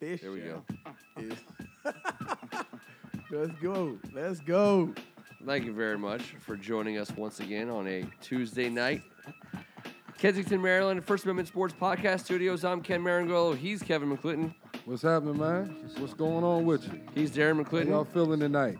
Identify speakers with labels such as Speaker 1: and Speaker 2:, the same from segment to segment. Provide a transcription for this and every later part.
Speaker 1: This
Speaker 2: There we go.
Speaker 1: show is- Let's go. Let's go.
Speaker 2: Thank you very much for joining us once again on a Tuesday night. Kensington, Maryland, First Amendment Sports Podcast Studios. I'm Ken Marangulo. He's Kevin McClinton.
Speaker 3: What's happening, man? What's going on with you?
Speaker 2: He's Darren
Speaker 3: How y'all
Speaker 2: McClinton.
Speaker 3: feeling tonight?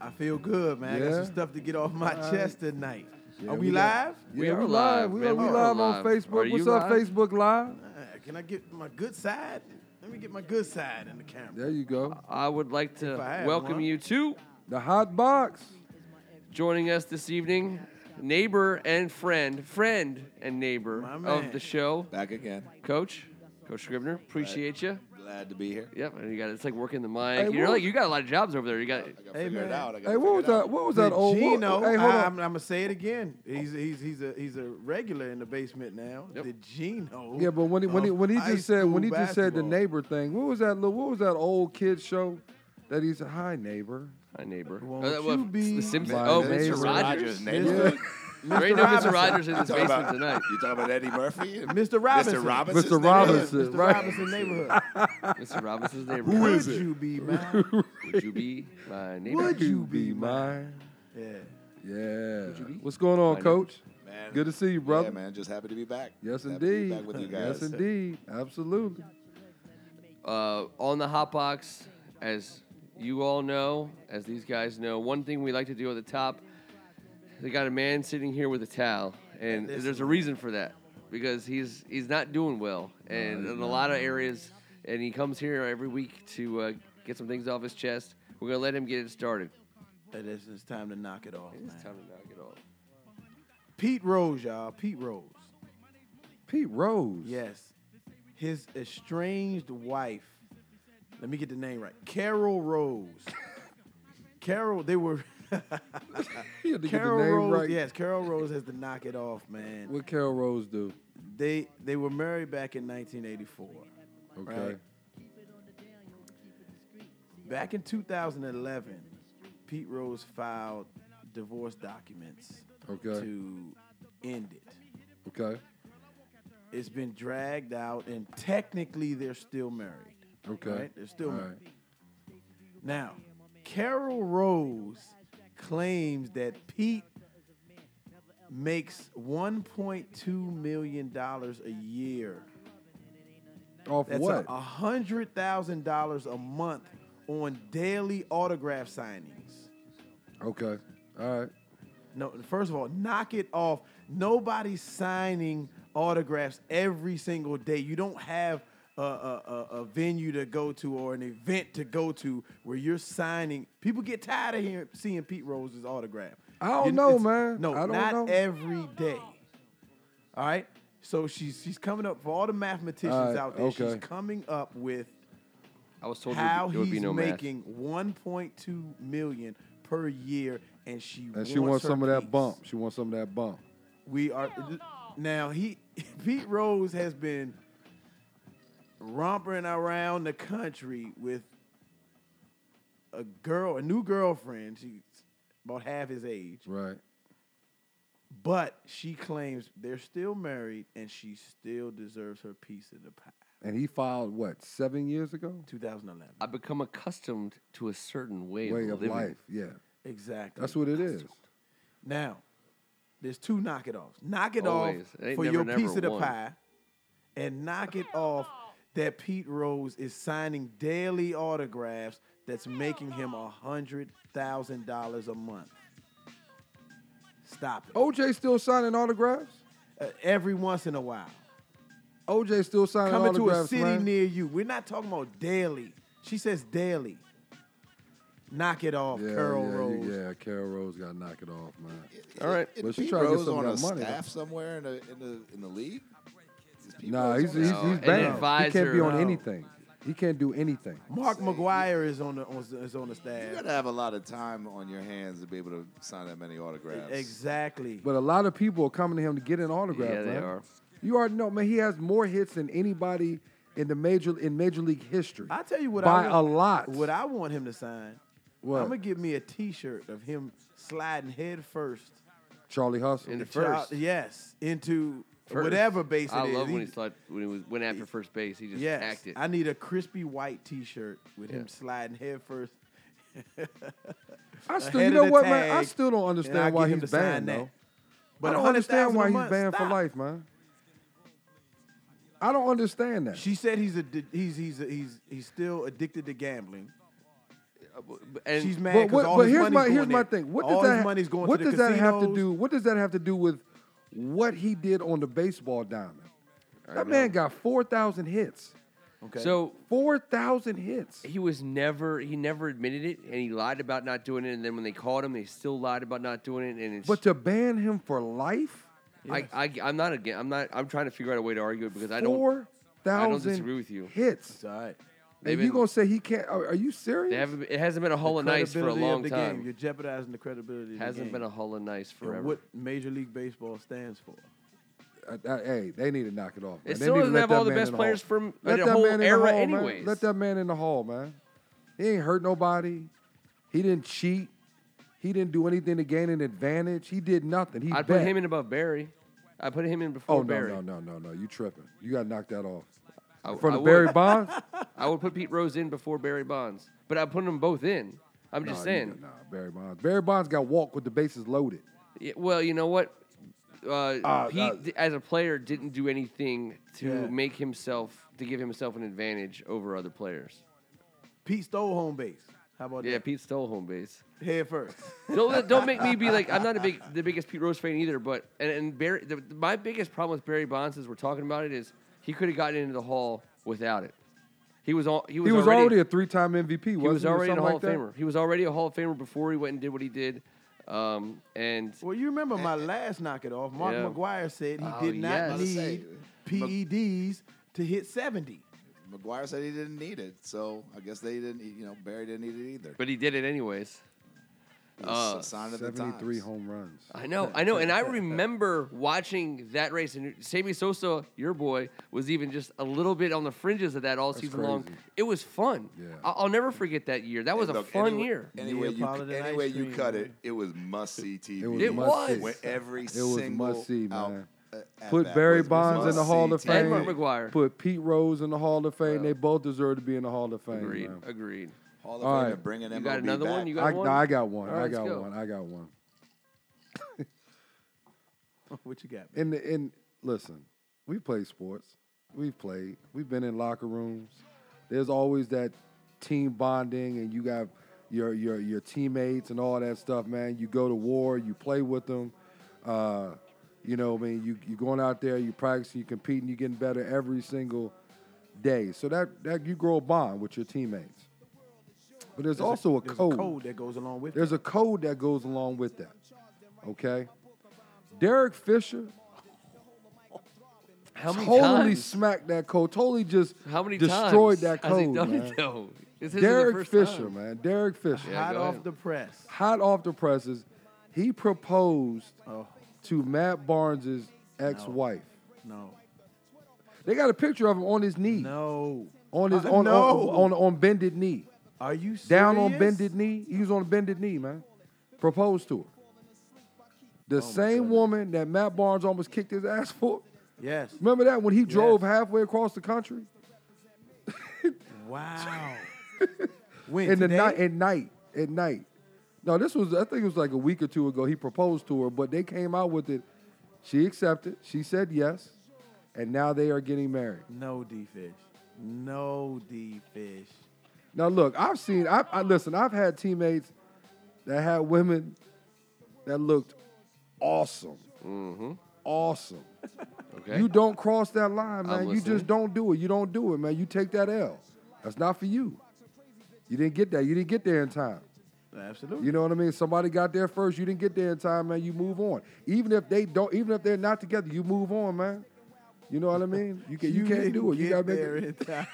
Speaker 1: I feel good, man. I got
Speaker 3: Yeah?
Speaker 1: some stuff to get off my
Speaker 3: All right.
Speaker 1: chest tonight.
Speaker 3: Yeah,
Speaker 1: Are we,
Speaker 3: we got-
Speaker 1: live?
Speaker 2: We
Speaker 3: yeah,
Speaker 2: are
Speaker 3: we
Speaker 2: live,
Speaker 3: live. We,
Speaker 2: man.
Speaker 3: are, we
Speaker 2: We are
Speaker 3: live
Speaker 2: live.
Speaker 3: on
Speaker 2: Are
Speaker 3: Facebook.
Speaker 2: you
Speaker 3: What's up,
Speaker 2: live?
Speaker 3: Facebook Live?
Speaker 1: Uh, can I get my good side? Let me get my good side in the camera.
Speaker 3: There you go.
Speaker 2: I would like to
Speaker 1: If I had
Speaker 2: welcome
Speaker 1: one.
Speaker 2: you to
Speaker 3: The hot box.
Speaker 2: joining us this evening, neighbor and friend, friend and neighbor
Speaker 1: My
Speaker 2: of
Speaker 1: man.
Speaker 2: the show,
Speaker 4: Back again.
Speaker 2: Coach, Coach Scribner. Appreciate you.
Speaker 4: Glad to be here.
Speaker 2: Yep, and you got it's like working the mic.
Speaker 3: Hey,
Speaker 2: You're
Speaker 3: what-
Speaker 2: like you got a lot of jobs over there. You got
Speaker 4: I gotta
Speaker 1: Hey,
Speaker 4: figure
Speaker 1: man.
Speaker 4: it out. I gotta
Speaker 3: Hey,
Speaker 4: figure
Speaker 3: what was
Speaker 4: it out.
Speaker 3: that? What was that old? what-
Speaker 1: Gino,
Speaker 3: Hey, hold
Speaker 1: I,
Speaker 3: on.
Speaker 1: am gonna say it again. He's he's he's a he's a regular in the basement now.
Speaker 2: Yep.
Speaker 1: The Gino.
Speaker 3: Yeah, but when he when he
Speaker 1: of
Speaker 3: when he
Speaker 1: high
Speaker 3: just said when he
Speaker 1: school
Speaker 3: just said the
Speaker 1: basketball.
Speaker 3: neighbor thing, what was that? little- What was that old kid show that he said, "Hi neighbor"?
Speaker 2: a neighbor.
Speaker 1: Won't
Speaker 2: that was
Speaker 1: you be
Speaker 2: the Simpsons.
Speaker 3: my
Speaker 2: Oh, Mr.
Speaker 3: neighbor? Mr.
Speaker 2: Rogers.
Speaker 4: neighbor.
Speaker 3: Yeah.
Speaker 2: Great to have Mr.
Speaker 1: Robinson.
Speaker 2: Rogers in
Speaker 4: You
Speaker 2: his
Speaker 4: talking
Speaker 2: basement
Speaker 4: about-
Speaker 2: tonight.
Speaker 4: You talking about Eddie Murphy? and
Speaker 1: Mr. Robinson.
Speaker 4: Mr. Robinson's
Speaker 3: Mr.
Speaker 4: neighborhood?
Speaker 1: Mr.
Speaker 3: Robinson. right.
Speaker 1: Robinson neighborhood.
Speaker 2: Mr. Robinson's neighbor.
Speaker 3: Who
Speaker 1: Would
Speaker 3: is it?
Speaker 1: you be, man?
Speaker 2: Would you be my neighbor?
Speaker 1: Would you
Speaker 3: You
Speaker 1: be
Speaker 3: be
Speaker 1: mine?
Speaker 3: mine.
Speaker 1: Yeah.
Speaker 3: Yeah.
Speaker 2: you be?
Speaker 3: What's going on,
Speaker 2: My
Speaker 3: Coach?
Speaker 4: Man,
Speaker 3: Good to see you, brother.
Speaker 4: Yeah, man. Just happy to be back.
Speaker 3: Yes,
Speaker 4: Happy to be
Speaker 3: indeed.
Speaker 4: Back with you guys.
Speaker 3: Yes, indeed. Absolutely.
Speaker 2: uh, on the hot box, as you all know, as these guys know, one thing we like to do at the top, they got a man sitting here with a towel, and
Speaker 1: Listen.
Speaker 2: there's a reason for that because he's he's not doing well, and in a lot of areas, and he comes here every week to uh, get some things off his chest. We're gonna let him get it started.
Speaker 1: It is, it's time to knock it off,
Speaker 2: It's
Speaker 1: man.
Speaker 2: time to knock it off.
Speaker 1: Pete Rose, y'all. Pete Rose.
Speaker 3: Pete Rose.
Speaker 1: Yes. His estranged wife. Let me get the name right. Carol Rose. Carol, they were.
Speaker 3: He had to
Speaker 1: Carol
Speaker 3: get the name
Speaker 1: Rose.
Speaker 3: right.
Speaker 1: Yes, Carol Rose has to knock it off, man.
Speaker 3: What Carol Rose do?
Speaker 1: They they were married back in 1984.
Speaker 3: Okay.
Speaker 1: Right. Back in 2011, Pete Rose filed divorce documents
Speaker 3: Okay.
Speaker 1: to end it.
Speaker 3: Okay.
Speaker 1: It's been dragged out, and technically they're still married.
Speaker 3: Okay.
Speaker 1: Right? They're still
Speaker 3: All
Speaker 1: married. Now, Carol Rose claims that Pete makes $1.2 million a year.
Speaker 3: Off
Speaker 1: That's a
Speaker 3: what?
Speaker 1: $100,000 a month on daily autograph signings.
Speaker 3: okay. All right.
Speaker 1: No, first of all, knock it off. Nobody's signing autographs every single day. You don't have a, a, a, a venue to go to or an event to go to where you're signing. People get tired of hearing, seeing Pete Rose's autograph.
Speaker 3: I don't
Speaker 1: You-
Speaker 3: know,
Speaker 1: it's-
Speaker 3: man.
Speaker 1: No,
Speaker 3: I don't
Speaker 1: not
Speaker 3: know.
Speaker 1: every day. All right. So she's she's coming up for all the mathematicians
Speaker 3: All right,
Speaker 1: out there. She's
Speaker 3: okay.
Speaker 1: coming up with
Speaker 2: I was told
Speaker 1: how
Speaker 2: there would
Speaker 1: he's
Speaker 2: be, there would be no math.
Speaker 1: making 1.2 million per year, and she
Speaker 3: And she
Speaker 1: wants
Speaker 3: wants
Speaker 1: her
Speaker 3: some of that
Speaker 1: piece.
Speaker 3: bump. She wants some of that bump.
Speaker 1: We are now he Pete Rose has been romping around the country with a girl, a new girlfriend. She's about half his age,
Speaker 3: Right.
Speaker 1: but she claims they're still married and she still deserves her piece of the pie.
Speaker 3: And he filed what seven years ago?
Speaker 1: 2011.
Speaker 2: I've become accustomed to a certain way,
Speaker 3: Way
Speaker 2: of,
Speaker 3: of
Speaker 2: living.
Speaker 3: life. Yeah.
Speaker 1: Exactly.
Speaker 3: That's what it is.
Speaker 1: Now, there's two knock it offs. Knock it
Speaker 2: Always.
Speaker 1: off
Speaker 2: It ain't
Speaker 1: for
Speaker 2: never,
Speaker 1: your
Speaker 2: never
Speaker 1: piece of the
Speaker 2: one.
Speaker 1: pie, and knock it off that Pete Rose is signing daily autographs that's making him a hundred thousand dollars a month. Stop it.
Speaker 3: OJ still signing autographs.
Speaker 1: Uh, every once in a while,
Speaker 3: OJ still signing
Speaker 1: coming to a
Speaker 3: autographs.
Speaker 1: city
Speaker 3: man.
Speaker 1: near you. We're not talking about daily. She says daily. Knock it off,
Speaker 3: yeah,
Speaker 1: Carol
Speaker 3: yeah,
Speaker 1: Rose.
Speaker 3: you- Yeah, Carol Rose got to knock it off, man.
Speaker 2: All right.
Speaker 4: Is
Speaker 3: But she
Speaker 4: Pete
Speaker 3: tried to get
Speaker 4: Rose
Speaker 3: some of
Speaker 4: on a
Speaker 3: that money, though.
Speaker 4: staff somewhere in the in the in the league. Is Pete
Speaker 3: Nah,
Speaker 4: Rose
Speaker 3: he's
Speaker 4: on
Speaker 3: he's,
Speaker 2: No,
Speaker 4: that?
Speaker 3: he's
Speaker 2: an
Speaker 3: banned. he can't be
Speaker 2: advisor,
Speaker 3: on
Speaker 1: no.
Speaker 3: anything. He can't do anything.
Speaker 1: Mark McGuire is on the on, is on the staff.
Speaker 4: You gotta have a lot of time on your hands to be able to sign that many autographs.
Speaker 1: Exactly.
Speaker 3: But a lot of people are coming to him to get an autograph.
Speaker 2: Yeah, they
Speaker 3: man.
Speaker 2: are.
Speaker 3: You already know, man. He has more hits than anybody in the major in major league history.
Speaker 1: I tell you what
Speaker 3: by
Speaker 1: I
Speaker 3: a
Speaker 1: want,
Speaker 3: lot.
Speaker 1: What I want him to sign.
Speaker 3: What?
Speaker 1: I'm gonna give me a T-shirt of him sliding head first.
Speaker 3: Charlie Hustle.
Speaker 2: In the
Speaker 1: Child-
Speaker 2: first.
Speaker 1: yes, into
Speaker 2: first.
Speaker 1: Whatever base
Speaker 2: I
Speaker 1: it
Speaker 2: love
Speaker 1: is,
Speaker 2: when
Speaker 1: he-
Speaker 2: he slid, when he was, went after first base. He just
Speaker 1: Yes,
Speaker 2: hacked it.
Speaker 1: I need a crispy white T-shirt with
Speaker 2: Yeah.
Speaker 1: him sliding head first.
Speaker 3: I still,
Speaker 1: ahead
Speaker 3: you
Speaker 1: of
Speaker 3: know
Speaker 1: the
Speaker 3: what, man? I
Speaker 1: tag,
Speaker 3: still don't
Speaker 1: and I'll
Speaker 3: understand
Speaker 1: get
Speaker 3: why
Speaker 1: him
Speaker 3: he's
Speaker 1: to sign
Speaker 3: banned
Speaker 1: that.
Speaker 3: though.
Speaker 1: But
Speaker 3: I don't
Speaker 1: 100,000
Speaker 3: understand
Speaker 1: a
Speaker 3: why he's
Speaker 1: month,
Speaker 3: banned
Speaker 1: stop.
Speaker 3: for life, man. I don't understand that.
Speaker 1: She said he's a he's he's he's he's still addicted to gambling.
Speaker 2: and
Speaker 1: She's mad
Speaker 3: But
Speaker 1: because
Speaker 3: what-
Speaker 1: all
Speaker 3: but
Speaker 1: his
Speaker 3: here's
Speaker 1: money's
Speaker 3: my
Speaker 1: going
Speaker 3: here's my
Speaker 1: there.
Speaker 3: thing. What
Speaker 1: all
Speaker 3: does that
Speaker 1: his
Speaker 3: ha-
Speaker 1: money's going
Speaker 3: what
Speaker 1: to the
Speaker 3: does that have to
Speaker 1: casinos.
Speaker 3: do? What does that have to do with what he did on the baseball diamond? That man got four thousand hits.
Speaker 1: Okay.
Speaker 2: So
Speaker 3: Four thousand hits.
Speaker 2: he was never he never admitted it, and he lied about not doing it. And then when they caught him, they still lied about not doing it. And it's
Speaker 3: But to ban him for life,
Speaker 2: I, I I'm not again. I'm not. I'm trying to figure out a way to argue it because I don't.
Speaker 3: four thousand
Speaker 2: disagree with you.
Speaker 1: it's
Speaker 3: hits.
Speaker 1: all right.
Speaker 2: They've
Speaker 3: and you
Speaker 2: been-
Speaker 3: gonna say he can't? Are, are you serious?
Speaker 2: They haven't. It hasn't been a hull
Speaker 1: The
Speaker 2: of nice for a
Speaker 1: credibility of
Speaker 2: long
Speaker 1: the
Speaker 2: time.
Speaker 1: Game. You're jeopardizing the credibility. Of the
Speaker 2: hasn't
Speaker 1: game.
Speaker 2: been a hull of nice
Speaker 1: And
Speaker 2: forever.
Speaker 1: What Major League Baseball stands for.
Speaker 3: Uh, uh, hey, they need to knock it off. man.
Speaker 2: It
Speaker 3: They
Speaker 2: still
Speaker 3: need to
Speaker 2: doesn't
Speaker 3: let
Speaker 2: have
Speaker 3: that
Speaker 2: all the
Speaker 3: man
Speaker 2: best
Speaker 3: in
Speaker 2: players
Speaker 3: hall.
Speaker 2: from
Speaker 3: Let
Speaker 2: the
Speaker 3: that
Speaker 2: whole
Speaker 3: man in the
Speaker 2: era
Speaker 3: hall, man.
Speaker 2: anyways.
Speaker 3: Let that man in the hall, man. He ain't hurt nobody. He didn't cheat. He didn't do anything to gain an advantage. He did nothing. He
Speaker 2: I'd
Speaker 3: bet.
Speaker 2: put him in above Barry. I put him in before
Speaker 3: Oh no,
Speaker 2: Barry.
Speaker 3: no, no, no, no! You tripping? You got to knock that off.
Speaker 2: I,
Speaker 3: From
Speaker 2: I
Speaker 3: the Barry
Speaker 2: would,
Speaker 3: Bonds.
Speaker 2: I would put Pete Rose in before Barry Bonds, but I put them both in. I'm
Speaker 3: Nah,
Speaker 2: just
Speaker 3: you
Speaker 2: saying.
Speaker 3: got- Nah, Barry Bonds. Barry Bonds got walked with the bases loaded.
Speaker 2: Yeah, well, you know what? Uh,
Speaker 3: Uh,
Speaker 2: Pete,
Speaker 3: uh,
Speaker 2: d- as a player, didn't do anything to
Speaker 1: Yeah.
Speaker 2: make himself to give himself an advantage over other players.
Speaker 1: Pete stole home base. How about
Speaker 2: Yeah, Pete stole home base.
Speaker 1: that? Head first.
Speaker 2: Don't let- don't make me be like I'm not a big the biggest Pete Rose fan either. But and, and Barry, the, my biggest problem with Barry Bonds is we're talking about it is he could have gotten into the Hall without it. He was all he was,
Speaker 3: He was
Speaker 2: already,
Speaker 3: already a three-time MVP.
Speaker 2: he was
Speaker 3: wasn't or
Speaker 2: already a
Speaker 3: something
Speaker 2: Hall
Speaker 3: like
Speaker 2: of
Speaker 3: that?
Speaker 2: Famer. He was already a Hall of Famer before he went and did what he did. Um, and
Speaker 1: Well, you remember my last knock it off. Mark
Speaker 2: Yeah.
Speaker 1: McGuire said he
Speaker 2: Oh,
Speaker 1: did
Speaker 2: yes.
Speaker 1: not need PEDs to hit 70.
Speaker 4: McGuire said he didn't need it, so I guess they didn't. You know, Barry didn't need it either.
Speaker 2: but he did it anyways.
Speaker 4: It's
Speaker 2: uh,
Speaker 4: a sign of the
Speaker 3: Seventy-three
Speaker 4: times.
Speaker 3: home runs.
Speaker 2: I know, I know, and I remember watching that race. And Sammy Sosa, your boy, was even just a little bit on the fringes of that all season long.
Speaker 3: crazy.
Speaker 2: It was fun.
Speaker 3: Yeah.
Speaker 2: I- I'll near never forget that year. That was
Speaker 4: Hey,
Speaker 2: a
Speaker 4: look,
Speaker 2: fun
Speaker 4: anyway-
Speaker 2: year.
Speaker 4: Anyway, you,
Speaker 1: Neapolitan ice
Speaker 4: any way you
Speaker 1: cream,
Speaker 4: cut
Speaker 1: man.
Speaker 4: it, it was must see TV.
Speaker 3: was
Speaker 2: It
Speaker 3: must-see.
Speaker 2: was.
Speaker 4: When every
Speaker 3: It was
Speaker 4: single
Speaker 3: must-see,
Speaker 4: out-
Speaker 3: man.
Speaker 4: uh, at
Speaker 3: Put
Speaker 4: bat
Speaker 3: Barry
Speaker 4: was
Speaker 3: Bonds in the
Speaker 4: must-see
Speaker 3: Hall of
Speaker 4: TV.
Speaker 3: Fame.
Speaker 2: Mark McGuire.
Speaker 3: Put Pete Rose in the Hall of Fame.
Speaker 2: Well,
Speaker 3: they both deserve to be in the Hall of Fame.
Speaker 2: Agreed.
Speaker 3: man.
Speaker 2: Agreed.
Speaker 4: Hall of
Speaker 3: All
Speaker 4: Fame
Speaker 3: right.
Speaker 4: and bringing
Speaker 2: You
Speaker 4: MLB
Speaker 2: got another
Speaker 4: back.
Speaker 2: one? You got
Speaker 3: I,
Speaker 2: one?
Speaker 3: no, I got one.
Speaker 2: All right,
Speaker 3: I
Speaker 2: let's
Speaker 3: got
Speaker 2: go.
Speaker 3: one. I got one.
Speaker 1: What you got? man?
Speaker 3: And and listen, we play sports. We've played. We've been in locker rooms. There's always that team bonding, and you got your your your teammates and all that stuff, man. You go to war. You play with them. Uh, you know, I mean, you you going out there, you practicing, you competing, you getting better every single day. So that that you grow a bond with your teammates. But there's, also a
Speaker 1: There's
Speaker 3: code.
Speaker 1: a code that goes along with it.
Speaker 3: There's a code that goes along with that. Okay? Derek Fisher
Speaker 2: How many
Speaker 3: totally
Speaker 2: times?
Speaker 3: smacked that code, totally just
Speaker 2: How many
Speaker 3: destroyed
Speaker 2: times
Speaker 3: that
Speaker 2: has he
Speaker 3: code,
Speaker 2: done
Speaker 3: man.
Speaker 2: it though? This isn't the
Speaker 3: Derek
Speaker 2: first
Speaker 3: Fisher,
Speaker 2: time.
Speaker 3: man. Derek Fisher.
Speaker 2: Yeah,
Speaker 1: Hot
Speaker 2: go
Speaker 1: off
Speaker 2: ahead.
Speaker 1: the press.
Speaker 3: Hot off the presses, he proposed
Speaker 1: Oh,
Speaker 3: to Matt Barnes' ex-wife.
Speaker 1: no.
Speaker 3: They got a picture of him on his knee,
Speaker 1: No.
Speaker 3: on his
Speaker 1: Uh,
Speaker 3: on,
Speaker 1: no.
Speaker 3: on, on on bended knee,
Speaker 1: Are you serious?
Speaker 3: down on bended knee. He was on a bended knee, man. Proposed to her. The
Speaker 2: Oh,
Speaker 3: same
Speaker 1: goodness.
Speaker 3: woman that Matt Barnes almost kicked his ass for.
Speaker 1: Yes.
Speaker 3: Remember that when he drove
Speaker 1: Yes.
Speaker 3: halfway across the country
Speaker 1: Wow. when
Speaker 3: in the
Speaker 1: today?
Speaker 3: night at night at night. No, this was I think it was like a week or two ago. He proposed to her, but they came out with it. She accepted. She said yes, and now they are getting married.
Speaker 1: No D fish. No D fish.
Speaker 3: Now look, I've seen. I, I listen. I've had teammates that had women that looked awesome,
Speaker 2: Mm-hmm.
Speaker 3: awesome.
Speaker 2: Okay.
Speaker 3: You don't cross that line, man. You
Speaker 2: listening.
Speaker 3: just don't do it. You don't do it, man. You take that L. That's not for you. You didn't get that. You didn't get there in time.
Speaker 1: Absolutely.
Speaker 3: You know what I mean? Somebody got there first. You didn't get there in time, man. You move on. Even if they don't, even if they're not together, you move on, man. You know what I mean? You can, you, can't
Speaker 1: didn't
Speaker 3: do it. You
Speaker 1: get
Speaker 3: gotta make
Speaker 1: there
Speaker 3: it.
Speaker 1: in time.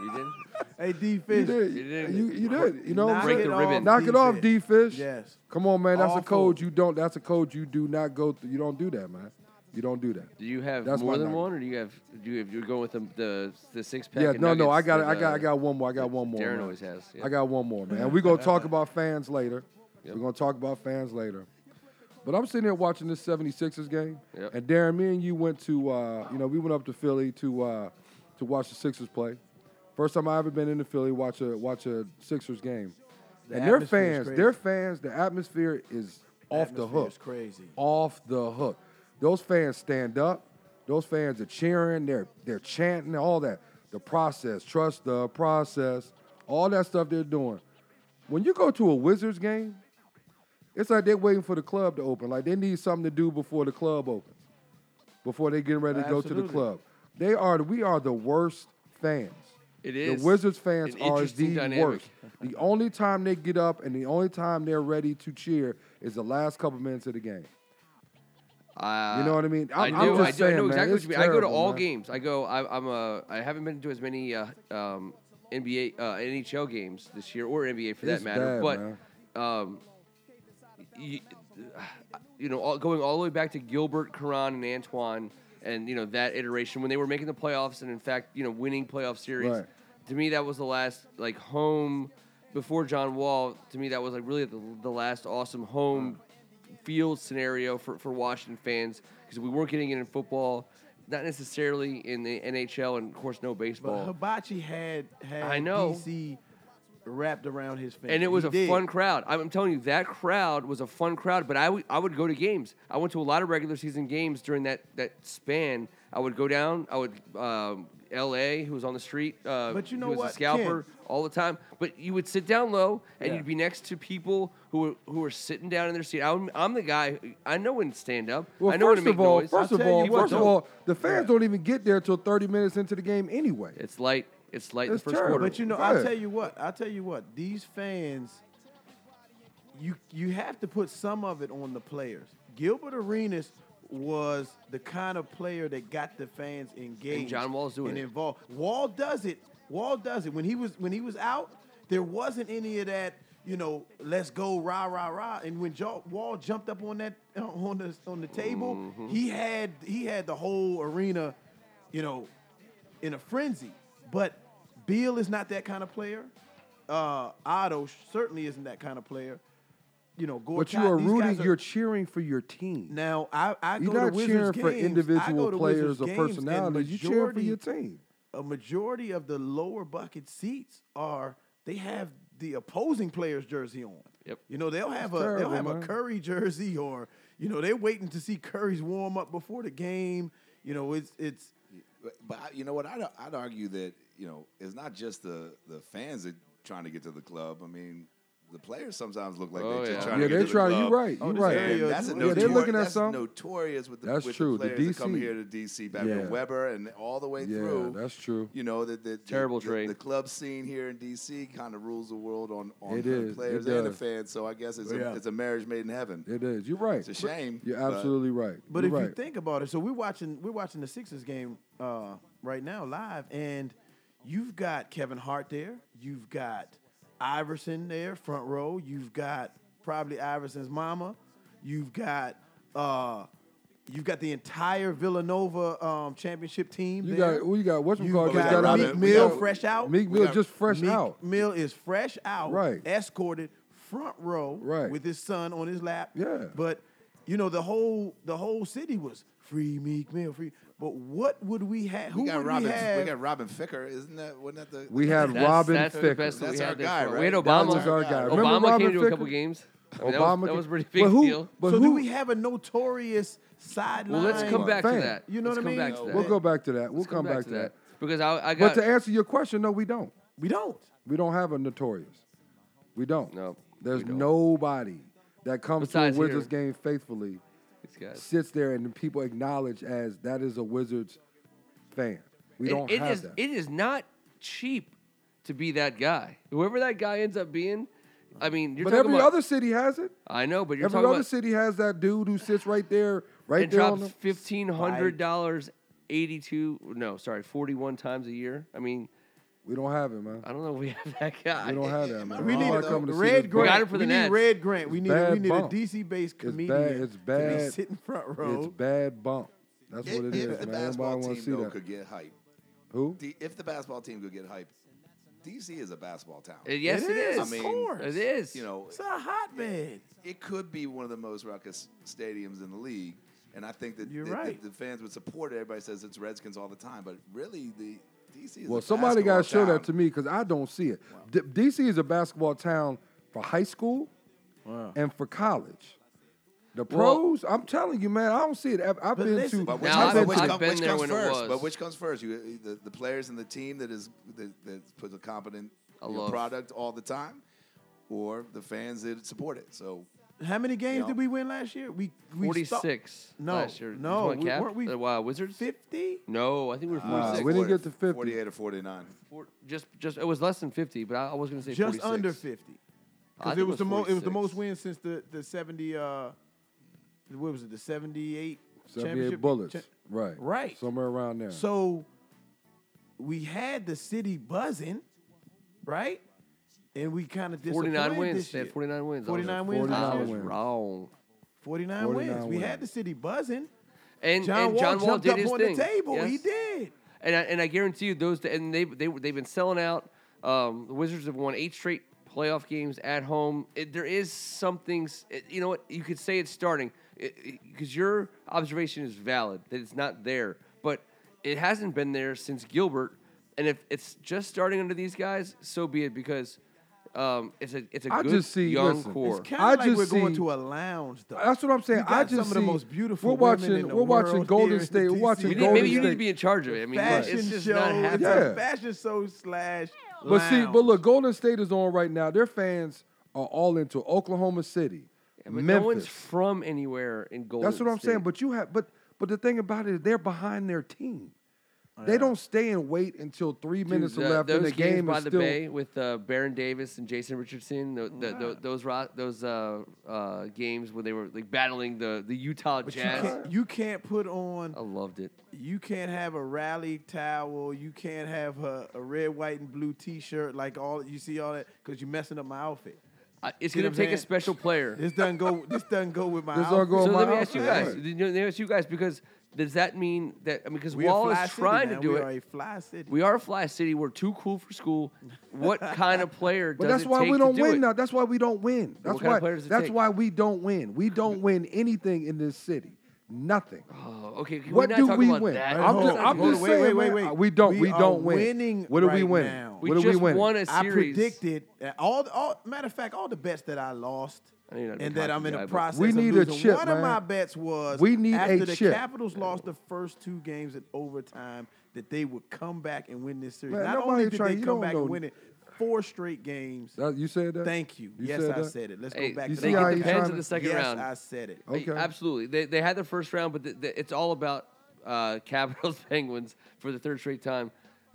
Speaker 2: you did.
Speaker 1: hey, D
Speaker 3: You
Speaker 1: fish.
Speaker 3: did.
Speaker 2: You
Speaker 3: You
Speaker 2: didn't-
Speaker 3: You, did. You know what I'm
Speaker 2: Break
Speaker 3: saying?
Speaker 2: the ribbon.
Speaker 3: Knock it off, D
Speaker 1: D-Fish.
Speaker 3: fish.
Speaker 1: Yes.
Speaker 3: Come on, man. That's a
Speaker 1: Awful.
Speaker 3: code you don't. That's a code you do not go through. You don't do that, man. You don't do that.
Speaker 2: Do you have
Speaker 3: That's
Speaker 2: more
Speaker 3: my
Speaker 2: than
Speaker 3: nugget.
Speaker 2: one, or do you have do you have, you're going with the the, the six pack?
Speaker 3: yeah.
Speaker 2: of
Speaker 3: No, no.
Speaker 2: nuggets
Speaker 3: I got.
Speaker 2: that,
Speaker 3: I got. I
Speaker 2: uh,
Speaker 3: got one more. I got one more.
Speaker 2: Darren
Speaker 3: man.
Speaker 2: always has. yeah.
Speaker 3: I got one more, man. We're gonna talk about fans later. We're gonna talk about fans later. But I'm sitting here watching this 76ers game,
Speaker 2: Yep.
Speaker 3: and Darren, me and you went to, uh, you know, we went up to Philly to uh, to watch the Sixers play. First time I ever been into Philly watch a watch a Sixers game,
Speaker 1: The
Speaker 3: and their
Speaker 1: atmosphere is
Speaker 3: fans,
Speaker 1: crazy.
Speaker 3: their fans, the atmosphere is off the
Speaker 1: atmosphere
Speaker 3: hook.
Speaker 1: is crazy.
Speaker 3: Off the hook. Those fans stand up. Those fans are cheering. They're they're chanting. All that. The process. Trust the process. All that stuff they're doing. When you go to a Wizards game, it's like they're waiting for the club to open. Like they need something to do before the club opens. Before they get ready to go to the
Speaker 1: Absolutely.
Speaker 3: club. They are we are the worst fans.
Speaker 2: It
Speaker 3: The
Speaker 2: is
Speaker 3: Wizards fans
Speaker 2: an
Speaker 3: are
Speaker 2: interesting
Speaker 3: the
Speaker 2: dynamic.
Speaker 3: worst. The only time they get up and the only time they're ready to cheer is the last couple minutes of the game.
Speaker 2: Uh,
Speaker 3: You know what I mean?
Speaker 2: I
Speaker 3: I'm-
Speaker 2: do.
Speaker 3: I'm
Speaker 2: I,
Speaker 3: just
Speaker 2: do I know
Speaker 3: saying, man,
Speaker 2: exactly what
Speaker 3: it's
Speaker 2: you mean. I go to
Speaker 3: terrible,
Speaker 2: all
Speaker 3: man.
Speaker 2: games. I go. I, I'm a. I haven't been to as many uh, um, NBA, uh, NHL games this year, or NBA for that
Speaker 3: It's
Speaker 2: matter.
Speaker 3: bad,
Speaker 2: but, um, you, you know, all, going all the way back to Gilbert, Karan, and Antoine, and you know that iteration when they were making the playoffs, and in fact, you know, winning playoff series.
Speaker 3: Right.
Speaker 2: To me, that was the last like home before John Wall. To me, that was like really the, the last awesome home field scenario for, for Washington fans because we weren't getting it in football, not necessarily in the NHL, and of course, no
Speaker 1: But
Speaker 2: baseball.
Speaker 1: Hibachi had had
Speaker 2: I know.
Speaker 1: DC wrapped around his face,
Speaker 2: And it was
Speaker 1: He
Speaker 2: a
Speaker 1: did.
Speaker 2: fun crowd. I'm I'm telling you, that crowd was a fun crowd. But I would- I would go to games. I went to a lot of regular season games during that, that span. I would go down. I would um, L.A. who was on the street. Uh,
Speaker 1: But you know
Speaker 2: he was
Speaker 1: what,
Speaker 2: a scalper
Speaker 1: Ken?
Speaker 2: all the time. But you would sit down low, and
Speaker 1: Yeah.
Speaker 2: you'd be next to people who were, who were sitting down in their seat. I'm, I'm the guy. I know when to stand up.
Speaker 3: Well,
Speaker 2: I know when
Speaker 3: first
Speaker 2: to make
Speaker 3: of all,
Speaker 2: noise.
Speaker 3: first
Speaker 1: I'll
Speaker 3: of
Speaker 1: tell
Speaker 3: all,
Speaker 1: you what,
Speaker 3: first of
Speaker 1: though.
Speaker 3: all, the fans
Speaker 1: Yeah.
Speaker 3: don't even get there till 30 minutes into the game anyway.
Speaker 2: It's light. It's light in the
Speaker 3: It's
Speaker 2: first
Speaker 3: terrible.
Speaker 2: quarter.
Speaker 1: But you know,
Speaker 3: Go
Speaker 1: I'll
Speaker 3: ahead.
Speaker 1: tell you what. I'll tell you what. These fans, you you have to put some of it on the players. Gilbert Arenas was the kind of player that got the fans engaged.
Speaker 2: John Wall's doing
Speaker 1: and
Speaker 2: it.
Speaker 1: involved. Wall does it. Wall does it. When he was when he was out, there wasn't any of that. You know, let's go rah rah rah. And when Ja- Wall jumped up on that on the on the table,
Speaker 2: Mm-hmm.
Speaker 1: he had he had the whole arena. You know, in a frenzy. But Beal is not that kind of player. Uh, Otto certainly isn't that kind of player. You know, Gortat,
Speaker 3: But you are
Speaker 1: these guys
Speaker 3: rooting,
Speaker 1: are-
Speaker 3: you're cheering for your team.
Speaker 1: now. I, I
Speaker 3: You're
Speaker 1: go
Speaker 3: not
Speaker 1: to
Speaker 3: cheering
Speaker 1: Wizards
Speaker 3: for
Speaker 1: games. I go
Speaker 3: individual
Speaker 1: to
Speaker 3: players
Speaker 1: Wizards
Speaker 3: or
Speaker 1: games, and
Speaker 3: personalities. You cheering for
Speaker 1: majority-
Speaker 3: your team.
Speaker 1: A majority of the lower bucket seats are they have the opposing player's jersey on.
Speaker 2: Yep.
Speaker 1: You know they'll have
Speaker 3: It's
Speaker 1: a
Speaker 3: terrible,
Speaker 1: they'll have
Speaker 3: man.
Speaker 1: a Curry jersey or you know they're waiting to see Curry's warm up before the game. You know it's it's
Speaker 4: But, but I, you know what? I'd, I'd argue that you know it's not just the the fans that trying to get to the club. I mean, the players sometimes look like
Speaker 2: Oh, yeah.
Speaker 4: they're just trying
Speaker 3: Yeah,
Speaker 4: to get
Speaker 3: they're
Speaker 4: to the
Speaker 3: trying-
Speaker 4: club.
Speaker 3: you're right, you're
Speaker 4: And
Speaker 1: right.
Speaker 4: That's a
Speaker 1: Yeah, they're
Speaker 4: notorious,
Speaker 3: looking at
Speaker 4: that's
Speaker 3: some-
Speaker 4: notorious with the,
Speaker 3: That's
Speaker 4: with
Speaker 3: true, the
Speaker 4: the players that come
Speaker 3: DC.
Speaker 4: here to DC back
Speaker 3: Yeah.
Speaker 4: from Weber and all the way
Speaker 3: Yeah,
Speaker 4: through.
Speaker 3: that's true.
Speaker 4: You know that the, the-
Speaker 2: Terrible
Speaker 4: the,
Speaker 2: trade.
Speaker 4: The, club scene here in DC kind of rules the world on on
Speaker 3: It
Speaker 4: the
Speaker 3: is, it
Speaker 4: players and the
Speaker 3: does.
Speaker 4: fans. So I guess it's,
Speaker 1: Yeah.
Speaker 4: a, it's a marriage made in heaven.
Speaker 3: It is. You're right.
Speaker 4: It's a shame.
Speaker 3: You're
Speaker 4: but-
Speaker 3: absolutely right.
Speaker 1: But if
Speaker 3: You're right.
Speaker 1: you think about it, so we're watching we're watching the Sixers game uh, right now live, and you've got Kevin Hart there, you've got Iverson there front row, you've got probably Iverson's mama, you've got uh, you've got the entire Villanova um, championship team.
Speaker 3: you
Speaker 1: there.
Speaker 3: got well, you got what you
Speaker 1: You've
Speaker 3: call
Speaker 1: got,
Speaker 3: just
Speaker 4: got
Speaker 3: got out-
Speaker 4: Robin-
Speaker 1: Meek
Speaker 4: we
Speaker 1: Mill
Speaker 4: got-
Speaker 1: fresh out.
Speaker 3: Meek
Speaker 4: we
Speaker 3: Mill
Speaker 4: got
Speaker 3: just fresh
Speaker 1: Meek
Speaker 3: out.
Speaker 1: Mill is fresh out,
Speaker 3: Right.
Speaker 1: Escorted front row,
Speaker 3: Right.
Speaker 1: with his son on his lap.
Speaker 3: Yeah.
Speaker 1: But you know the whole the whole city was free Meek Mill, free. But what would we have? Who
Speaker 4: We got
Speaker 1: would
Speaker 4: Robin.
Speaker 1: we have?
Speaker 4: We got Robin Ficker. Isn't that? Wasn't that the?
Speaker 3: We had
Speaker 2: That's,
Speaker 3: Robin
Speaker 2: that's the
Speaker 3: Ficker.
Speaker 2: best that
Speaker 4: That's
Speaker 2: we
Speaker 4: our
Speaker 2: had. there
Speaker 4: guy,
Speaker 2: for-
Speaker 4: right?
Speaker 2: We had
Speaker 4: That
Speaker 2: Obama.
Speaker 3: was our guy.
Speaker 2: Obama
Speaker 3: Remember Robin
Speaker 2: came to a
Speaker 3: Ficker?
Speaker 2: couple games. I mean, that, was, that
Speaker 3: Obama-
Speaker 2: was a pretty
Speaker 3: But
Speaker 2: big
Speaker 3: who-
Speaker 2: deal.
Speaker 3: but
Speaker 1: so
Speaker 3: who-
Speaker 1: do we have a notorious sideline?
Speaker 2: Well, let's come back to
Speaker 3: Fan.
Speaker 2: that.
Speaker 1: You know
Speaker 2: Let's
Speaker 1: what I
Speaker 2: come
Speaker 1: mean?
Speaker 2: Back to that.
Speaker 3: We'll go back to that. We'll
Speaker 2: Let's
Speaker 3: come back to that.
Speaker 2: because I, I
Speaker 3: But
Speaker 2: got
Speaker 3: to answer your question, no, we don't.
Speaker 1: We don't.
Speaker 3: We don't have a notorious. We don't.
Speaker 2: No,
Speaker 3: There's
Speaker 2: we don't.
Speaker 3: nobody that comes
Speaker 2: Besides
Speaker 3: to a Wizards
Speaker 2: here.
Speaker 3: game faithfully,
Speaker 2: these guys.
Speaker 3: sits there, and the people acknowledge as that is a Wizards fan. We
Speaker 2: It-
Speaker 3: don't
Speaker 2: it
Speaker 3: have
Speaker 2: is-
Speaker 3: that.
Speaker 2: It is not cheap to be that guy. Whoever that guy ends up being, I mean, you're
Speaker 3: but
Speaker 2: talking
Speaker 3: every
Speaker 2: about.
Speaker 3: other city has it.
Speaker 2: I know, but you're
Speaker 3: Every
Speaker 2: talking
Speaker 3: other
Speaker 2: about
Speaker 3: city has that dude who sits right there, right
Speaker 2: and
Speaker 3: there. on
Speaker 2: drops
Speaker 3: the-
Speaker 2: fifteen hundred dollars, eighty-two. No, sorry, forty-one times a year. I mean,
Speaker 3: we don't have it, man.
Speaker 2: I don't know. if We have that guy.
Speaker 3: We don't have that, man.
Speaker 1: We
Speaker 3: All
Speaker 1: need
Speaker 3: I
Speaker 1: a
Speaker 3: come to see is
Speaker 1: Red
Speaker 3: bad-
Speaker 1: Grant.
Speaker 2: got it for
Speaker 1: we
Speaker 2: the
Speaker 1: need
Speaker 2: Nets.
Speaker 1: Red Grant. We need a,
Speaker 3: bad
Speaker 1: we need
Speaker 3: bump.
Speaker 1: a DC based
Speaker 3: bad-
Speaker 1: comedian.
Speaker 3: it's
Speaker 1: To be
Speaker 3: bad.
Speaker 1: sitting front row.
Speaker 3: It's bad bump. That's
Speaker 4: If,
Speaker 3: what it
Speaker 4: if
Speaker 3: is,
Speaker 4: the
Speaker 3: man. Everybody
Speaker 4: basketball
Speaker 3: want to
Speaker 4: team
Speaker 3: see
Speaker 4: though
Speaker 3: that.
Speaker 4: could get hype,
Speaker 3: Who?
Speaker 4: D- if the basketball team could get hype, DC is a basketball town.
Speaker 2: Uh, yes,
Speaker 1: It
Speaker 2: it
Speaker 1: is,
Speaker 2: is.
Speaker 1: of course.
Speaker 2: it is.
Speaker 4: You know,
Speaker 1: It's a hotbed.
Speaker 4: it could be one of the most ruckus stadiums in the league. And I think that,
Speaker 1: You're
Speaker 4: that- that
Speaker 1: right.
Speaker 4: the fans would support it. Everybody says it's Redskins all the time, but really the DC is
Speaker 3: Well,
Speaker 4: a
Speaker 3: somebody got to show
Speaker 4: basketball
Speaker 3: that to
Speaker 4: town.
Speaker 3: me because I don't see it. D- DC is a basketball town for high school and for college. The pros, I'm telling you, man, I don't see it. I've, I've
Speaker 1: But
Speaker 3: been
Speaker 1: listen-
Speaker 3: to.
Speaker 4: But which,
Speaker 2: Now,
Speaker 4: comes,
Speaker 2: I've-
Speaker 4: which,
Speaker 2: I've
Speaker 4: come-
Speaker 2: been
Speaker 4: which
Speaker 2: there
Speaker 4: comes
Speaker 2: when it
Speaker 4: first?
Speaker 2: was.
Speaker 4: But which comes first? You, the, the players and the team that is that, that puts a competent
Speaker 2: I
Speaker 4: you know,
Speaker 2: love-
Speaker 4: product all the time, or the fans that support it. So
Speaker 1: How many games
Speaker 4: Yeah.
Speaker 1: did we win last year? We, we
Speaker 2: Forty
Speaker 1: stopped-
Speaker 2: six
Speaker 1: No,
Speaker 2: last
Speaker 1: no,
Speaker 2: year. Did you want
Speaker 1: we-
Speaker 2: cap?
Speaker 1: weren't we
Speaker 2: Uh, wow, Wizards.
Speaker 1: 50?
Speaker 2: No, I think we were forty
Speaker 3: Uh,
Speaker 2: six.
Speaker 3: we didn't get to 50.
Speaker 4: Forty-eight or forty-nine.
Speaker 2: Four- just just it was less than fifty, but I, I was gonna say
Speaker 1: Just
Speaker 2: 46.
Speaker 1: under 50.
Speaker 2: I
Speaker 1: Because
Speaker 2: think
Speaker 1: it was the most it was the
Speaker 2: 46.
Speaker 1: most wins since the, the 70 uh what was it? The 78
Speaker 3: 78
Speaker 1: championship
Speaker 3: bullets.
Speaker 1: cha-
Speaker 3: right.
Speaker 1: Right.
Speaker 3: Somewhere around there.
Speaker 1: So we had the city buzzing, right? And we kind of
Speaker 2: Forty nine
Speaker 1: disappointed
Speaker 2: wins.
Speaker 1: This
Speaker 2: They
Speaker 1: year.
Speaker 2: had forty nine wins. I was
Speaker 1: 49
Speaker 2: like,
Speaker 1: wins
Speaker 2: I
Speaker 1: last
Speaker 2: was
Speaker 3: year?
Speaker 2: wrong.
Speaker 1: 49,
Speaker 3: 49
Speaker 1: wins. We had
Speaker 3: wins.
Speaker 1: the city buzzing.
Speaker 2: And
Speaker 1: John
Speaker 2: and
Speaker 1: Wall
Speaker 2: John Wall
Speaker 1: jumped
Speaker 2: did
Speaker 1: up
Speaker 2: his
Speaker 1: on
Speaker 2: thing.
Speaker 1: the table. He
Speaker 2: Yes.
Speaker 1: did.
Speaker 2: And I, and I guarantee you those and they they they've been selling out. Um, the Wizards have won eight straight playoff games at home. It, there is something. s- It, you know what? You could say it's starting because your observation is valid that it's not there, but it hasn't been there since Gilbert. And if it's just starting under these guys, so be it because um, it's a it's a
Speaker 3: I
Speaker 2: good
Speaker 3: just see-
Speaker 2: young
Speaker 3: listen,
Speaker 2: core.
Speaker 1: It's kind
Speaker 3: I
Speaker 1: of like
Speaker 3: just
Speaker 1: we're going
Speaker 3: see-
Speaker 1: to a lounge, though.
Speaker 3: That's what I'm saying.
Speaker 1: You
Speaker 3: I
Speaker 1: got
Speaker 3: just
Speaker 1: some of the
Speaker 3: see-
Speaker 1: most beautiful
Speaker 3: we're
Speaker 1: women
Speaker 3: watching-
Speaker 1: in the
Speaker 3: we're watching
Speaker 1: world
Speaker 3: Golden
Speaker 1: here in the
Speaker 3: State. We're
Speaker 1: DC.
Speaker 3: watching
Speaker 2: You need-
Speaker 3: Golden
Speaker 2: maybe you need to
Speaker 3: State.
Speaker 2: be in charge of it. I mean,
Speaker 1: fashion
Speaker 2: it's just
Speaker 1: show.
Speaker 2: not
Speaker 1: it's
Speaker 2: happening.
Speaker 1: a
Speaker 3: Yeah.
Speaker 1: fashion show slash.
Speaker 3: But see,
Speaker 1: lounge.
Speaker 3: but look, Golden State is on right now. Their fans are all into Oklahoma City,
Speaker 2: Yeah, but
Speaker 3: Memphis.
Speaker 2: no one's from anywhere in Golden.
Speaker 3: That's what I'm saying.
Speaker 2: State.
Speaker 3: But you have, but but the thing about it is they're behind their team. They don't stay and wait until three minutes
Speaker 2: Dude, the-
Speaker 3: left
Speaker 2: those
Speaker 3: in the
Speaker 2: games
Speaker 3: game
Speaker 2: by
Speaker 3: is
Speaker 2: the
Speaker 3: still.
Speaker 2: Bay with uh, Baron Davis and Jason Richardson. tho- tho- tho- those ro- those uh, uh, games where they were like battling the the Utah
Speaker 1: But you
Speaker 2: Jazz. Oh.
Speaker 1: can't, you can't put on.
Speaker 2: I loved it.
Speaker 1: You can't have a rally towel. You can't have a, a red, white, and blue T-shirt like all you see all that because you're messing up my outfit.
Speaker 2: I, it's
Speaker 1: See what
Speaker 2: gonna
Speaker 1: I'm
Speaker 2: take a
Speaker 1: saying?
Speaker 2: special player.
Speaker 1: This doesn't go. this doesn't go with my.
Speaker 3: This don't
Speaker 1: outfit.
Speaker 3: go
Speaker 2: So
Speaker 3: with my
Speaker 2: let me ask you
Speaker 3: outfit.
Speaker 2: guys.
Speaker 3: Right.
Speaker 2: you know, Let me ask you guys because does that mean that I mean because
Speaker 1: We a
Speaker 2: Wall
Speaker 1: fly
Speaker 2: is
Speaker 1: city
Speaker 2: trying
Speaker 1: now.
Speaker 2: to do
Speaker 1: we
Speaker 2: it.
Speaker 1: Are a fly city.
Speaker 2: we are a fly city. We're too cool for school. What kind of player?
Speaker 3: But
Speaker 2: does
Speaker 3: that's
Speaker 2: it
Speaker 3: why
Speaker 2: take
Speaker 3: we
Speaker 2: to
Speaker 3: don't
Speaker 2: do
Speaker 3: win
Speaker 2: it?
Speaker 3: now. That's why we don't win. That's
Speaker 2: what kind of
Speaker 3: why.
Speaker 2: player does it
Speaker 3: that's
Speaker 2: take?
Speaker 3: why we don't win. We don't win anything in this city. Nothing.
Speaker 2: Oh, okay, can
Speaker 3: What
Speaker 2: we not
Speaker 3: do
Speaker 2: talk
Speaker 3: we
Speaker 2: about
Speaker 3: win?
Speaker 2: That?
Speaker 3: I'm
Speaker 1: Hold
Speaker 3: just,
Speaker 1: on,
Speaker 3: I'm
Speaker 1: hold
Speaker 3: just
Speaker 1: on. Wait,
Speaker 3: saying.
Speaker 1: wait, wait,
Speaker 3: man,
Speaker 1: wait.
Speaker 3: We don't.
Speaker 1: We
Speaker 3: We,
Speaker 1: are
Speaker 3: don't win.
Speaker 1: winning
Speaker 3: what are we
Speaker 1: right
Speaker 3: winning?
Speaker 1: now.
Speaker 2: we
Speaker 3: What are
Speaker 2: just
Speaker 3: we winning?
Speaker 2: won a
Speaker 1: I
Speaker 2: series.
Speaker 1: predicted uh, all, all. Matter of fact, all the bets that I lost,
Speaker 2: I know you're not a
Speaker 1: and
Speaker 2: big
Speaker 1: that
Speaker 2: hockey
Speaker 1: I'm in
Speaker 2: guy,
Speaker 1: the
Speaker 2: but-
Speaker 1: process.
Speaker 3: We
Speaker 1: of
Speaker 3: need a
Speaker 1: losing.
Speaker 3: chip,
Speaker 1: One of
Speaker 3: man.
Speaker 1: my bets was
Speaker 3: We need
Speaker 1: after
Speaker 3: a
Speaker 1: the
Speaker 3: chip.
Speaker 1: Capitals lost the first two games in overtime that they would come back and win this series.
Speaker 3: Man,
Speaker 1: Not
Speaker 3: nobody
Speaker 1: only did
Speaker 3: trying-
Speaker 1: they
Speaker 3: you
Speaker 1: come
Speaker 3: don't
Speaker 1: back
Speaker 3: know-
Speaker 1: and win it four straight games.
Speaker 3: That- you said that.
Speaker 1: Thank you. yes,
Speaker 3: said
Speaker 1: I
Speaker 3: that?
Speaker 1: said it. Let's
Speaker 2: Hey,
Speaker 1: go back.
Speaker 3: you
Speaker 1: to
Speaker 3: see
Speaker 1: that.
Speaker 3: how
Speaker 2: they
Speaker 3: you
Speaker 2: get the Pens
Speaker 3: trying
Speaker 2: in
Speaker 3: to-
Speaker 2: the second
Speaker 1: yes,
Speaker 2: round.
Speaker 1: I said it.
Speaker 2: Hey,
Speaker 3: Okay.
Speaker 2: Absolutely. They, they had the first round, but th- th- it's all about uh, Capitals Penguins for the third straight time.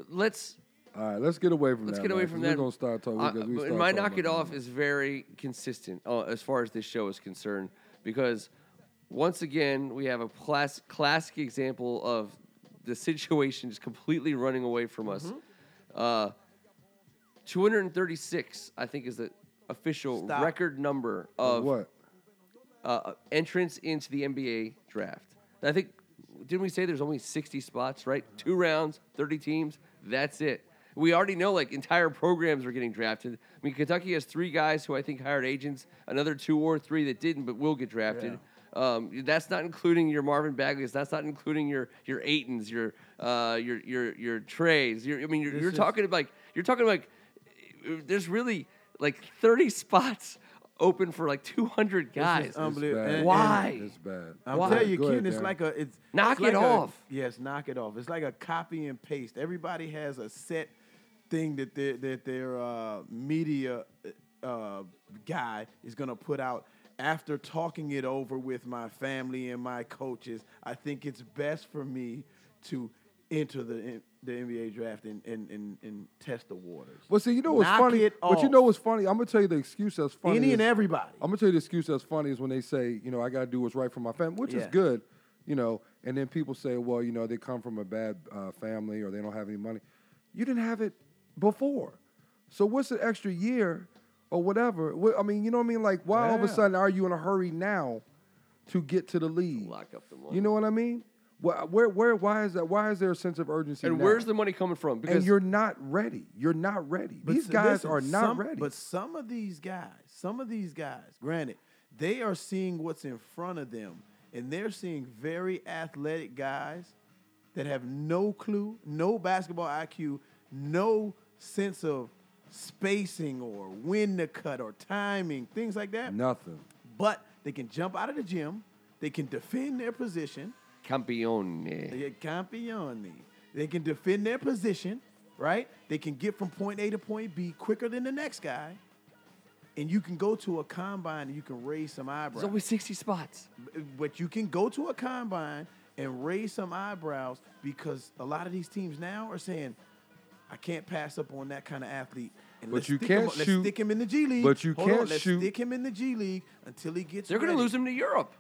Speaker 2: Let's
Speaker 3: All right, let's get away from
Speaker 2: let's
Speaker 3: that.
Speaker 2: get away
Speaker 3: man,
Speaker 2: from
Speaker 3: 'cause
Speaker 2: that.
Speaker 3: We're gonna start talking.
Speaker 2: Uh,
Speaker 3: because we
Speaker 2: but
Speaker 3: start
Speaker 2: my
Speaker 3: talking
Speaker 2: knock it
Speaker 3: about
Speaker 2: off is very consistent uh, as far as this show is concerned, because once again we have a class- classic example of the situation just completely running away from us.
Speaker 3: Mm-hmm.
Speaker 2: Uh, 236, I think, is the official
Speaker 1: Stop.
Speaker 2: record number of
Speaker 3: what?
Speaker 2: uh, entrance into the NBA draft. I think didn't we say there's only 60 spots, right? Two rounds, 30 teams. That's it. We already know like entire programs are getting drafted. I mean, Kentucky has three guys who I think hired agents, another two or three that didn't but will get drafted. Um, that's not including your Marvin Bagley's. That's not including your your Aitons, your uh, your your your Treys. Your, I mean, you're, you're
Speaker 1: is-
Speaker 2: talking about like you're talking about like, there's really like 30 spots open for like 200 guys.
Speaker 1: This is unbelievable.
Speaker 3: bad.
Speaker 1: And-
Speaker 2: Why?
Speaker 3: It's bad.
Speaker 1: I'm
Speaker 2: Why?
Speaker 1: telling you,
Speaker 3: Go ahead,
Speaker 1: Ken, it's
Speaker 3: Darren.
Speaker 1: like a it's
Speaker 2: Knock
Speaker 1: it's like
Speaker 2: it
Speaker 1: a-
Speaker 2: off.
Speaker 1: Yes, knock it off. It's like a copy and paste. Everybody has a set thing that their that their uh, media uh, guy is gonna put out. After talking it over with my family and my coaches, I think it's best for me to enter the the NBA draft and and, and, and test the waters.
Speaker 3: Well, see, you know what's
Speaker 1: Knock
Speaker 3: funny.
Speaker 1: it
Speaker 3: But you
Speaker 1: off.
Speaker 3: know what's funny? I'm gonna tell you the excuse that's funny.
Speaker 1: Any and
Speaker 3: is-
Speaker 1: everybody.
Speaker 3: I'm gonna tell you the excuse that's funny is when they say, you know, I gotta do what's right for my family, which
Speaker 1: Yeah.
Speaker 3: is good, you know. And then people say, well, you know, they come from a bad uh, family or they don't have any money. You didn't have it before, so what's an extra year or whatever? What, I mean, you know what I mean? Like, why all of a
Speaker 1: Yeah.
Speaker 3: sudden are you in a hurry now to get to the league?
Speaker 2: Lock up the
Speaker 3: You know what I mean? Wh- Where, where, why is that? Why is there a sense of urgency?
Speaker 2: And
Speaker 3: now?
Speaker 2: where's the money coming from?
Speaker 3: and
Speaker 2: Because
Speaker 3: you're not ready. You're not ready. These
Speaker 1: s-
Speaker 3: guys
Speaker 1: listen,
Speaker 3: are not
Speaker 1: some-
Speaker 3: ready.
Speaker 1: But some of these guys, some of these guys, granted, they are seeing what's in front of them, and they're seeing very athletic guys that have no clue, no basketball IQ, no sense of spacing or when to cut or timing, things like that.
Speaker 3: Nothing.
Speaker 1: But they can jump out of the gym, they can defend their position. They
Speaker 2: campione.
Speaker 1: get campione. They can defend their position, right? They can get from point A to point B quicker than the next guy. And you can go to a combine and you can raise some eyebrows.
Speaker 2: There's only 60 spots.
Speaker 1: but you can go to a combine and raise some eyebrows because a lot of these teams now are saying, I can't pass up on that kind of athlete. And
Speaker 3: But
Speaker 1: let's
Speaker 3: you
Speaker 1: stick
Speaker 3: can't
Speaker 1: him, up-
Speaker 3: shoot-
Speaker 1: Let's stick him in the G League.
Speaker 3: but you
Speaker 1: Hold on,
Speaker 3: can't
Speaker 1: let's
Speaker 3: shoot-
Speaker 1: Stick him in the G League until he gets.
Speaker 2: They're going to
Speaker 1: ready.
Speaker 2: lose him to Europe.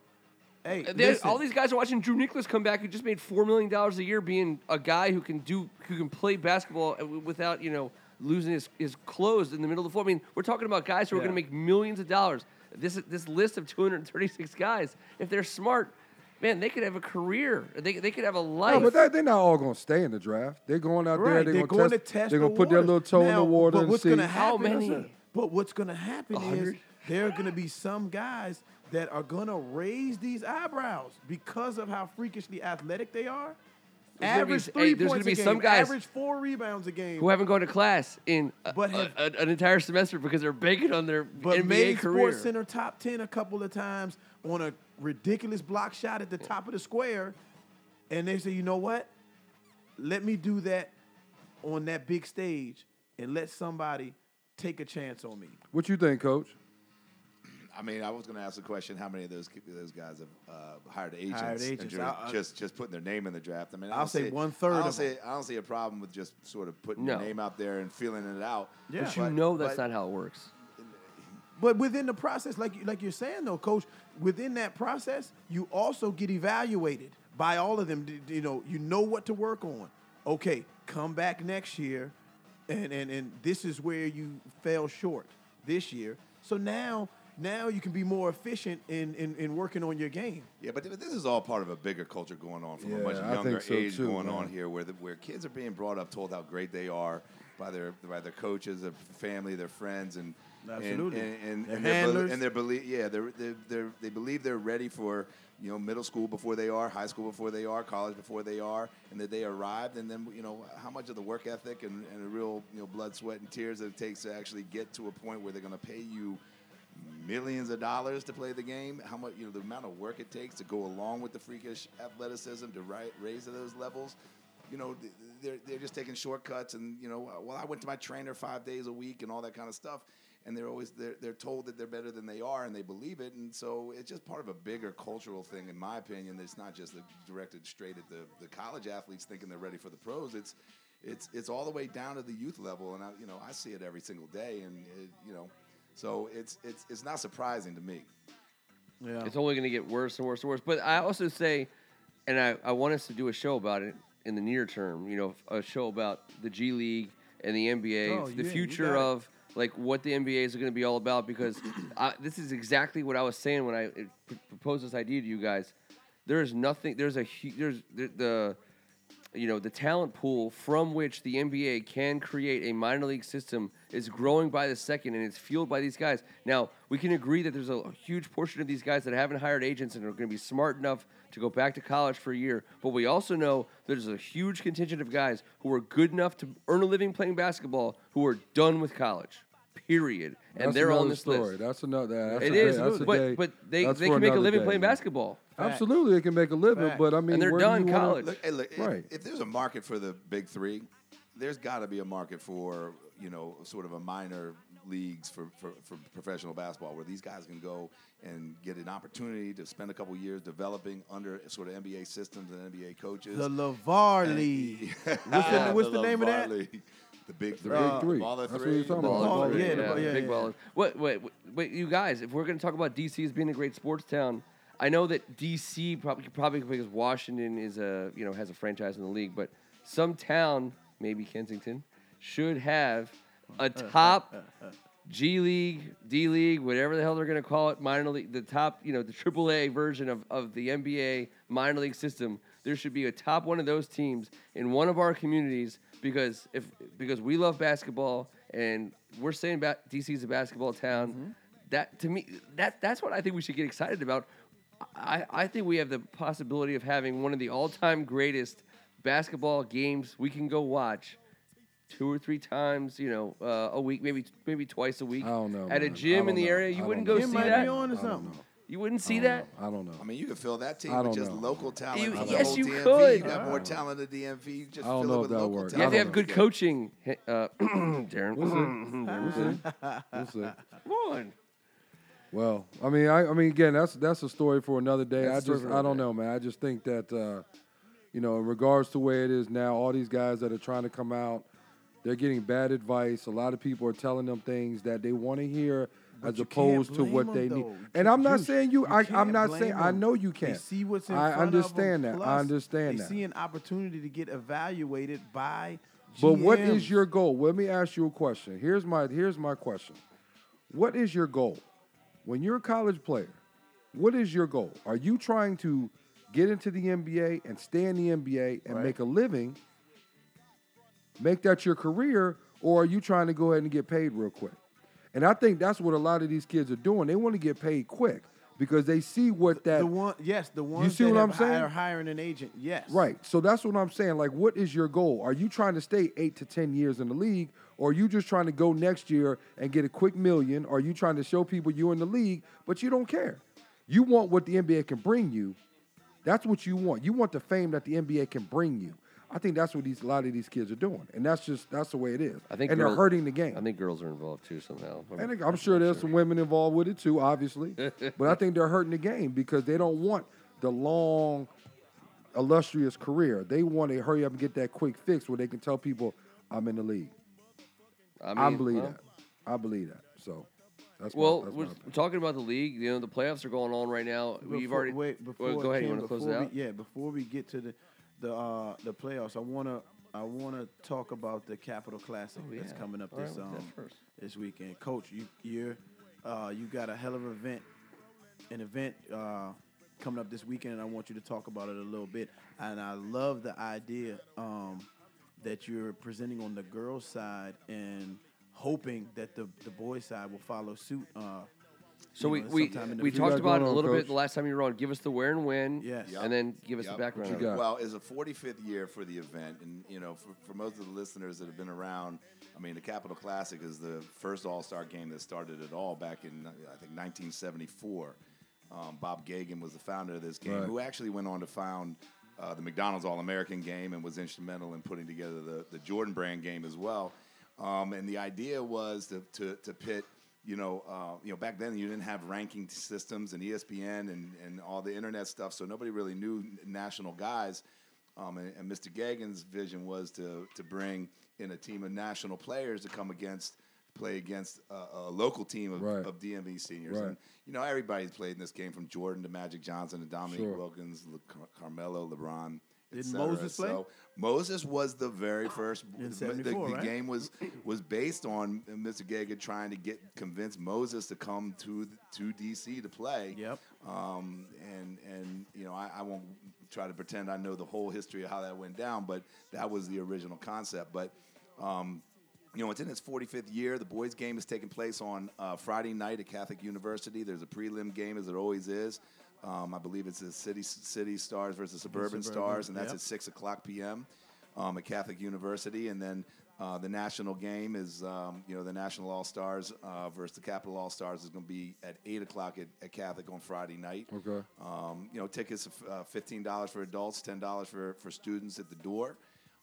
Speaker 1: Hey,
Speaker 2: They-
Speaker 1: listen.
Speaker 2: all these guys are watching Drew Nicholas come back, who just made four million dollars a year, being a guy who can do, who can play basketball uh, w- without you know losing his, his clothes in the middle of the floor. I mean, we're talking about guys who are
Speaker 1: Yeah.
Speaker 2: going to make millions of dollars. This this list of 236 guys, if they're smart, man, they could have a career. They, they could have a life.
Speaker 3: No, but that, they're not all going to stay in the draft. They're going out
Speaker 1: Right,
Speaker 3: there.
Speaker 1: They're,
Speaker 3: going
Speaker 1: to test.
Speaker 3: They're
Speaker 1: the
Speaker 3: going to put their
Speaker 1: waters.
Speaker 3: little toe in
Speaker 1: Now,
Speaker 3: the water
Speaker 1: But
Speaker 3: and
Speaker 1: what's
Speaker 3: see.
Speaker 1: going to happen?
Speaker 2: How many?
Speaker 1: Is, but what's going to happen is
Speaker 2: 100?
Speaker 1: there are going to be some guys that are going to raise these eyebrows because of how freakishly athletic they are.
Speaker 2: There's gonna be-
Speaker 1: average
Speaker 2: hey,
Speaker 1: three
Speaker 2: there's
Speaker 1: points
Speaker 2: gonna be
Speaker 1: a game.
Speaker 2: some guys-
Speaker 1: average four rebounds a game.
Speaker 2: who haven't gone to class in a,
Speaker 1: But
Speaker 2: a-
Speaker 1: have-
Speaker 2: a- an entire semester because they're banking on their
Speaker 1: but
Speaker 2: NBA
Speaker 1: made
Speaker 2: career.
Speaker 1: Sports Center top ten a couple of times on a ridiculous block shot at the top of the square, and they say, you know what? Let me do that on that big stage and let somebody take a chance on me.
Speaker 3: What you think, Coach?
Speaker 4: I mean, I was going to ask the question: How many of those those guys have uh, hired agents?
Speaker 1: Hired
Speaker 4: and
Speaker 1: agents.
Speaker 4: ju-
Speaker 1: I- I-
Speaker 4: just just putting their name in the draft. I mean, I
Speaker 1: I'll
Speaker 4: don't
Speaker 1: say
Speaker 4: see-
Speaker 1: one-third
Speaker 4: I don't
Speaker 1: of
Speaker 4: see. I don't see a problem with just sort of putting your
Speaker 2: No.
Speaker 4: name out there and feeling it out.
Speaker 1: Yeah.
Speaker 2: but you know that's not how it works.
Speaker 1: But within the process, like like you're saying though, coach, within that process, you also get evaluated by all of them. D- d- You know, you know what to work on. Okay, come back next year, and and and this is where you fell short this year. So now now you can be more efficient in in, in working on your game.
Speaker 4: Yeah, but th- this is all part of a bigger culture going on from a
Speaker 3: Yeah,
Speaker 4: much
Speaker 3: I think
Speaker 4: younger
Speaker 3: so
Speaker 4: age
Speaker 3: too,
Speaker 4: going
Speaker 3: man.
Speaker 4: on here, where the, where kids are being brought up, told how great they are by their by their coaches, their family, their friends, and and-
Speaker 1: Absolutely.
Speaker 4: and and,
Speaker 1: Their
Speaker 4: and, their bel-
Speaker 1: handlers.
Speaker 4: and their belief. Yeah, they're, they're, they're, they believe they're ready for you know middle school before they are, high school before they are, college before they are, and that they arrived. And then you know how much of the work ethic and, and the real you know blood, sweat, and tears that it takes to actually get to a point where they're going to pay you millions of dollars to play the game. How much you know the amount of work it takes to go along with the freakish athleticism to ri- raise to those levels. You know, th- they're they're just taking shortcuts, and you know, well, I went to my trainer five days a week and all that kind of stuff. And they're always they're, they're told that they're better than they are, and they believe it. And so it's just part of a bigger cultural thing, in my opinion. That's not just directed straight at the, the college athletes thinking they're ready for the pros. It's it's it's all the way down to the youth level, and I you know I see it every single day, and it, you know so it's it's it's not surprising to me.
Speaker 1: Yeah.
Speaker 2: It's only going to get worse and worse and worse. But I also say, and I, I want us to do a show about it in the near term, you know, a show about the G League and the NBA,
Speaker 1: Oh,
Speaker 2: the
Speaker 1: yeah, you got
Speaker 2: future
Speaker 1: it.
Speaker 2: of like what the NBA is going to be all about because I, this is exactly what I was saying when I uh, pr- proposed this idea to you guys. There is nothing, there's a, hu- there's the, the you know the talent pool from which the NBA can create a minor league system is growing by the second, and it's fueled by these guys. Now we can agree that there's a huge portion of these guys that haven't hired agents and are going to be smart enough to go back to college for a year, but we also know there's a huge contingent of guys who are good enough to earn a living playing basketball who are done with college, period, and
Speaker 3: That's
Speaker 2: they're on
Speaker 3: another
Speaker 2: this
Speaker 3: story.
Speaker 2: list.
Speaker 3: That's another. That's
Speaker 2: It
Speaker 3: a
Speaker 2: is,
Speaker 3: day- that's a
Speaker 2: but
Speaker 3: day-
Speaker 2: but they,
Speaker 3: that's
Speaker 2: they
Speaker 3: for
Speaker 2: can make a
Speaker 3: another
Speaker 2: living
Speaker 3: day,
Speaker 2: playing
Speaker 3: man.
Speaker 2: basketball.
Speaker 3: Absolutely, they can make a living,
Speaker 1: Facts.
Speaker 3: but I mean,
Speaker 2: they're
Speaker 3: where do
Speaker 2: done
Speaker 3: you wanna-
Speaker 2: college.
Speaker 4: Look, hey, look, if-
Speaker 3: Right.
Speaker 4: if, there's a market for the big three, there's got to be a market for you know sort of a minor leagues for, for, for professional basketball where these guys can go and get an opportunity to spend a couple years developing under sort of NBA systems and NBA coaches. Ah,
Speaker 1: The Levar League. What's the, what's the name of that?
Speaker 4: League. The big three.
Speaker 3: Big Three.
Speaker 4: All the
Speaker 3: That's what
Speaker 4: three.
Speaker 3: you're talking
Speaker 2: Ball
Speaker 1: Ball,
Speaker 2: and
Speaker 3: about.
Speaker 2: Ball,
Speaker 1: yeah,
Speaker 2: yeah,
Speaker 1: the ball- yeah,
Speaker 2: big
Speaker 1: yeah.
Speaker 2: ball. What, wait, wait, wait, you guys, if we're going to talk about DC as being a great sports town, I know that DC probably probably because Washington is a you know has a franchise in the league, but some town, maybe Kensington, should have a top G League, D League, whatever the hell they're going to call it, minor league, the top, you know, the AAA version of, of the NBA minor league system, there should be a top one of those teams in one of our communities because if because we love basketball and we're saying ba- DC's a basketball town.
Speaker 3: Mm-hmm.
Speaker 2: That to me, that that's what I think we should get excited about. I, I think we have the possibility of having one of the all-time greatest basketball games we can go watch two or three times, you know, uh, a week, maybe maybe twice a week.
Speaker 3: I don't know.
Speaker 2: At a
Speaker 3: man. I
Speaker 2: gym in
Speaker 3: don't
Speaker 2: the
Speaker 3: know.
Speaker 2: area,
Speaker 3: I
Speaker 2: you
Speaker 3: don't
Speaker 2: wouldn't
Speaker 3: know.
Speaker 2: go
Speaker 1: It
Speaker 2: see
Speaker 1: might be on
Speaker 2: that.
Speaker 1: or
Speaker 3: I don't
Speaker 1: something.
Speaker 3: know.
Speaker 2: You wouldn't
Speaker 3: I
Speaker 2: see
Speaker 3: don't
Speaker 2: that.
Speaker 3: know. I don't know.
Speaker 4: I mean, you could fill that team
Speaker 3: I
Speaker 4: with
Speaker 3: don't
Speaker 4: just
Speaker 3: know.
Speaker 4: local talent.
Speaker 2: You-
Speaker 4: from
Speaker 2: yes,
Speaker 4: the whole
Speaker 2: you
Speaker 4: DMV.
Speaker 2: could.
Speaker 4: You got
Speaker 3: I
Speaker 4: more
Speaker 3: don't
Speaker 4: talent in the DMV. Just
Speaker 3: I don't
Speaker 4: fill
Speaker 3: know
Speaker 4: it
Speaker 3: if
Speaker 4: with
Speaker 3: that
Speaker 4: local
Speaker 3: works.
Speaker 2: You have
Speaker 4: talent.
Speaker 2: to
Speaker 3: I
Speaker 2: have
Speaker 3: don't
Speaker 2: good
Speaker 4: know.
Speaker 2: coaching, Hey, uh, Darren. Come
Speaker 3: We'll see.
Speaker 2: on.
Speaker 3: Well, I mean, I, I mean, again, that's that's a story for another day.
Speaker 2: That's a
Speaker 3: I
Speaker 2: story
Speaker 3: just,
Speaker 2: for
Speaker 3: I
Speaker 2: another
Speaker 3: don't
Speaker 2: day.
Speaker 3: know, man. I just think that, uh, you know, in regards to where it is now, all these guys that are trying to come out, they're getting bad advice. A lot of people are telling them things that they want to hear, as
Speaker 1: you can't
Speaker 3: opposed to
Speaker 1: blame
Speaker 3: what
Speaker 1: them,
Speaker 3: they need.
Speaker 1: though. You
Speaker 3: And I'm not
Speaker 1: can't-
Speaker 3: saying you. I, I'm
Speaker 1: can't
Speaker 3: not
Speaker 1: blame
Speaker 3: saying. I
Speaker 1: them.
Speaker 3: know you
Speaker 1: They
Speaker 3: can't.
Speaker 1: see what's in front
Speaker 3: I
Speaker 1: of
Speaker 3: understand
Speaker 1: them.
Speaker 3: that. I
Speaker 1: Plus,
Speaker 3: understand
Speaker 1: They
Speaker 3: that.
Speaker 1: see an opportunity to get evaluated by.
Speaker 3: But what is
Speaker 1: GMs.
Speaker 3: your goal? Let me ask you a question. Here's my here's my question. What is your goal? When you're a college player, what is your goal? Are you trying to get into the NBA and stay in the NBA and
Speaker 1: Right.
Speaker 3: make a living? Make that your career, or are you trying to go ahead and get paid real quick? And I think that's what a lot of these kids are doing. They want to get paid quick because they see what that
Speaker 1: the one? Yes, the ones
Speaker 3: see
Speaker 1: that
Speaker 3: what
Speaker 1: have
Speaker 3: I'm saying?
Speaker 1: hi- are hiring an agent. Yes,
Speaker 3: Right. So that's what I'm saying. Like, what is your goal? Are you trying to stay eight to 10 years in the league? Or are you just trying to go next year and get a quick million? Are you trying to show people you're in the league, but you don't care? You want what the NBA can bring you. That's what you want. You want the fame that the NBA can bring you. I think that's what these a lot of these kids are doing, and that's just that's the way it is.
Speaker 2: I think
Speaker 3: and
Speaker 2: girl-
Speaker 3: they're hurting the game.
Speaker 2: I think girls are involved too somehow.
Speaker 3: And I'm sure there's some women involved with it too, obviously. but I think they're hurting the game because they don't want the long, illustrious career. They want to hurry up and get that quick fix where they can tell people, "I'm in the league."
Speaker 2: I,
Speaker 3: I,
Speaker 2: mean,
Speaker 3: believe
Speaker 2: well,
Speaker 3: that. I believe that. So that's my-
Speaker 2: Well,
Speaker 3: that's my
Speaker 2: we're
Speaker 3: opinion.
Speaker 2: talking about the league. You know, the playoffs are going on right now. We've
Speaker 1: Before-
Speaker 2: already.
Speaker 1: wait
Speaker 2: Well,
Speaker 1: before
Speaker 2: go ahead.
Speaker 1: Ken,
Speaker 2: you want to close it
Speaker 1: before we-
Speaker 2: out?
Speaker 1: Yeah, before we get to the the uh, the playoffs, I wanna I wanna talk about the Capital Classic that's
Speaker 2: Oh, yeah.
Speaker 1: coming up
Speaker 2: All right,
Speaker 1: this
Speaker 2: we'll do that
Speaker 1: um,
Speaker 2: first.
Speaker 1: this weekend. Coach, you you're, uh, you got a hell of an event an event uh, coming up this weekend, and I want you to talk about it a little bit. And I love the idea um, that you're presenting on the girls' side and hoping that the the boys' side will follow suit. Uh,
Speaker 2: So
Speaker 1: you
Speaker 2: we
Speaker 1: know,
Speaker 2: we,
Speaker 1: sometime in the
Speaker 2: we
Speaker 1: future.
Speaker 2: talked
Speaker 3: got
Speaker 2: about
Speaker 3: going
Speaker 2: it a
Speaker 3: on,
Speaker 2: little bit
Speaker 3: Coach?
Speaker 2: the last time you were on. Give us the where and when.
Speaker 1: Yes.
Speaker 4: Yep.
Speaker 2: And then give us
Speaker 4: Yep.
Speaker 2: the background.
Speaker 3: you
Speaker 2: on it.
Speaker 3: got?
Speaker 4: Well, it's a 45th year for the event, and you know, for, for most of the listeners that have been around, I mean, the Capital Classic is the first All Star game that started it all back in I think 1974. Um, Bob Gagan was the founder of this game,
Speaker 3: Right.
Speaker 4: who actually went on to found uh, the McDonald's All American game and was instrumental in putting together the, the Jordan Brand game as well. Um, and the idea was to, to, to pit, you know, uh, you know, back then you didn't have ranking systems and E ESPN and, and all the internet stuff, so nobody really knew n- national guys. Um, and, and Mr. Gagan's vision was to, to bring in a team of national players to come against, play against a, a local team of,
Speaker 3: Right.
Speaker 4: of DMV seniors.
Speaker 3: Right.
Speaker 4: And, you know, everybody's played in this game from Jordan to Magic Johnson to Dominique
Speaker 3: Sure.
Speaker 4: Wilkins, Le- Car- Carmelo, LeBron. et
Speaker 1: Did
Speaker 4: cetera.
Speaker 1: Moses play?
Speaker 4: So Moses was the very first.
Speaker 1: In
Speaker 4: the- the,
Speaker 1: 74,
Speaker 4: the
Speaker 1: right?
Speaker 4: game was was based on Mr. Gagan trying to get convince Moses to come to to DC to play.
Speaker 1: Yep.
Speaker 4: Um, and and you know I, I won't try to pretend I know the whole history of how that went down, but that was the original concept. But um, you know, it's in its 45th year. The boys' game is taking place on uh, Friday night at Catholic University. There's a prelim game, as it always is. Um, I believe it's the City City Stars versus Suburban,
Speaker 1: Suburban,
Speaker 4: Stars, and that's
Speaker 1: yep.
Speaker 4: at 6 o'clock p.m. Um, at Catholic University. And then uh, the national game is, um, you know, the National All Stars uh, versus the Capital All Stars is going to be at 8 o'clock at, at Catholic on Friday night.
Speaker 3: Okay.
Speaker 4: Um, you know, tickets are uh, $15 for adults, $10 for, for students at the door.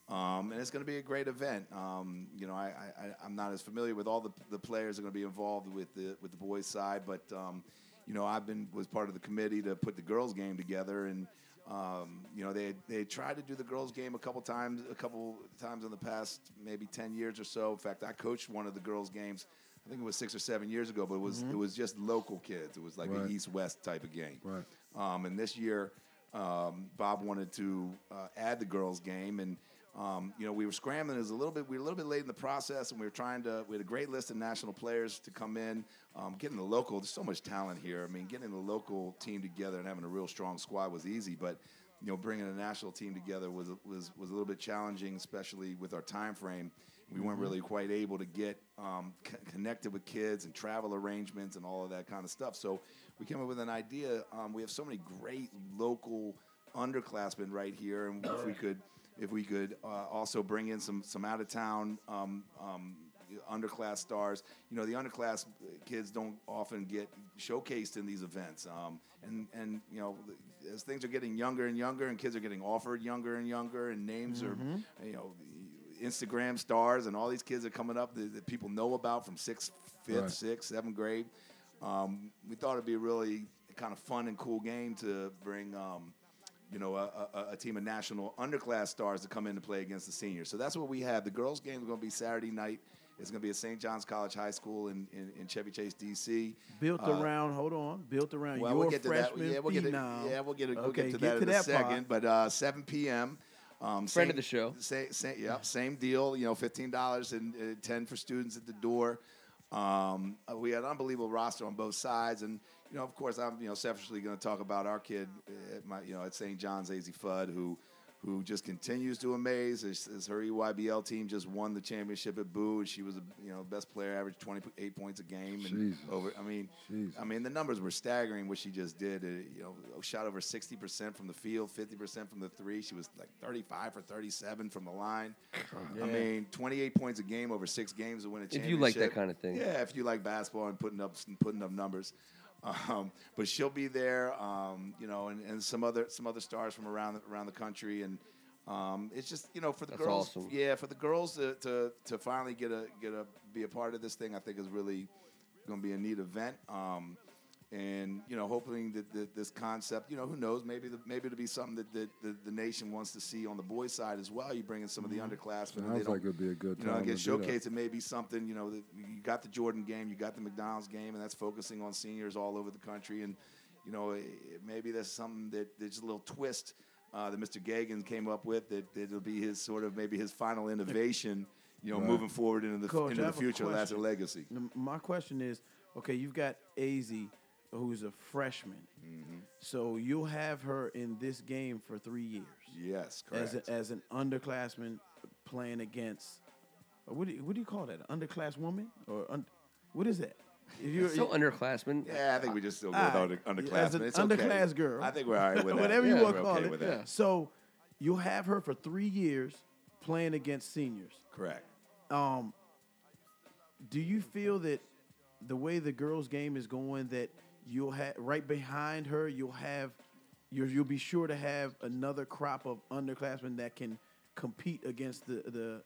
Speaker 4: Um, and it's going to be a great event. Um, you know, I, I, I- I'm not as familiar with all the, the players that are going to be involved with the, with the boys' side, but, um, you know, I've been, was part of the committee to put the girls' game together. And, um, you know, they, they tried to do the girls' game a couple times, a couple times in the past maybe 10 years or so. In fact, I coached one of the girls' games. I think it was six or seven years ago, but it was it was just local kids. It was like
Speaker 3: Right.
Speaker 4: an East West type of game.
Speaker 3: Right.
Speaker 4: Um, and this year, um, Bob wanted to uh, add the girls' game, and Um, you know, we were scrambling. It was a little bit. We were a little bit late in the process, and we were trying to. We had a great list of national players to come in. Um, getting the local. There's so much talent here. I mean, getting the local team together and having a real strong squad was easy, but you know, bringing a national team together was was was a little bit challenging, especially with our time frame. We weren't really quite able to get um, c- connected with kids and travel arrangements and all of that kind of stuff. So we came up with an idea. Um, we have so many great local underclassmen right here, and if we could, if we could uh, also bring in some some out of town um, um, underclass stars. You know, the underclass kids don't often get showcased in these events. Um, and and you know, as things are getting younger and younger, and kids are getting offered younger and younger, and names are, you know, Instagram stars, and all these kids are coming up that, that people know about from sixth, fifth,
Speaker 3: Right.
Speaker 4: sixth, seventh grade. Um, we thought it'd be a really kind of fun and cool game to bring. Um, you know, a, a, a team of national underclass stars to come in to play against the seniors. So that's what we have. The girls' game is going to be Saturday night. It's going to be at St. John's College High School in, in, in Chevy Chase, D.C.
Speaker 1: Built
Speaker 4: Uh,
Speaker 1: around, hold on, built around
Speaker 4: well,
Speaker 1: your
Speaker 4: we'll get to that.
Speaker 1: freshman
Speaker 4: Yeah, we'll get to,
Speaker 1: phenom.
Speaker 4: yeah, we'll get, to- we'll
Speaker 1: Okay,
Speaker 4: get to that in a second. But uh, 7 p.m.
Speaker 2: Friend
Speaker 4: Um,
Speaker 2: of
Speaker 4: same-
Speaker 2: the show.
Speaker 4: Same, same, yep, same deal. You know, fifteen dollars and uh, ten for students at the door. Um, uh, we had an unbelievable roster on both sides, and you know, of course, I'm you know selfishly going to talk about our kid uh, at my you know at St. John's, Az Fudd, who who just continues to amaze. As, as her E EYBL team just won the championship at Boo, and she was a you know best player, averaged twenty eight points a game, and
Speaker 3: Jesus.
Speaker 4: over. I mean,
Speaker 3: Jesus.
Speaker 4: I mean, the numbers were staggering. What she just did, uh, you know, shot over sixty percent from the field, fifty percent from the three. She was like thirty-five for thirty-seven from the line. I mean, twenty-eight points a game over six games to win a
Speaker 2: If
Speaker 4: championship.
Speaker 2: you like that kinda thing.
Speaker 4: yeah. If you like basketball and putting up putting up numbers, um, but she'll be there, um, you know, and, and some other some other stars from around the, around the country, and um, it's just you know for the
Speaker 2: That's
Speaker 4: girls,
Speaker 2: awesome.
Speaker 4: yeah, for the girls to, to, to finally get a get a be a part of this thing, I think is really going to be a neat event. Um, and you know, hoping that, that this concept, you know, who knows, maybe the, maybe it'll be something that, that the, the nation wants to see on the boys' side as well. You bring in some of the underclassmen. and they
Speaker 3: Mm-hmm. Sounds
Speaker 4: don't-
Speaker 3: like it'd be a good
Speaker 4: you know,
Speaker 3: time
Speaker 4: get
Speaker 3: to do that.
Speaker 4: showcased. It may be something. You know, that you got the Jordan game, you got the McDonald's game, and that's focusing on seniors all over the country. And you know, it, it- maybe that's something that there's a little twist uh, that Mr. Gagan came up with. That that it'll be his sort of maybe his final innovation. You know, moving forward into the f-
Speaker 1: Coach,
Speaker 4: into
Speaker 1: I
Speaker 4: the
Speaker 1: have a
Speaker 4: future, that's a
Speaker 1: question.
Speaker 4: legacy.
Speaker 1: N- My question is, okay, you've got AZ, who's a freshman,
Speaker 4: Mm-hmm.
Speaker 1: so you'll have her in this game for three years
Speaker 4: Yes,
Speaker 1: as
Speaker 4: correct.
Speaker 1: a, as an underclassman playing against. uh, What do you, what do you call that? An underclass woman or un, what is that? If you're uh,
Speaker 2: Still underclassmen.
Speaker 4: yeah, I think we just still go with
Speaker 1: All
Speaker 4: under,
Speaker 1: right.
Speaker 4: underclassmen.
Speaker 1: As an
Speaker 4: it's okay.
Speaker 1: underclass girl.
Speaker 4: I think we're all right with that.
Speaker 1: whatever you
Speaker 4: Yeah,
Speaker 1: want
Speaker 4: we're
Speaker 1: to call
Speaker 4: okay
Speaker 1: it.
Speaker 4: with that.
Speaker 1: So you'll have her for three years playing against seniors.
Speaker 4: Correct.
Speaker 1: Um, do you feel that the way the girls' game is going, that you'll have right behind her, you'll have, you're, you'll be sure to have another crop of underclassmen that can compete against the the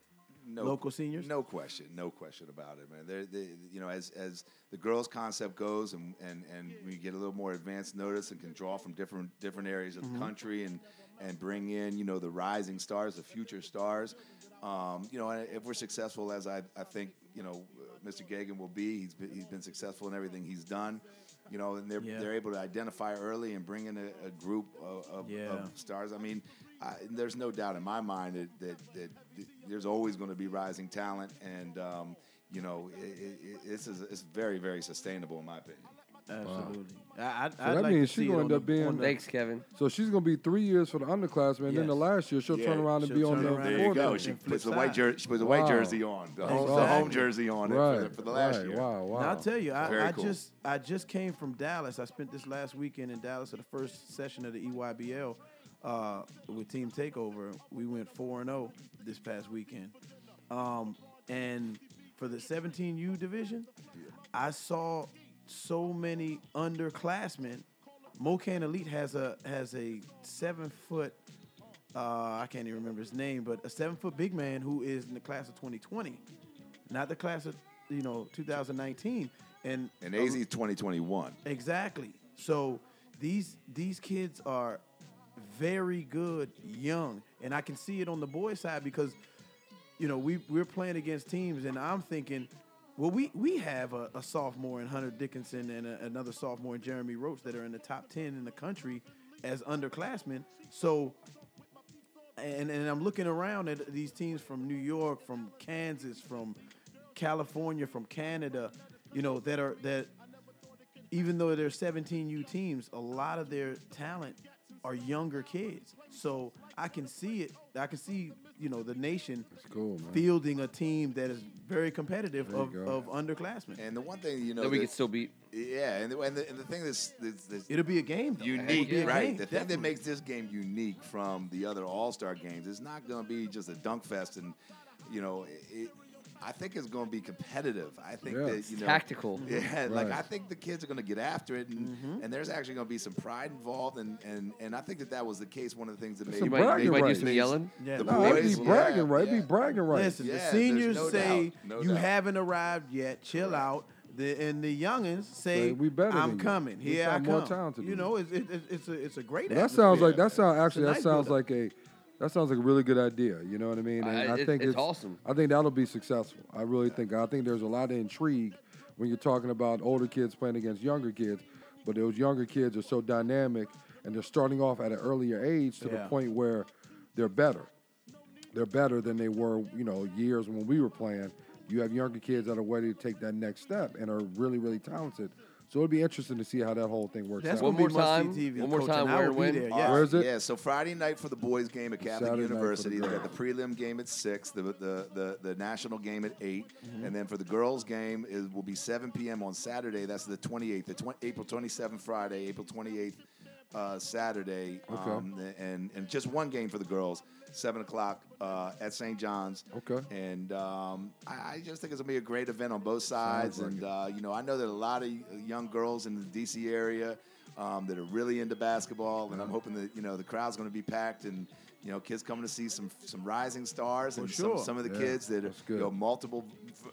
Speaker 1: local seniors.
Speaker 4: No question, no question about it, man. They're, they, you know, as as the girls' concept goes, and, and and we get a little more advanced notice and can draw from different different areas of
Speaker 1: Mm-hmm.
Speaker 4: the country, and and bring in you know the rising stars, the future stars. Um, you know, and if we're successful, as I, I think you know, uh, Mr. Gagan will be. He's been, he's been successful in everything he's done. You know, and they're
Speaker 1: Yeah.
Speaker 4: they're able to identify early and bring in a, a group of, of,
Speaker 1: Yeah.
Speaker 4: of stars. I mean, I, there's no doubt in my mind that that, that, th- there's always going to be rising talent, and um, you know, i i i this is it's very very sustainable in my opinion.
Speaker 1: Absolutely. I, I'd, I'd
Speaker 3: that
Speaker 1: like
Speaker 3: means
Speaker 1: to
Speaker 3: she
Speaker 1: see it
Speaker 3: gonna
Speaker 1: on
Speaker 3: end
Speaker 1: the-
Speaker 3: up being-
Speaker 1: on the-
Speaker 2: Thanks, Kevin.
Speaker 3: So she's gonna be three years for the underclassmen, and then the
Speaker 1: Yes.
Speaker 3: last year she'll
Speaker 4: Yeah,
Speaker 3: turn around and
Speaker 1: she'll
Speaker 3: be on
Speaker 1: turn
Speaker 3: the
Speaker 1: around.
Speaker 4: There you
Speaker 1: Florida.
Speaker 4: go.
Speaker 3: board.
Speaker 4: She
Speaker 1: And
Speaker 4: puts the
Speaker 1: flip
Speaker 4: white
Speaker 1: side.
Speaker 4: jer- she puts the
Speaker 3: Wow.
Speaker 4: white jersey on the home, the home
Speaker 1: Exactly.
Speaker 4: jersey on
Speaker 3: Right.
Speaker 4: it for the, for the last
Speaker 3: right.
Speaker 4: year.
Speaker 3: Wow, wow.
Speaker 1: Now, I'll tell you,
Speaker 4: Very
Speaker 1: I, I
Speaker 4: cool.
Speaker 1: just I just came from Dallas. I spent this last weekend in Dallas at the first session of the E EYBL uh, with Team Takeover. We went four and zero this past weekend, um, and for the 17U division, I saw so many underclassmen. Mocan Elite has a has a seven foot. Uh, I can't even remember his name, but a seven foot big man who is in the class of 2020, not the class of you know 2019, and
Speaker 4: And AZ 2021.
Speaker 1: Exactly. So these these kids are very good young, and I can see it on the boys' side because you know we we're playing against teams, and I'm thinking, well, we we have a, a sophomore in Hunter Dickinson and a, another sophomore in Jeremy Roach that are in the top ten in the country as underclassmen. So and and I'm looking around at these teams from New York, from Kansas, from California, from Canada, you know, that are that even though they're 17U teams, a lot of their talent are younger kids. So I can see it. I can see, you know, the nation
Speaker 3: cool, man.
Speaker 1: fielding a team that is very competitive
Speaker 3: There you
Speaker 1: of, of
Speaker 3: go.
Speaker 1: underclassmen.
Speaker 4: And the one thing you know,
Speaker 2: that we
Speaker 4: that-
Speaker 2: could still beat.
Speaker 4: yeah, and the, and the, and the thing that's, that's, that's
Speaker 1: It'll be a game, though. It will
Speaker 4: unique,
Speaker 1: be a
Speaker 4: right?
Speaker 1: game,
Speaker 4: the thing
Speaker 1: definitely.
Speaker 4: that makes this game unique from the other All Star games is not going to be just a dunk fest, and you know, it, it, I think it's going to be competitive. I think
Speaker 3: Yeah.
Speaker 4: that you know,
Speaker 2: Tactical.
Speaker 4: Yeah, like
Speaker 3: Right.
Speaker 4: I think the kids are going to get after it, and, and there's actually going to be some pride involved, and, and and I think that that was the case. One of the things that made
Speaker 2: You
Speaker 3: might- you might do
Speaker 4: things-
Speaker 2: some yelling.
Speaker 1: Yeah,
Speaker 4: The
Speaker 1: no,
Speaker 3: Nah, that'd
Speaker 4: boys,
Speaker 3: be
Speaker 4: yeah,
Speaker 3: bragging right.
Speaker 4: yeah.
Speaker 3: It'd be bragging right.
Speaker 1: Listen,
Speaker 4: Yeah,
Speaker 1: the
Speaker 4: there's
Speaker 1: seniors
Speaker 4: no
Speaker 1: say
Speaker 4: doubt, no
Speaker 1: you
Speaker 4: doubt.
Speaker 1: haven't arrived yet. Chill out. The, and the youngins say
Speaker 3: Say, "We better than
Speaker 1: I'm
Speaker 3: you.
Speaker 1: coming.
Speaker 3: We
Speaker 1: Here I
Speaker 3: got
Speaker 1: come.
Speaker 3: more talent to
Speaker 1: you
Speaker 3: do."
Speaker 1: know, it's it, it's- it's a it's a great.
Speaker 3: But that sounds like
Speaker 1: atmosphere.
Speaker 3: that sounds actually
Speaker 1: It's a
Speaker 3: that
Speaker 1: nice
Speaker 3: sounds
Speaker 1: buildup.
Speaker 3: like a that sounds like a really good idea. You know what I mean?
Speaker 2: Uh,
Speaker 3: And I,
Speaker 2: it-
Speaker 3: think
Speaker 2: it's awesome.
Speaker 3: I think that'll be successful. I really think. I think there's a lot of intrigue when you're talking about older kids playing against younger kids, but those younger kids are so dynamic and they're starting off at an earlier age to
Speaker 1: Yeah.
Speaker 3: the point where they're better they're better than they were, you know, years when we were playing. You have younger kids that are ready to take that next step and are really, really talented. So it'll be interesting to see how that whole thing works
Speaker 1: That's
Speaker 3: out.
Speaker 2: One
Speaker 1: gonna be
Speaker 2: more
Speaker 1: must-see
Speaker 2: time,
Speaker 1: TV,
Speaker 2: one more
Speaker 1: Coach, and
Speaker 2: time,
Speaker 1: I
Speaker 2: where,
Speaker 1: will be
Speaker 2: when?
Speaker 1: there,
Speaker 2: All
Speaker 1: yeah.
Speaker 3: Where is it?
Speaker 4: Yeah, so Friday night for the boys game at Catholic
Speaker 3: Saturday night for the
Speaker 4: University. They got the
Speaker 3: girls.
Speaker 4: prelim game at six, the the the, the national game at 8
Speaker 3: Mm-hmm.
Speaker 4: and then for the girls game it will be seven p.m. on Saturday. That's the twenty eighth, the 20, April twenty seventh Friday, April twenty eighth uh, Saturday,
Speaker 3: Okay.
Speaker 4: um, and and just one game for the girls, seven o'clock uh, at St. John's.
Speaker 3: Okay.
Speaker 4: and um, I, I just think it's gonna be a great event on both sides,
Speaker 3: like
Speaker 4: and uh, you know I know that a lot of y- young girls in the D.C. area um, that are really into basketball, and I'm hoping that you know the crowd's going to be packed, and you know kids coming to see some some rising stars, and
Speaker 1: sure.
Speaker 4: some, some of the
Speaker 3: Yeah,
Speaker 4: kids that are
Speaker 3: that's
Speaker 4: you
Speaker 3: good.
Speaker 4: know multiple,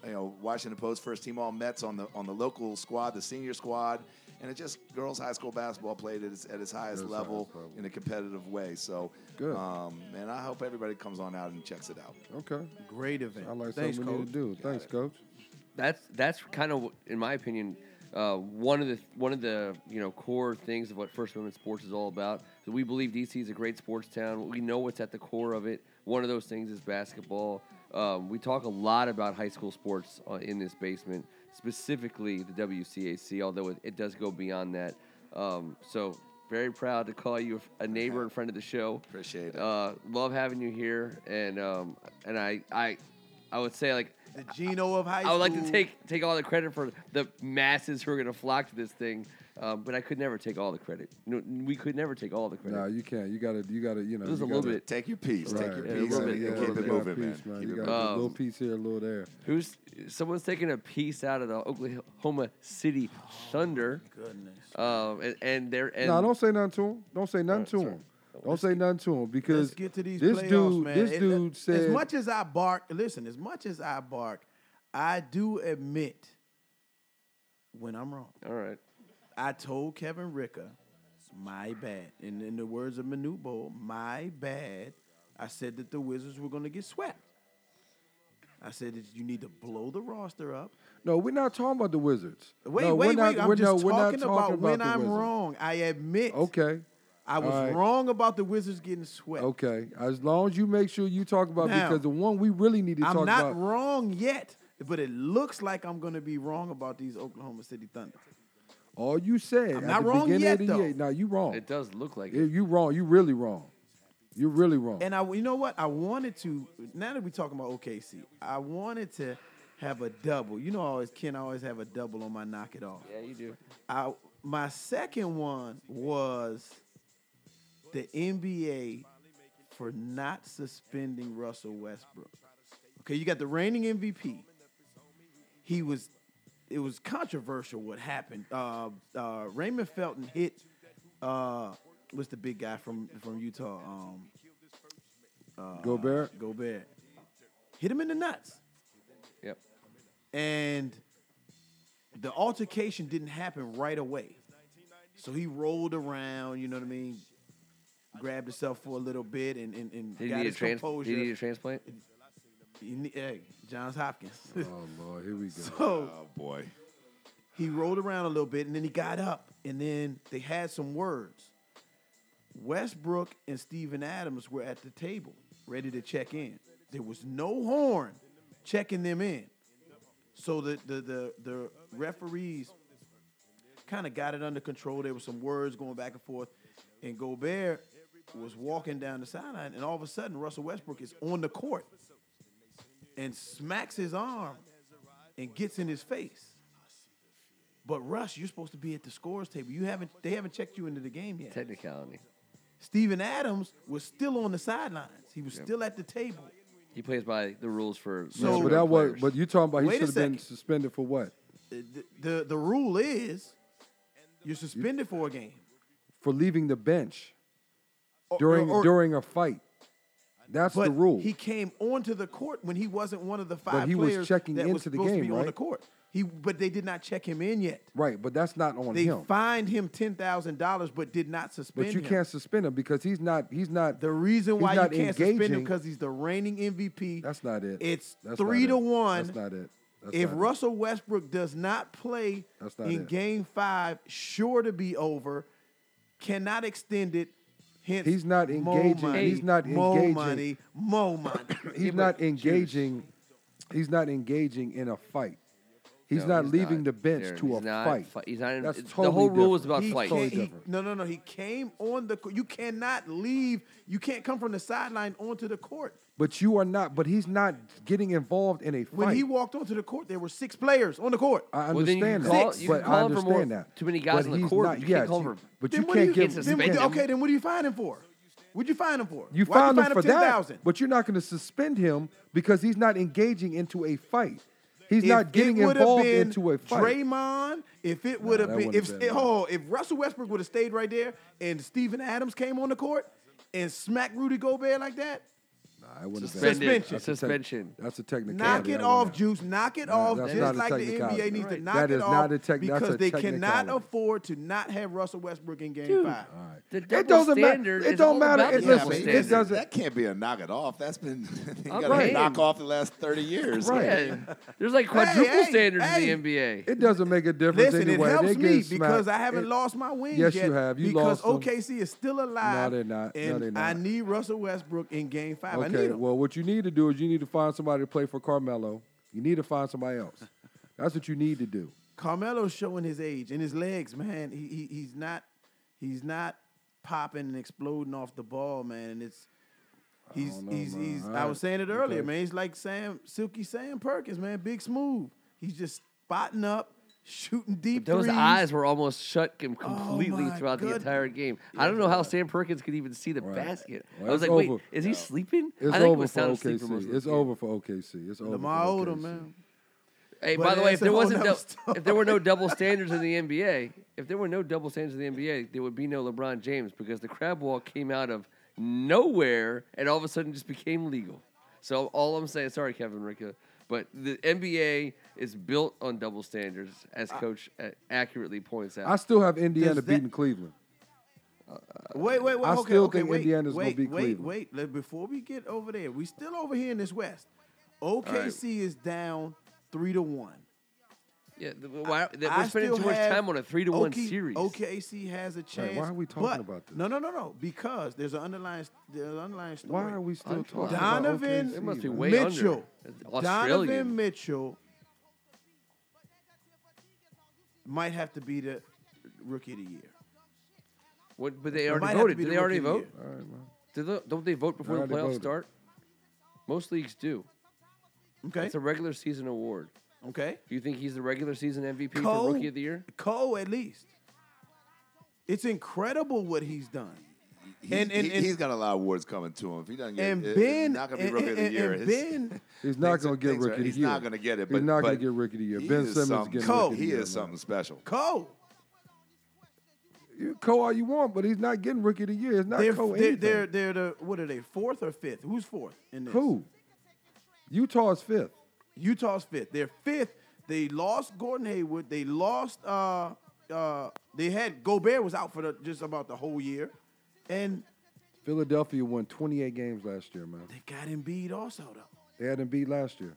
Speaker 4: you know Washington Post first team All Mets on the on the local squad, the senior squad, and it just girls high school basketball played at its, at its highest
Speaker 3: At its
Speaker 4: level,
Speaker 3: highest level.
Speaker 4: in a competitive way. So
Speaker 3: Good.
Speaker 4: um, and I hope everybody comes on out and checks it out.
Speaker 3: Okay.
Speaker 1: great event.
Speaker 3: I like
Speaker 1: Thanks,
Speaker 3: something we
Speaker 1: coach.
Speaker 3: need to do. Thanks, Coach.
Speaker 2: that's that's kind of in my opinion uh, one of the one of the you know core things of what first women's sports is all about. So we believe DC is a great sports town. We know what's at the core of it. One of those things is basketball. Um, we talk a lot about high school sports uh, in this basement, specifically the WCAC, although it, it does go beyond that. Um, so very proud to call you a neighbor and friend of the show.
Speaker 4: Appreciate it.
Speaker 2: Uh, love having you here, and um, and I I I would say like
Speaker 1: The Geno of high school.
Speaker 2: I would like to take take all the credit for the masses who are going to flock to this thing, um, but I could never take all the credit. No, we could never take all the credit.
Speaker 3: Nah, you can't. You gotta you gotta you know
Speaker 2: Just
Speaker 3: you
Speaker 2: a little
Speaker 3: gotta-
Speaker 2: bit.
Speaker 4: Take your piece,
Speaker 3: Right.
Speaker 4: take your
Speaker 2: Yeah, a
Speaker 4: piece,
Speaker 2: little
Speaker 4: and,
Speaker 2: bit,
Speaker 4: and
Speaker 2: yeah,
Speaker 4: keep
Speaker 2: a
Speaker 4: it
Speaker 2: little
Speaker 4: moving,
Speaker 3: You
Speaker 4: man.
Speaker 3: got a piece,
Speaker 4: Keep
Speaker 3: You
Speaker 4: it
Speaker 3: got
Speaker 4: moving.
Speaker 3: a
Speaker 2: moving. Um,
Speaker 3: little piece here, a little there.
Speaker 2: Who's someone's taking a piece out of the Oklahoma City Thunder,
Speaker 1: Goodness.
Speaker 2: um, and, and they're and
Speaker 3: No, don't say nothing to him. Don't say nothing to him. Don't say nothing to him because
Speaker 1: Let's get to these
Speaker 3: this
Speaker 1: playoffs,
Speaker 3: dude,
Speaker 1: man.
Speaker 3: this
Speaker 1: It-
Speaker 3: dude said,
Speaker 1: as much as I bark, listen, as much as I bark, I do admit when I'm wrong.
Speaker 2: all right.
Speaker 1: I told Kevin Ricker, my bad. And in the words of Manute Bowl, my bad. I said that the Wizards were going to get swept. I said that you need to blow the roster up.
Speaker 3: No, we're not talking about the Wizards.
Speaker 1: Wait,
Speaker 3: No, we're
Speaker 1: wait,
Speaker 3: not-
Speaker 1: wait. I'm
Speaker 3: we're
Speaker 1: just
Speaker 3: no, we're not
Speaker 1: talking, about, when
Speaker 3: the
Speaker 1: I'm
Speaker 3: Wizards.
Speaker 1: wrong. I admit.
Speaker 3: Okay,
Speaker 1: I was
Speaker 3: all right.
Speaker 1: wrong about the Wizards getting swept.
Speaker 3: okay. As long as you make sure you talk about
Speaker 1: Now,
Speaker 3: because the one we really need to
Speaker 1: I'm
Speaker 3: talk
Speaker 1: not
Speaker 3: about.
Speaker 1: wrong yet, but it looks like I'm going to be wrong about these Oklahoma City Thunder.
Speaker 3: All you said
Speaker 1: I'm
Speaker 3: at
Speaker 1: not
Speaker 3: the
Speaker 1: wrong
Speaker 3: beginning
Speaker 1: yet,
Speaker 3: of the
Speaker 1: though.
Speaker 3: year. Now you wrong.
Speaker 2: It does look like
Speaker 3: Oh. You
Speaker 2: it.
Speaker 3: you wrong. You really wrong. You really wrong.
Speaker 1: And I, you know what? I wanted to. Now that we're talking about OKC, I wanted to have a double. You know, I always Ken, I always have a double on my knock it off.
Speaker 2: Yeah, you do.
Speaker 1: I my second one was the NBA for not suspending Russell Westbrook. Okay, you got the reigning MVP. He was it was controversial what happened. Uh, uh, Raymond Felton hit uh, what's the big guy from from Utah? Um,
Speaker 3: Gobert.
Speaker 1: Gobert hit him in the nuts
Speaker 2: Yep.
Speaker 1: and the altercation didn't happen right away. So he rolled around, you know what I mean, grabbed himself for a little bit and, and, and
Speaker 2: Did he
Speaker 1: got
Speaker 2: need a
Speaker 1: his
Speaker 2: trans? Did
Speaker 1: composure.
Speaker 2: he need a transplant?
Speaker 1: He ne- hey, Johns Hopkins.
Speaker 3: Oh Lord, here we go.
Speaker 1: so
Speaker 4: Oh boy.
Speaker 1: he rolled around a little bit and then he got up and then they had some words. Westbrook and Steven Adams were at the table, ready to check in. There was no horn checking them in. So the the the, the referees kind of got it under control. There were some words going back and forth, and Gobert was walking down the sideline, and all of a sudden Russell Westbrook is on the court and smacks his arm and gets in his face. But Russ, you're supposed to be at the scores table. You haven't they haven't checked you into the game yet.
Speaker 2: Technicality.
Speaker 1: Steven Adams was still on the sidelines. He was still at the table.
Speaker 2: He plays by the rules for
Speaker 1: So-
Speaker 3: yeah,
Speaker 1: No,
Speaker 3: but that was.
Speaker 2: players.
Speaker 3: But you talking about he
Speaker 1: Wait a
Speaker 3: should have been
Speaker 1: second.
Speaker 3: suspended for what?
Speaker 1: The, the, the rule is you're suspended for a game.
Speaker 3: For leaving the bench
Speaker 1: Or-
Speaker 3: during
Speaker 1: or-
Speaker 3: during a fight. That's
Speaker 1: but
Speaker 3: the rule.
Speaker 1: He came onto the court when he wasn't one of the five
Speaker 3: he was
Speaker 1: players
Speaker 3: checking
Speaker 1: that was
Speaker 3: into the
Speaker 1: supposed to
Speaker 3: game,
Speaker 1: be on the
Speaker 3: right?
Speaker 1: court. He, but they did not check him in yet.
Speaker 3: right, but that's not on
Speaker 1: They
Speaker 3: him.
Speaker 1: fined him ten thousand dollars, but did not suspend.
Speaker 3: But you
Speaker 1: him.
Speaker 3: can't suspend him because he's not. He's not.
Speaker 1: The reason
Speaker 3: he's
Speaker 1: why you
Speaker 3: not
Speaker 1: can't suspend him
Speaker 3: engaging.
Speaker 1: because he's the reigning MVP.
Speaker 3: That's not it.
Speaker 1: It's
Speaker 3: That's not
Speaker 1: three
Speaker 3: it.
Speaker 1: to one.
Speaker 3: That's not it. That's
Speaker 1: if
Speaker 3: not it.
Speaker 1: Russell Westbrook does not play
Speaker 3: That's not
Speaker 1: in
Speaker 3: it.
Speaker 1: Game Five, sure to be over, cannot extend it. Hence,
Speaker 3: He's not
Speaker 1: mo
Speaker 3: engaging.
Speaker 1: money,
Speaker 3: He's not
Speaker 1: mo
Speaker 3: engaging.
Speaker 1: money, mo money.
Speaker 3: he's not engaging. He's not engaging in a fight. He's
Speaker 2: No,
Speaker 3: not leaving the bench
Speaker 2: Darren,
Speaker 3: to
Speaker 2: he's
Speaker 3: a
Speaker 2: not
Speaker 3: fight.
Speaker 2: fi- he's not. in-
Speaker 3: That's
Speaker 2: it-
Speaker 3: totally
Speaker 2: the whole rule was about
Speaker 1: He
Speaker 2: fight.
Speaker 3: different.
Speaker 1: can't-
Speaker 3: Totally
Speaker 1: he-
Speaker 3: different.
Speaker 1: no, no, no. He came on the. co- You cannot leave. You can't come from the sideline onto the court.
Speaker 3: But you are not. But he's not getting involved in a fight.
Speaker 1: When he walked onto the court, there were six players on the court.
Speaker 3: I
Speaker 2: Well, then you
Speaker 3: understand
Speaker 2: can
Speaker 3: that.
Speaker 2: call- you
Speaker 3: but
Speaker 2: can call
Speaker 3: I
Speaker 2: him for
Speaker 3: understand
Speaker 2: more-
Speaker 3: that.
Speaker 2: too many guys
Speaker 3: But
Speaker 2: on the
Speaker 3: he's
Speaker 2: court,
Speaker 3: Not,
Speaker 2: you
Speaker 3: yes,
Speaker 2: can't call
Speaker 3: you-
Speaker 2: him.
Speaker 3: But
Speaker 1: Then
Speaker 3: you
Speaker 1: what do
Speaker 3: can't
Speaker 1: you-
Speaker 3: give
Speaker 2: It's
Speaker 3: him.
Speaker 2: a
Speaker 1: then,
Speaker 2: suspend
Speaker 1: what-
Speaker 2: him.
Speaker 1: Okay, then what do you fine him for? Would you fine him for?
Speaker 3: You
Speaker 1: Why'd
Speaker 3: fine him for
Speaker 1: ten
Speaker 3: that,
Speaker 1: thousand.
Speaker 3: but you're not going to suspend him because he's not engaging into a fight. He's
Speaker 1: If
Speaker 3: not getting
Speaker 1: it would've
Speaker 3: involved
Speaker 1: been
Speaker 3: into a fight.
Speaker 1: Draymond, if it would have
Speaker 3: that
Speaker 1: been,
Speaker 3: wouldn't
Speaker 1: if
Speaker 3: have been,
Speaker 1: oh, if Russell Westbrook would have stayed right there, and Steven Adams came on the court and smacked Rudy Gobert like that,
Speaker 3: Nah, it wouldn't have been.
Speaker 2: Suspended.
Speaker 1: Suspension.
Speaker 3: That's a tec-
Speaker 2: Suspension.
Speaker 3: That's a technicality.
Speaker 1: knock
Speaker 3: I
Speaker 1: it
Speaker 3: wouldn't
Speaker 1: off,
Speaker 3: have.
Speaker 1: Juice. Knock it
Speaker 3: Nah,
Speaker 1: off,
Speaker 3: that's
Speaker 1: just
Speaker 3: not a
Speaker 1: like the NBA
Speaker 3: technicality.
Speaker 1: needs to
Speaker 3: Right.
Speaker 1: knock
Speaker 3: That
Speaker 1: it
Speaker 3: is
Speaker 1: off
Speaker 3: not a tec- that's
Speaker 1: because
Speaker 3: a
Speaker 1: they cannot
Speaker 3: technicality.
Speaker 1: afford to not have Russell Westbrook in Game Five.
Speaker 3: All right.
Speaker 2: The
Speaker 3: it
Speaker 2: double
Speaker 3: doesn't matter.
Speaker 2: standard
Speaker 3: It
Speaker 2: is
Speaker 3: don't
Speaker 2: all
Speaker 3: matter.
Speaker 2: about
Speaker 3: It,
Speaker 2: the
Speaker 3: listen,
Speaker 2: double
Speaker 3: it
Speaker 2: standard.
Speaker 3: doesn't.
Speaker 4: That can't be a knock it off. That's been you
Speaker 2: I'm
Speaker 4: got a
Speaker 2: right.
Speaker 4: knock off the last thirty years.
Speaker 2: Yeah. There's like quadruple
Speaker 1: hey,
Speaker 2: standards
Speaker 1: hey.
Speaker 2: in the NBA.
Speaker 3: It doesn't make a difference
Speaker 1: Listen,
Speaker 3: anyway.
Speaker 1: it helps
Speaker 3: They
Speaker 1: me
Speaker 3: get
Speaker 1: because
Speaker 3: smacked.
Speaker 1: I haven't
Speaker 3: It-
Speaker 1: lost my wings
Speaker 3: Yes,
Speaker 1: yet.
Speaker 3: you have. You
Speaker 1: because
Speaker 3: lost them.
Speaker 1: OKC is still alive.
Speaker 3: they're not. No,
Speaker 1: And
Speaker 3: they're not.
Speaker 1: I need Russell Westbrook in Game Five. I
Speaker 3: Okay.
Speaker 1: need him.
Speaker 3: Well, what you need to do is you need to find somebody to play for Carmelo. You need to find somebody else. That's what you need to do.
Speaker 1: Carmelo's showing his age and his legs, man. He, he he's not he's not popping and exploding off the ball, man. And it's he's
Speaker 3: don't know,
Speaker 1: he's
Speaker 3: man.
Speaker 1: he's.
Speaker 3: All
Speaker 1: I
Speaker 3: right.
Speaker 1: was saying it earlier,
Speaker 3: Okay.
Speaker 1: man. He's like Sam Silky Sam Perkins, man. Big smooth. He's just spotting up, shooting deep.
Speaker 2: Those
Speaker 1: threes.
Speaker 2: eyes were almost shut him
Speaker 3: Oh
Speaker 2: completely
Speaker 1: my
Speaker 2: throughout the
Speaker 1: goodness.
Speaker 2: entire game. I don't know how Sam Perkins could even see the
Speaker 3: Right.
Speaker 2: basket.
Speaker 3: Well,
Speaker 2: I was
Speaker 3: it's
Speaker 2: like, wait,
Speaker 3: over.
Speaker 2: is he sleeping?
Speaker 3: It's
Speaker 2: I think it
Speaker 3: over
Speaker 2: was
Speaker 3: for
Speaker 2: sound asleep for most
Speaker 3: OKC.
Speaker 2: of
Speaker 3: It's
Speaker 2: the
Speaker 3: over for OKC. It's over.
Speaker 1: Lamar
Speaker 3: for
Speaker 1: Odom,
Speaker 3: OKC.
Speaker 1: man.
Speaker 2: Hey,
Speaker 1: But
Speaker 2: by the way,
Speaker 1: that's
Speaker 2: if there
Speaker 1: a whole
Speaker 2: wasn't
Speaker 1: nother
Speaker 2: dou- if there were no double standards in the NBA, if there were no double standards in the NBA, there would be no LeBron James because the crab walk came out of nowhere and all of a sudden just became legal. So all I'm saying, sorry, Kevin Ricka, but the NBA is built on double standards, as Coach uh, accurately points out.
Speaker 3: I still have Indiana
Speaker 1: Does that-
Speaker 3: beating Cleveland.
Speaker 1: Wait, wait, wait.
Speaker 3: I
Speaker 1: okay,
Speaker 3: still
Speaker 1: okay,
Speaker 3: think
Speaker 1: wait,
Speaker 3: Indiana's gonna
Speaker 1: wait,
Speaker 3: beat
Speaker 1: wait,
Speaker 3: Cleveland.
Speaker 1: wait. Let- Before we get over there, we still over here in this West. OKC is down three to one.
Speaker 2: yeah, the, why, that
Speaker 1: I
Speaker 2: we're spending
Speaker 1: still
Speaker 2: too much
Speaker 1: have
Speaker 2: time on a three to one
Speaker 1: OK
Speaker 2: series.
Speaker 1: OKC has a chance.
Speaker 3: why are we talking
Speaker 1: but-
Speaker 3: about this?
Speaker 1: No, no, no, no. Because there's an underlying, there's an underlying story.
Speaker 3: Why are we still
Speaker 2: I'm
Speaker 3: talking
Speaker 1: Donovan
Speaker 3: about OKC?
Speaker 2: It must be
Speaker 3: man?
Speaker 2: way under.
Speaker 1: Mitchell?
Speaker 2: Australian.
Speaker 1: Donovan Mitchell might have to be the rookie of the year.
Speaker 2: What, but they
Speaker 1: It might have
Speaker 2: already
Speaker 1: to
Speaker 2: voted.
Speaker 1: be
Speaker 2: Did
Speaker 1: the
Speaker 2: they already
Speaker 1: rookie of the
Speaker 2: vote?
Speaker 1: year.
Speaker 3: All right, man.
Speaker 2: Do the, don't they vote before the
Speaker 3: already
Speaker 2: playoffs
Speaker 3: voted.
Speaker 2: start? Most leagues do.
Speaker 1: Okay.
Speaker 2: It's a regular season award.
Speaker 1: okay.
Speaker 2: Do you think he's the regular season MVP
Speaker 1: Cole,
Speaker 2: for Rookie of the Year?
Speaker 1: Cole, at least. It's incredible what he's done.
Speaker 4: He's,
Speaker 1: And- and- and-
Speaker 4: he, has got a lot of awards coming to him. If he doesn't get
Speaker 1: And
Speaker 4: it,
Speaker 1: Ben,
Speaker 4: he's not going to be
Speaker 1: and-
Speaker 4: rookie of the
Speaker 1: and-
Speaker 4: year.
Speaker 1: and
Speaker 4: His-
Speaker 1: Ben,
Speaker 3: He's not
Speaker 4: things are-
Speaker 3: going to get
Speaker 4: things are-
Speaker 3: rookie of the year.
Speaker 4: He's not going to get it. But,
Speaker 3: He's not going
Speaker 4: but
Speaker 3: to get rookie of the year.
Speaker 4: he
Speaker 3: Ben
Speaker 4: is
Speaker 3: Simmons
Speaker 4: something-
Speaker 3: getting
Speaker 1: Cole,
Speaker 3: rookie of the
Speaker 4: He
Speaker 3: year.
Speaker 4: is something special.
Speaker 1: Cole.
Speaker 3: You co all you want, but he's not getting rookie of the year. It's not
Speaker 1: They're,
Speaker 3: co
Speaker 1: they're,
Speaker 3: anything.
Speaker 1: they're, they're the, what are they, fourth or fifth? Who's fourth in this?
Speaker 3: Who? Utah's fifth.
Speaker 1: Utah's fifth. They're fifth. They lost Gordon Hayward. They lost. Uh, uh, they had Gobert was out for the, just about the whole year, and
Speaker 3: Philadelphia won 28 games last year, man.
Speaker 1: they got Embiid also though.
Speaker 3: They had him beat last year.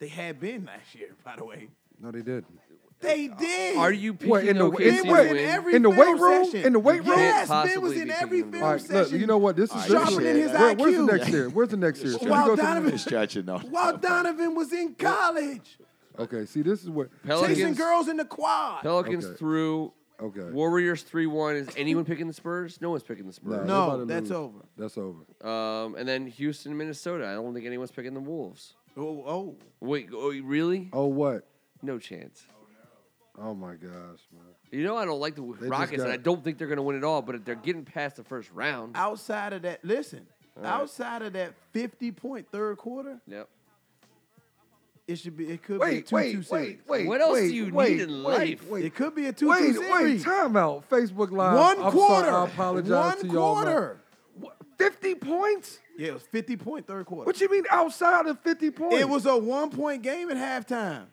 Speaker 1: They had Ben last year, by the way.
Speaker 3: No, they didn't.
Speaker 1: They did.
Speaker 2: Are you picking
Speaker 3: What, in the-
Speaker 2: OKC
Speaker 3: in
Speaker 1: Ben
Speaker 2: to
Speaker 3: what-
Speaker 1: was
Speaker 2: win?
Speaker 1: in every
Speaker 3: In the
Speaker 1: film
Speaker 3: weight room?
Speaker 1: session.
Speaker 3: In the weight room?
Speaker 1: Yes,
Speaker 2: Can't
Speaker 1: Ben was
Speaker 2: possibly
Speaker 1: in
Speaker 2: be
Speaker 1: every
Speaker 2: thinking
Speaker 1: film
Speaker 3: All right,
Speaker 1: session.
Speaker 3: look, you know what? This is
Speaker 4: All
Speaker 3: this
Speaker 4: right,
Speaker 3: is
Speaker 4: sharpening his
Speaker 3: Where- Where's the
Speaker 1: IQ.
Speaker 3: next year? Where's the next year? Should we
Speaker 1: While
Speaker 3: go to the-
Speaker 1: Donovan-
Speaker 4: Just stretching. No.
Speaker 1: While Donovan was in college,
Speaker 3: Okay, see, this is where.
Speaker 1: chasing
Speaker 2: Pelicans,
Speaker 1: girls in the quad.
Speaker 2: Pelicans
Speaker 3: Okay.
Speaker 2: through.
Speaker 3: Okay.
Speaker 2: Warriors three one. Is anyone picking the Spurs? No one's picking the Spurs.
Speaker 1: No,
Speaker 3: everybody
Speaker 1: that's
Speaker 3: lose.
Speaker 1: over.
Speaker 3: That's over.
Speaker 2: Um, and then Houston, Minnesota. I don't think anyone's picking the Wolves.
Speaker 1: Oh, oh.
Speaker 2: Wait, oh, really?
Speaker 3: Oh, what?
Speaker 2: No chance.
Speaker 3: Oh, my gosh, man.
Speaker 2: You know I don't like the
Speaker 3: just
Speaker 2: Rockets, and
Speaker 3: got-
Speaker 2: I don't think they're going to win it all. But if they're getting past the first round,
Speaker 1: Outside of that, listen. Outside of that fifty-point third quarter,
Speaker 2: yep.
Speaker 1: it should be. It could be a
Speaker 3: Wait,
Speaker 1: two-two
Speaker 3: wait,
Speaker 1: series.
Speaker 3: wait, wait.
Speaker 2: What else
Speaker 3: wait,
Speaker 2: do you
Speaker 3: wait,
Speaker 2: need in
Speaker 3: wait,
Speaker 2: life?
Speaker 3: Wait,
Speaker 1: It could be a two-two
Speaker 3: wait, wait.
Speaker 1: series.
Speaker 3: Time out. Facebook Live.
Speaker 1: One
Speaker 3: I'm
Speaker 1: quarter.
Speaker 3: Sorry, I apologize
Speaker 1: One
Speaker 3: to y'all. man.
Speaker 1: quarter.
Speaker 3: What, 50 points?
Speaker 1: Yeah, it was fifty-point third quarter.
Speaker 3: What you mean outside of 50 points?
Speaker 1: It was a one-point game at halftime.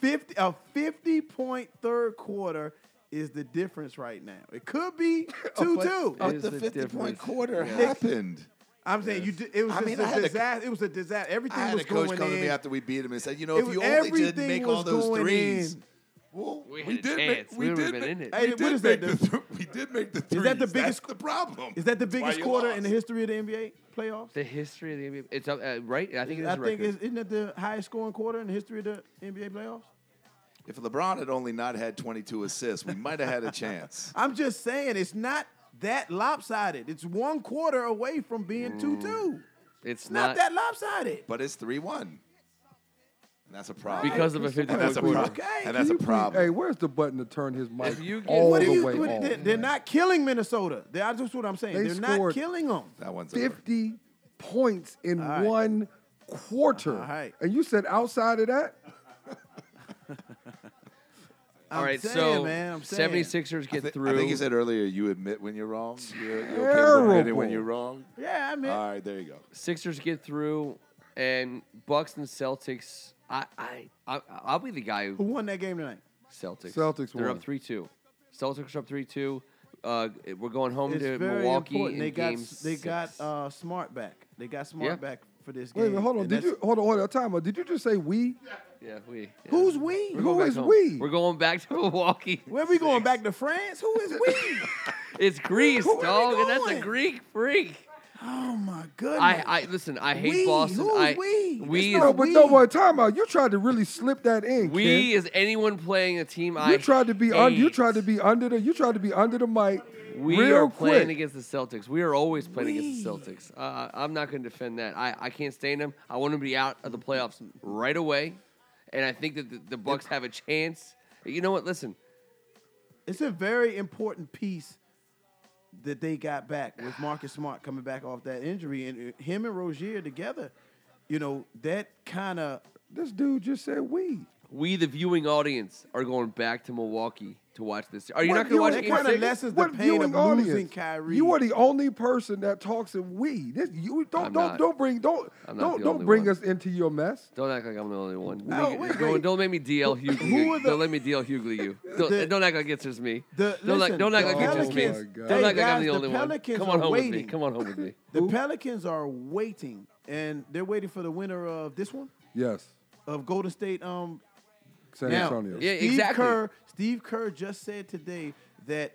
Speaker 1: Fifty a fifty-point third quarter is the difference right now. It could be two-two.
Speaker 2: a-
Speaker 4: But the
Speaker 2: Is the
Speaker 4: 50 point
Speaker 2: difference.
Speaker 4: quarter
Speaker 2: Yeah.
Speaker 4: happened.
Speaker 1: I'm saying you. Did, it was
Speaker 4: I
Speaker 1: just
Speaker 4: mean,
Speaker 1: a
Speaker 4: I had a-
Speaker 1: disaster. It was a disaster. Everything
Speaker 4: I had
Speaker 1: was
Speaker 4: a coach
Speaker 1: going
Speaker 4: come
Speaker 1: in.
Speaker 4: to me after we beat him and said, "You know,
Speaker 1: It
Speaker 4: if
Speaker 1: was-
Speaker 4: you only did
Speaker 1: everything
Speaker 4: make all
Speaker 1: was
Speaker 4: those
Speaker 1: going
Speaker 4: threes,
Speaker 1: in.
Speaker 4: well,
Speaker 2: We
Speaker 4: we,
Speaker 2: had a
Speaker 4: did
Speaker 2: chance.
Speaker 4: make
Speaker 2: We
Speaker 4: we,
Speaker 2: would've
Speaker 4: did
Speaker 2: been
Speaker 4: make-
Speaker 2: in it.
Speaker 1: Hey,
Speaker 4: we
Speaker 1: what
Speaker 4: did
Speaker 1: is
Speaker 4: make
Speaker 1: that,
Speaker 4: the th- we did make the threes.
Speaker 1: that the biggest-
Speaker 4: That's the problem?
Speaker 1: Is that the
Speaker 4: That's why
Speaker 1: biggest
Speaker 4: you
Speaker 1: quarter in
Speaker 4: lost.
Speaker 1: the history of the NBA playoffs?
Speaker 2: The history of the NBA. It's up, uh, right. I think it is
Speaker 1: I
Speaker 2: a
Speaker 1: think
Speaker 2: record.
Speaker 1: is, isn't it the highest scoring quarter in the history of the NBA playoffs?
Speaker 4: If LeBron had only not had 22 assists, we might have had a chance.
Speaker 1: I'm just saying it's not that lopsided. It's one quarter away from being two two.
Speaker 2: It's
Speaker 1: Not,
Speaker 2: Mm. not,
Speaker 1: that lopsided.
Speaker 4: But it's 3 1. And that's a problem.
Speaker 2: because of a fifty
Speaker 4: and that's
Speaker 2: point
Speaker 4: a
Speaker 2: quarter.
Speaker 4: problem.
Speaker 1: Okay, can
Speaker 4: And that's
Speaker 3: Can
Speaker 4: a
Speaker 3: you please-
Speaker 4: problem.
Speaker 3: Hey, where's the button to turn his mic
Speaker 2: If you get-
Speaker 3: all
Speaker 1: What
Speaker 3: the
Speaker 1: do you?
Speaker 3: way
Speaker 1: what-
Speaker 3: off?
Speaker 1: they- they're not killing Minnesota. They- That's just what I'm saying.
Speaker 3: They
Speaker 1: They are not
Speaker 3: scored
Speaker 1: killing them.
Speaker 4: that one's over.
Speaker 3: 50 points in
Speaker 1: right.
Speaker 3: one quarter.
Speaker 1: All right.
Speaker 3: And you said outside of that?
Speaker 2: All right,
Speaker 1: saying,
Speaker 2: so
Speaker 1: man, I'm saying.
Speaker 2: 76ers
Speaker 4: I
Speaker 2: get
Speaker 4: thi-
Speaker 2: through.
Speaker 4: I think you said earlier you admit when you're wrong. You're, you're okay with admitting when
Speaker 3: Terrible.
Speaker 4: you're wrong.
Speaker 1: Yeah, I mean,
Speaker 4: All right, there you go.
Speaker 2: Sixers get through, and Bucks and Celtics. I I, I I'll be the guy who
Speaker 1: who won that game tonight?
Speaker 2: Celtics.
Speaker 3: Celtics
Speaker 2: They're
Speaker 3: won.
Speaker 2: up three two. Celtics are up three two. Uh, we're going home
Speaker 1: It's
Speaker 2: to
Speaker 1: very
Speaker 2: Milwaukee
Speaker 1: important.
Speaker 2: in
Speaker 1: They got
Speaker 2: game
Speaker 1: they
Speaker 2: six.
Speaker 1: got uh, Smart back. They got Smart
Speaker 2: Yeah.
Speaker 1: back for this game.
Speaker 3: Wait a minute, hold on.
Speaker 1: And
Speaker 3: Did
Speaker 1: that's-
Speaker 3: you hold on, hold on, time out. Did you just say we?
Speaker 2: yeah, we. yeah.
Speaker 1: Who's we?
Speaker 2: We're going
Speaker 3: Who
Speaker 2: back
Speaker 3: is
Speaker 2: home.
Speaker 3: we?
Speaker 2: We're going back to Milwaukee.
Speaker 1: Where we going back to France? Who is we?
Speaker 2: It's Greece,
Speaker 1: Who are we
Speaker 2: dog, and that's a
Speaker 1: going?
Speaker 2: Greek freak.
Speaker 1: oh my goodness!
Speaker 2: I, I listen. I hate
Speaker 1: We?
Speaker 2: Boston.
Speaker 1: Who's
Speaker 2: I,
Speaker 1: we?
Speaker 2: we
Speaker 1: It's
Speaker 2: is,
Speaker 3: No,
Speaker 1: not
Speaker 3: but
Speaker 1: we.
Speaker 3: no more time out. You tried to really slip that in. Ken.
Speaker 2: we is anyone playing a team. I
Speaker 3: You tried to be un, you
Speaker 2: hate.
Speaker 3: tried to be under the you tried to be under the mic
Speaker 2: We
Speaker 3: real
Speaker 2: are playing
Speaker 3: quick.
Speaker 2: against the Celtics. We are always playing against the
Speaker 1: We.
Speaker 2: Celtics. Uh, I'm not going to defend that. I, I can't stand them. I want them to be out of the playoffs right away, and I think that the, the Bucks have a chance. You know what? Listen,
Speaker 1: it's a very important piece that they got back with Marcus Smart coming back off that injury, and uh, him and Rozier together. You know that kind of
Speaker 3: This dude just said we.
Speaker 2: we the viewing audience are going back to Milwaukee to watch this. Are you
Speaker 3: What
Speaker 2: not going to watch
Speaker 1: viewing-
Speaker 2: Game
Speaker 1: what
Speaker 2: Six?
Speaker 1: kind of lessons the pain of
Speaker 3: viewing
Speaker 1: losing Kyrie?
Speaker 3: You are the only person that talks in we. This you don't
Speaker 2: I'm
Speaker 3: don't
Speaker 2: not.
Speaker 3: don't bring don't
Speaker 2: I'm not
Speaker 3: don't
Speaker 2: the
Speaker 3: don't
Speaker 2: only
Speaker 3: bring
Speaker 2: one.
Speaker 3: us into your mess.
Speaker 2: Don't act like I'm the only one.
Speaker 1: No,
Speaker 2: Make-
Speaker 1: wait,
Speaker 2: don't,
Speaker 1: wait.
Speaker 2: don't make me DL Hughley.
Speaker 1: who
Speaker 2: you.
Speaker 1: are the-
Speaker 2: don't let me DL Hughley you. Don't,
Speaker 1: The-
Speaker 2: don't act like it's just me.
Speaker 1: the
Speaker 2: don't like,
Speaker 1: listen,
Speaker 2: don't act
Speaker 1: the
Speaker 2: like it's just me.
Speaker 1: Pelicans-
Speaker 3: Oh my
Speaker 2: Don't
Speaker 3: God. Hey,
Speaker 2: act like I'm
Speaker 1: guys,
Speaker 2: the
Speaker 1: the
Speaker 2: only one.
Speaker 1: Pelicans
Speaker 2: Come on
Speaker 1: are
Speaker 2: home with me.
Speaker 1: waiting.
Speaker 2: Come on home with me.
Speaker 1: the Pelicans are waiting, and they're waiting for the winner of this one
Speaker 3: Yes,
Speaker 1: of Golden State. Um,
Speaker 3: San
Speaker 1: now,
Speaker 3: Antonio.
Speaker 2: Yeah,
Speaker 1: Steve
Speaker 2: exactly.
Speaker 1: Kerr. Steve Kerr just said today that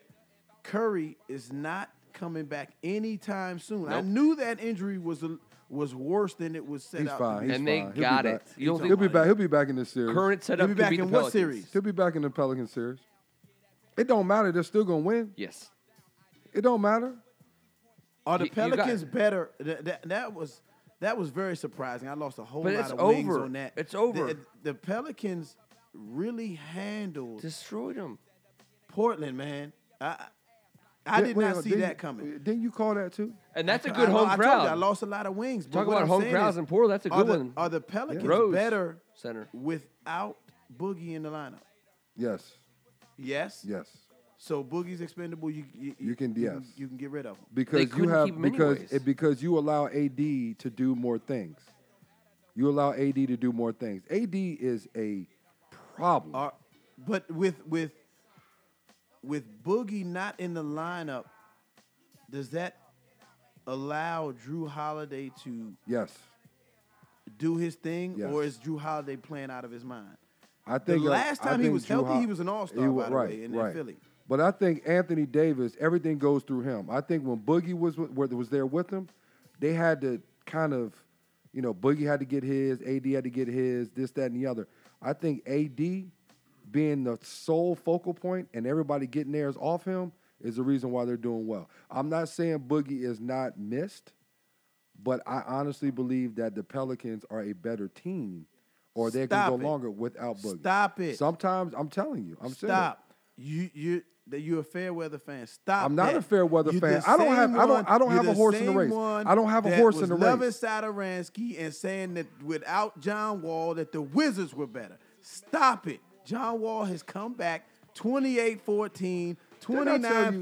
Speaker 1: Curry is not coming back anytime soon. I
Speaker 2: Nope.
Speaker 1: knew that injury was a, was worse than it was set
Speaker 3: He's
Speaker 1: out.
Speaker 3: fine.
Speaker 1: To be.
Speaker 3: He's
Speaker 2: And they
Speaker 3: fine. He'll be
Speaker 2: got
Speaker 3: back.
Speaker 2: it. You don't
Speaker 3: He'll
Speaker 2: think
Speaker 3: be back. He'll be back in this series.
Speaker 2: current setup
Speaker 1: He'll be
Speaker 2: could
Speaker 1: back
Speaker 2: beat the
Speaker 1: in what
Speaker 2: Pelicans.
Speaker 1: series?
Speaker 3: He'll be back in the Pelican series. It don't matter. They're still gonna win.
Speaker 2: Yes.
Speaker 3: It don't matter.
Speaker 1: Are the
Speaker 2: You- you got-
Speaker 1: Pelicans better? That, that, that was that was very surprising. I lost a whole
Speaker 2: But
Speaker 1: lot
Speaker 2: it's
Speaker 1: of wings
Speaker 2: over.
Speaker 1: on that.
Speaker 2: It's over.
Speaker 1: The, the Pelicans really handled
Speaker 2: Destroyed them.
Speaker 1: Portland, man. I I- I did
Speaker 3: Wait,
Speaker 1: not
Speaker 3: wait,
Speaker 1: see
Speaker 3: didn't-
Speaker 1: that coming.
Speaker 3: Didn't you call that too?
Speaker 2: And that's a
Speaker 1: I,
Speaker 2: good
Speaker 1: lo-
Speaker 2: home
Speaker 1: I told you,
Speaker 2: crowd.
Speaker 1: I lost a lot of wings. but
Speaker 2: Talk
Speaker 1: what
Speaker 2: about
Speaker 1: I'm
Speaker 2: home
Speaker 1: saying
Speaker 2: crowds
Speaker 1: is,
Speaker 2: in Portland. That's a
Speaker 1: are
Speaker 2: good
Speaker 1: the,
Speaker 2: one.
Speaker 1: Are the Pelicans
Speaker 2: Rose.
Speaker 1: better
Speaker 2: Center.
Speaker 1: without Boogie in the lineup?
Speaker 3: Yes.
Speaker 1: Yes.
Speaker 3: Yes.
Speaker 1: So Boogie's expendable. You you,
Speaker 3: You can- yes.
Speaker 1: you, can get rid of him.
Speaker 3: because you
Speaker 2: couldn't keep
Speaker 3: have
Speaker 2: him
Speaker 3: because
Speaker 2: anyways.
Speaker 3: it, because you allow AD to do more things. You allow AD to do more things. AD is a problem.
Speaker 1: Are, but with with with Boogie not in the lineup, does that allow Drew Holiday to
Speaker 3: yes.
Speaker 1: do his thing,
Speaker 3: Yes.
Speaker 1: or is Drew Holiday playing out of his mind?
Speaker 3: I think uh,
Speaker 1: last
Speaker 3: I
Speaker 1: time he
Speaker 3: think
Speaker 1: was
Speaker 3: Drew
Speaker 1: healthy,
Speaker 3: Ho-
Speaker 1: he was an all-star,
Speaker 3: he
Speaker 1: by
Speaker 3: wa-
Speaker 1: the way,
Speaker 3: right,
Speaker 1: in- in
Speaker 3: right.
Speaker 1: Philly.
Speaker 3: But I think Anthony Davis, everything goes through him. I think when Boogie was w- were- was there with him, they had to kind of, you know, Boogie had to get his, AD had to get his, this, that, and the other. I think AD being the sole focal point and everybody getting theirs off him is the reason why they're doing well. I'm not saying Boogie is not missed. But I honestly believe that the Pelicans are a better team, or they
Speaker 1: Stop
Speaker 3: can
Speaker 1: it.
Speaker 3: go longer without Boogie.
Speaker 1: Stop it.
Speaker 3: Sometimes I'm telling you, I'm saying
Speaker 1: Stop. You you that you're a fair weather fan. Stop.
Speaker 3: I'm not
Speaker 1: that.
Speaker 3: a fair weather
Speaker 1: You're
Speaker 3: fan.
Speaker 1: the
Speaker 3: I don't have-
Speaker 1: same
Speaker 3: I don't-
Speaker 1: one-
Speaker 3: I don't
Speaker 1: you're
Speaker 3: have a
Speaker 1: the
Speaker 3: horse in the
Speaker 1: same
Speaker 3: race.
Speaker 1: one
Speaker 3: I don't have a
Speaker 1: that
Speaker 3: horse
Speaker 1: was
Speaker 3: in the
Speaker 1: Loving
Speaker 3: race.
Speaker 1: Saturansky and saying that without John Wall that the Wizards were better. Stop it. John Wall has come back 28-14,
Speaker 3: Didn't I tell you-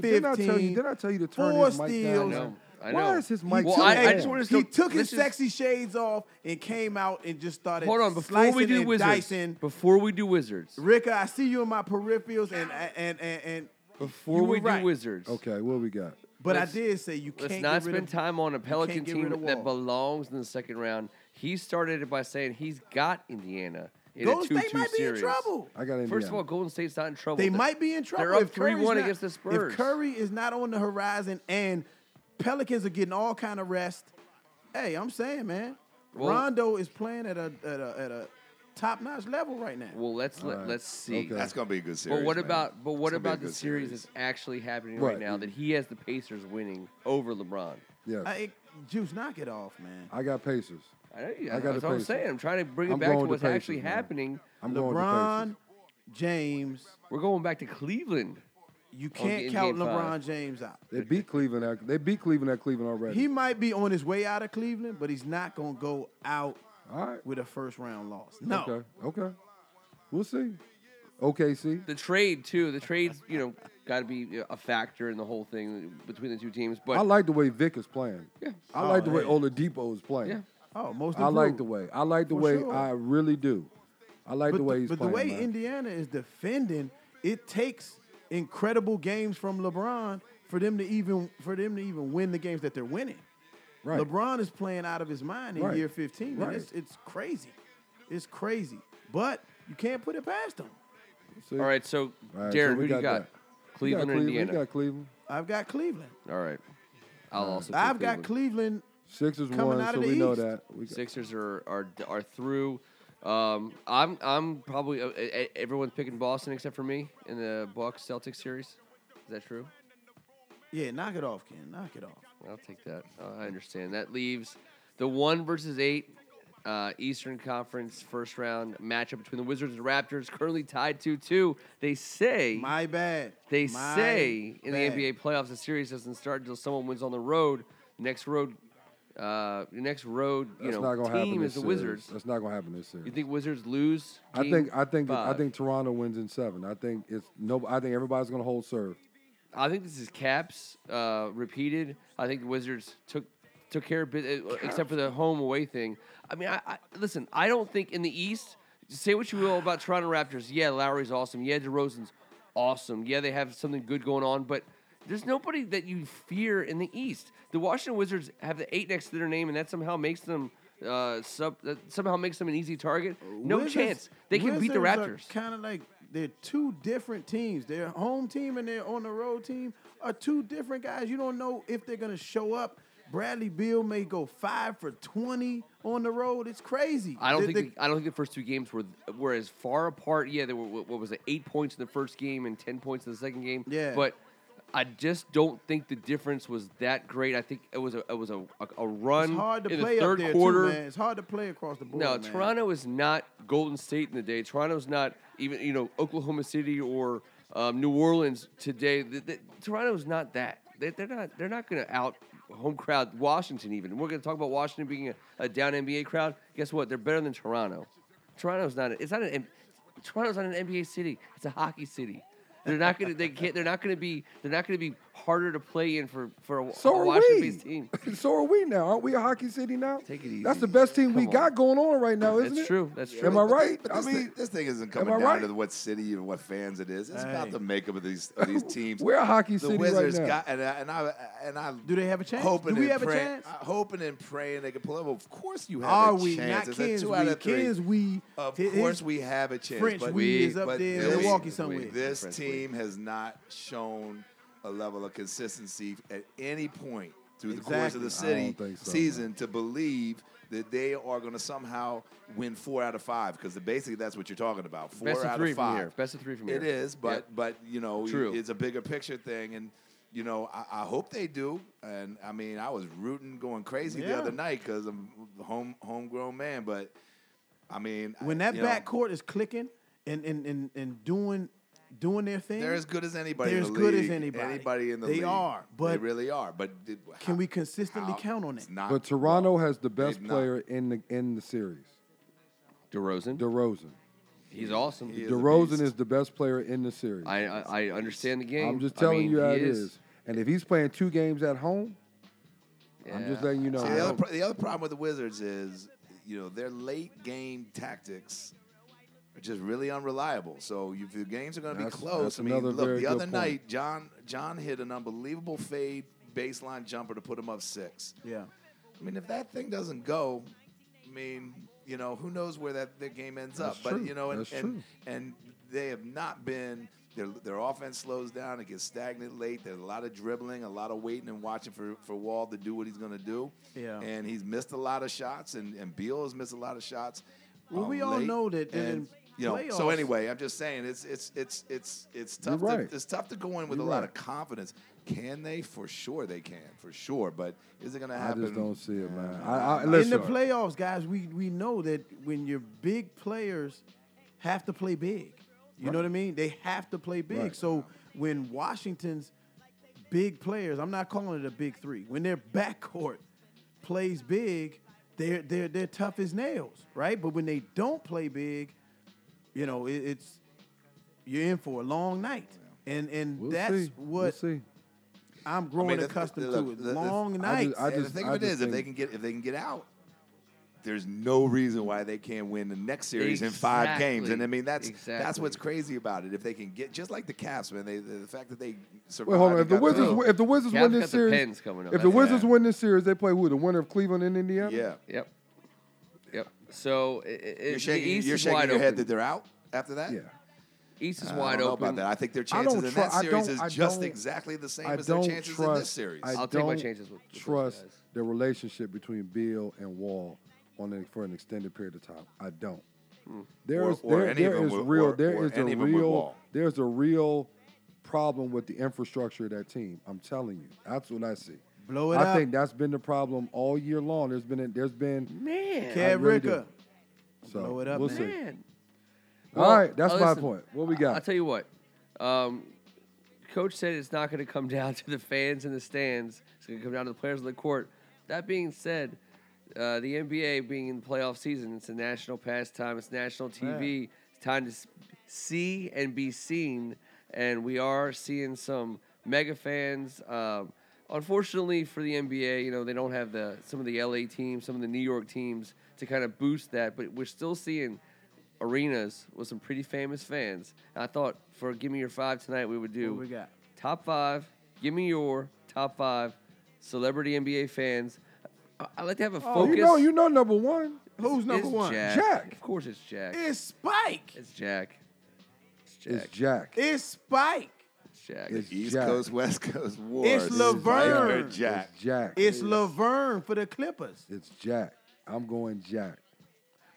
Speaker 1: 29-15.
Speaker 3: didn't I tell you- didn't I tell you to turn
Speaker 1: four
Speaker 3: his mic down?
Speaker 1: steals.
Speaker 2: I know. I know.
Speaker 3: Why is his mic
Speaker 2: Well,
Speaker 3: so
Speaker 2: I- I
Speaker 3: bad?
Speaker 2: just wanna-
Speaker 1: he
Speaker 2: go-
Speaker 1: took his
Speaker 2: let's just-
Speaker 1: sexy shades off and came out and just started
Speaker 2: Hold on, before
Speaker 1: slicing
Speaker 2: we do
Speaker 1: and
Speaker 2: Wizards,
Speaker 1: dicing.
Speaker 2: before we do Wizards,
Speaker 1: Ricka, I see you in my peripherals, and and and and
Speaker 2: before
Speaker 1: you were
Speaker 2: we do
Speaker 1: right.
Speaker 2: Wizards,
Speaker 3: Okay, what we got?
Speaker 1: But I
Speaker 2: Let's-
Speaker 1: did say you can't
Speaker 2: let's
Speaker 1: get
Speaker 2: not
Speaker 1: rid
Speaker 2: spend
Speaker 1: of-
Speaker 2: time on
Speaker 1: you
Speaker 2: a
Speaker 1: can't
Speaker 2: Pelican
Speaker 1: get rid
Speaker 2: team
Speaker 1: of
Speaker 2: that
Speaker 1: Wall.
Speaker 2: belongs in the second round. He started it by saying he's got Indiana in
Speaker 1: Golden
Speaker 2: a two-two
Speaker 1: State might be
Speaker 2: series.
Speaker 1: in trouble.
Speaker 3: I got Indiana.
Speaker 2: First of all, Golden State's not in trouble.
Speaker 1: They
Speaker 2: They're-
Speaker 1: might be in trouble.
Speaker 2: They're up
Speaker 1: if Curry's
Speaker 2: three-one
Speaker 1: not-
Speaker 2: against the Spurs.
Speaker 1: If Curry is not on the horizon and Pelicans are getting all kind of rest, hey, I'm saying, man,
Speaker 2: Well-
Speaker 1: Rondo is playing at a at a, at a top notch level right now.
Speaker 2: well, let's let,
Speaker 3: right.
Speaker 2: let's see.
Speaker 3: Okay.
Speaker 4: That's gonna be a good series.
Speaker 2: But what
Speaker 4: man.
Speaker 2: about but what
Speaker 4: It's gonna be a
Speaker 2: about the
Speaker 4: good
Speaker 2: series, that's actually happening
Speaker 3: Right.
Speaker 2: right now that he has the Pacers winning over LeBron?
Speaker 3: Yes,
Speaker 1: I,
Speaker 3: I,
Speaker 1: it, Juice, knock it off, man.
Speaker 3: got Pacers.
Speaker 2: I, know you-
Speaker 3: I
Speaker 2: that's
Speaker 3: got the
Speaker 2: what I'm
Speaker 3: Pacers.
Speaker 2: saying. I'm trying to bring it
Speaker 3: I'm
Speaker 2: back
Speaker 3: going
Speaker 2: to
Speaker 3: to
Speaker 2: what's
Speaker 3: Pacers,
Speaker 2: actually
Speaker 3: man.
Speaker 2: happening.
Speaker 3: I'm going to
Speaker 1: LeBron
Speaker 3: Pacers.
Speaker 1: James,
Speaker 2: We're going back to Cleveland.
Speaker 1: you
Speaker 2: On the-
Speaker 1: can't
Speaker 2: Oh, in
Speaker 1: count
Speaker 2: game
Speaker 1: LeBron
Speaker 2: five.
Speaker 1: James out.
Speaker 3: They beat Cleveland. At, they beat Cleveland at Cleveland already.
Speaker 1: He might be on his way out of Cleveland, but he's not gonna go out
Speaker 3: all right.
Speaker 1: with a first round loss. No.
Speaker 3: Okay. Okay. We'll see. OKC.
Speaker 2: The trade too. The trade's you know got to be you know, a factor in the whole thing between the two teams. But
Speaker 3: I like the way Vic is playing.
Speaker 2: Yeah.
Speaker 3: I
Speaker 1: Oh,
Speaker 3: like the way
Speaker 1: yeah.
Speaker 3: Oladipo is playing.
Speaker 2: Yeah.
Speaker 1: Oh, most
Speaker 3: I like
Speaker 1: improved.
Speaker 3: the way. I like the
Speaker 1: For
Speaker 3: way.
Speaker 1: sure.
Speaker 3: I really do. I like
Speaker 1: But
Speaker 3: the way he's
Speaker 1: but
Speaker 3: playing.
Speaker 1: the way
Speaker 3: man.
Speaker 1: Indiana is defending, it takes incredible games from LeBron for them to even for them to even win the games that they're winning.
Speaker 3: right.
Speaker 1: LeBron is playing out of his mind in
Speaker 3: Right.
Speaker 1: year 15.
Speaker 3: Right.
Speaker 1: And it's, it's crazy. It's crazy. But you can't put it past him.
Speaker 3: See?
Speaker 2: all right, so
Speaker 3: All right, so
Speaker 2: Darren,
Speaker 3: we
Speaker 2: who do you
Speaker 3: got
Speaker 2: got?
Speaker 3: that. We got
Speaker 2: Cleveland, or Indiana.
Speaker 3: We got Cleveland.
Speaker 1: I've got Cleveland.
Speaker 2: all right, I'll also. take
Speaker 1: I've got Cleveland.
Speaker 2: Cleveland.
Speaker 3: Sixers
Speaker 1: Coming
Speaker 3: won,
Speaker 1: out
Speaker 3: so
Speaker 1: of
Speaker 3: we
Speaker 1: the
Speaker 3: know
Speaker 1: East.
Speaker 3: that. We got,
Speaker 2: Sixers are are are through. Um, I'm I'm probably uh, e- e- everyone's picking Boston except for me in the Bucks Celtics series. Is that true?
Speaker 1: Yeah, knock it off, Ken. Knock it off.
Speaker 2: I'll take that. Uh, I understand. That leaves the one versus eight uh, Eastern Conference first round matchup between the Wizards and Raptors, currently tied two two. They say
Speaker 1: My bad.
Speaker 2: they
Speaker 1: My
Speaker 2: say in
Speaker 1: bad.
Speaker 2: the NBA playoffs the series doesn't start until someone wins on the road. Next road, uh, the next road, you
Speaker 3: that's
Speaker 2: know,
Speaker 3: not gonna happen.
Speaker 2: team
Speaker 3: this
Speaker 2: is the
Speaker 3: series.
Speaker 2: Wizards.
Speaker 3: That's not gonna happen this series.
Speaker 2: You think Wizards lose?
Speaker 3: I
Speaker 2: game
Speaker 3: think I think that- I
Speaker 2: five?
Speaker 3: think Toronto wins in seven. I think it's no. I think everybody's gonna hold serve.
Speaker 2: I think this is Caps uh, repeated. I think the Wizards took took care of business, uh, except for the home away thing. I mean, I, I listen. I don't think in the East. Say what you will about Toronto Raptors. Yeah, Lowry's awesome. Yeah, DeRozan's awesome. Yeah, they have something good going on, but there's nobody that you fear in the East. The Washington Wizards have the eight next to their name, and that somehow makes them uh, sub, that somehow makes them an easy target. No chance they can beat the Raptors.
Speaker 1: Kind of like they're two different teams. Their home team and their on the road team are two different guys. You don't know if they're gonna show up. Bradley Beal may go five for twenty on the road. It's crazy.
Speaker 2: I don't
Speaker 1: They-
Speaker 2: think
Speaker 1: they-
Speaker 2: the, I don't think the first two games were were as far apart. Yeah, there were what what was it eight points in the first game and ten points in the second game.
Speaker 1: Yeah.
Speaker 2: but I just don't think the difference was that great. I think it was a it was a, a, a run
Speaker 1: it's hard to
Speaker 2: in
Speaker 1: play
Speaker 2: the
Speaker 1: up
Speaker 2: third
Speaker 1: there
Speaker 2: quarter.
Speaker 1: too, man. It's hard to play across the board.
Speaker 2: No,
Speaker 1: man.
Speaker 2: Toronto is not Golden State in the day. Toronto's not even you know Oklahoma City or um, New Orleans today. The, the, Toronto's not that. They, they're not. They're not going to out home crowd Washington. Even we're going to talk about Washington being a, a down NBA crowd. Guess what? They're better than Toronto. Toronto's not. A, it's not an. M- Toronto's not an NBA city. It's a hockey city. They're not going to. They can't. They're not going to be. They're not going to be harder to play in for for a,
Speaker 3: So
Speaker 2: a
Speaker 3: are
Speaker 2: Washington
Speaker 3: we.
Speaker 2: based team.
Speaker 3: so are we now. Aren't we a hockey city now?
Speaker 2: Take it
Speaker 3: That's the
Speaker 2: easy.
Speaker 3: best team we
Speaker 2: Come on.
Speaker 3: got going on right now, isn't
Speaker 2: That's
Speaker 3: it?
Speaker 2: true. That's true.
Speaker 3: Am I right?
Speaker 4: But
Speaker 3: I
Speaker 4: this,
Speaker 3: mean,
Speaker 4: thing, this thing isn't coming
Speaker 3: I
Speaker 4: down
Speaker 3: right?
Speaker 4: to what city and what fans it is. It's
Speaker 1: Hey.
Speaker 4: about the makeup of these of these teams.
Speaker 3: we're a hockey
Speaker 4: the
Speaker 3: city
Speaker 4: Wizards
Speaker 3: right now.
Speaker 4: got and I and I, and I
Speaker 1: Do they have a chance?
Speaker 4: Hoping
Speaker 1: Do we
Speaker 4: and
Speaker 1: have a
Speaker 4: praying-
Speaker 1: chance?
Speaker 4: I- hoping and praying they can pull up. Of course you have
Speaker 1: Are
Speaker 4: a
Speaker 1: we
Speaker 4: chance.
Speaker 1: not
Speaker 4: It's a
Speaker 1: kids?
Speaker 4: two out
Speaker 1: We
Speaker 4: of three.
Speaker 1: kids. We
Speaker 4: Of
Speaker 1: his-
Speaker 4: course we have a chance.
Speaker 1: French
Speaker 4: but
Speaker 1: we is up
Speaker 4: but
Speaker 1: there
Speaker 2: in
Speaker 4: this-
Speaker 2: Milwaukee
Speaker 1: somewhere.
Speaker 4: This
Speaker 2: French we.
Speaker 4: team has not shown a level of consistency at any point through the course of
Speaker 3: Exactly.
Speaker 4: the
Speaker 3: I
Speaker 4: city
Speaker 3: don't think so,
Speaker 4: season to believe that they are going to somehow win four out of five because basically that's what you're talking about. Four
Speaker 2: Best
Speaker 4: out
Speaker 2: of three
Speaker 4: of
Speaker 2: from
Speaker 4: five.
Speaker 2: here. Best of three from here.
Speaker 4: It is, but
Speaker 2: Yep.
Speaker 4: but you know,
Speaker 2: True.
Speaker 4: it's a bigger picture thing, and you know, I, I hope they do. And I mean, I was rooting, going crazy the
Speaker 1: Yeah.
Speaker 4: other night because I'm a home homegrown man, but I mean, I-
Speaker 1: when that
Speaker 4: you know,
Speaker 1: backcourt is clicking and and, and and doing doing their thing.
Speaker 4: they're as good as anybody.
Speaker 1: They're
Speaker 4: in the
Speaker 1: as good as
Speaker 4: league.
Speaker 1: anybody.
Speaker 4: Anybody in the
Speaker 1: They
Speaker 4: league.
Speaker 1: are,
Speaker 4: they
Speaker 1: but
Speaker 4: really are. But did-
Speaker 1: can
Speaker 4: how-
Speaker 1: we consistently
Speaker 4: how-
Speaker 1: count on
Speaker 4: it's
Speaker 1: it?
Speaker 4: not-
Speaker 3: but Toronto has the best
Speaker 4: they've not.
Speaker 3: player in the in the series,
Speaker 2: DeRozan,
Speaker 3: DeRozan.
Speaker 2: he's awesome.
Speaker 4: He is a
Speaker 3: DeRozan
Speaker 4: beast.
Speaker 3: is the best player in the series.
Speaker 2: I, I I understand the game.
Speaker 3: am just
Speaker 2: I
Speaker 3: telling
Speaker 2: mean,
Speaker 3: you how
Speaker 2: he
Speaker 3: it is. And if he's playing two games at home, I'm just
Speaker 2: Yeah.
Speaker 3: letting you know.
Speaker 4: See, the,
Speaker 3: I
Speaker 4: other
Speaker 3: don't-
Speaker 4: pro- the other problem with the Wizards is, you know, their late game tactics are just really unreliable. So if the games are going to be
Speaker 3: That's-
Speaker 4: close,
Speaker 3: that's
Speaker 4: I mean,
Speaker 3: another
Speaker 4: look,
Speaker 3: very
Speaker 4: the
Speaker 3: good
Speaker 4: other
Speaker 3: point.
Speaker 4: night, John John hit an unbelievable fade baseline jumper to put him up six.
Speaker 1: Yeah.
Speaker 4: I mean, if that thing doesn't go, I mean, you know, who knows where that their game ends
Speaker 3: That's
Speaker 4: up?
Speaker 3: true.
Speaker 4: But you know, and
Speaker 3: That's
Speaker 4: and, and they have not been. Their, their offense slows down. It gets stagnant late. There's a lot of dribbling, a lot of waiting and watching for, for Wall to do what he's going to do.
Speaker 1: Yeah.
Speaker 4: And he's missed a lot of shots, and, and Beal has missed a lot of shots.
Speaker 1: Well,
Speaker 4: um,
Speaker 1: we all
Speaker 4: late.
Speaker 1: know that in
Speaker 4: And, you know, so
Speaker 1: playoffs-
Speaker 4: anyway, I'm just saying it's it's it's it's it's tough.
Speaker 3: You're
Speaker 4: to,
Speaker 3: right.
Speaker 4: It's tough to go in with
Speaker 3: You're
Speaker 4: a lot
Speaker 3: right.
Speaker 4: of confidence. Can they? For sure, they can. For sure, but is it going to
Speaker 3: I
Speaker 4: happen?
Speaker 3: just don't see it, man. I, I, listen,
Speaker 1: In the playoffs, guys, we we know that when your big players have to play big. You know what I mean? They have to play big.
Speaker 3: Right.
Speaker 1: So when Washington's big players, I'm not calling it a big three, when their backcourt plays big, they're they're they're tough as nails, right? But when they don't play big, you know, it, it's you're in for a long night. And and
Speaker 3: we'll
Speaker 1: that's
Speaker 3: see.
Speaker 1: what
Speaker 3: We'll see.
Speaker 1: I'm growing
Speaker 4: the-
Speaker 1: accustomed
Speaker 4: the-
Speaker 1: to.
Speaker 4: the- the-
Speaker 1: long
Speaker 4: I
Speaker 1: nights.
Speaker 3: I
Speaker 4: and
Speaker 3: just-
Speaker 4: the thing
Speaker 3: I
Speaker 4: of it
Speaker 3: just
Speaker 4: is, if they
Speaker 3: think-
Speaker 4: can get if they can get out, there's no reason why they can't win the next series in five games. And I mean, that's that's what's
Speaker 2: Exactly.
Speaker 4: crazy about it. If they can get just like the Caps, man, they, the fact that they survived.
Speaker 3: Wait, hold on.
Speaker 4: and
Speaker 3: If the
Speaker 4: got
Speaker 3: Wizards,
Speaker 2: Ooh.
Speaker 3: if the Wizards
Speaker 2: Cavs got
Speaker 3: win this
Speaker 2: the
Speaker 3: series,
Speaker 2: Pens coming up.
Speaker 3: if the
Speaker 2: That's-
Speaker 3: Wizards
Speaker 4: Yeah.
Speaker 3: win this series, they play who? The winner of Cleveland and Indiana.
Speaker 4: yeah,
Speaker 2: Yep. Yep. So i- i-
Speaker 4: you're
Speaker 2: the
Speaker 4: shaking,
Speaker 2: East
Speaker 4: you're
Speaker 2: is
Speaker 4: shaking
Speaker 2: wide
Speaker 4: your head
Speaker 2: open.
Speaker 4: that they're out after that.
Speaker 3: yeah.
Speaker 2: East is
Speaker 4: I
Speaker 2: wide
Speaker 4: don't know
Speaker 2: open.
Speaker 4: about that. I think their
Speaker 3: I
Speaker 4: chances
Speaker 3: don't
Speaker 4: in
Speaker 3: tru-
Speaker 4: that
Speaker 3: I
Speaker 4: series
Speaker 3: don't-
Speaker 4: is
Speaker 3: I
Speaker 4: just
Speaker 3: don't-
Speaker 4: exactly the same
Speaker 3: I
Speaker 4: as their
Speaker 3: don't
Speaker 4: chances in this
Speaker 3: trust.
Speaker 4: series.
Speaker 3: I
Speaker 2: I'll
Speaker 3: don't
Speaker 2: take my chances with- with those
Speaker 3: trust
Speaker 2: guys.
Speaker 3: the relationship between Bill and Wall on an, for an extended period of time. I don't. There
Speaker 4: Hmm. Or-
Speaker 3: is
Speaker 4: or
Speaker 3: there,
Speaker 4: any of
Speaker 3: there
Speaker 4: them
Speaker 3: is
Speaker 4: with-
Speaker 3: real
Speaker 4: or-
Speaker 3: there
Speaker 4: or
Speaker 3: is a
Speaker 4: any of them with
Speaker 3: real
Speaker 4: Wall.
Speaker 3: there's a real problem with the infrastructure of that team. I'm telling you, that's what I see.
Speaker 1: Blow it
Speaker 3: I
Speaker 1: up.
Speaker 3: think that's been the problem all year long. There's been a, there's been
Speaker 2: Man.
Speaker 1: Kev
Speaker 3: really do.
Speaker 1: Ricker.
Speaker 3: so
Speaker 1: Blow it up,
Speaker 3: we'll
Speaker 1: man.
Speaker 3: see.
Speaker 2: Man.
Speaker 3: All right, that's
Speaker 2: uh,
Speaker 3: my
Speaker 2: listen,
Speaker 3: point. What we
Speaker 2: I-
Speaker 3: got?
Speaker 2: I'll tell you what. Um, Coach said it's not going to come down to the fans in the stands. It's going to come down to the players on the court. That being said, uh, the NBA being in the playoff season, it's a national pastime. It's national TV. It's time to s- see and be seen, and we are seeing some mega fans. Um, unfortunately for the NBA, you know they don't have the some of the LA teams, some of the New York teams to kind of boost that, but we're still seeing arenas with some pretty famous fans. And I thought for Give Me Your Five tonight, we would do
Speaker 1: What we got?
Speaker 2: top five. Give me your top five celebrity NBA fans. I, I like to have a
Speaker 3: Oh,
Speaker 2: focus.
Speaker 3: you know, you know, number one.
Speaker 1: Who's number
Speaker 2: It's
Speaker 1: one?
Speaker 2: Jack.
Speaker 3: Jack.
Speaker 2: Of course, it's Jack.
Speaker 1: It's Spike.
Speaker 2: It's Jack. It's Jack.
Speaker 3: It's Jack.
Speaker 1: It's Spike.
Speaker 2: It's Jack.
Speaker 3: It's
Speaker 4: East
Speaker 3: Jack.
Speaker 4: Coast, West Coast war.
Speaker 1: It's
Speaker 4: Spike
Speaker 1: Laverne.
Speaker 4: or Jack.
Speaker 3: It's Jack.
Speaker 1: It's Laverne for the Clippers.
Speaker 3: It's Jack. I'm going Jack.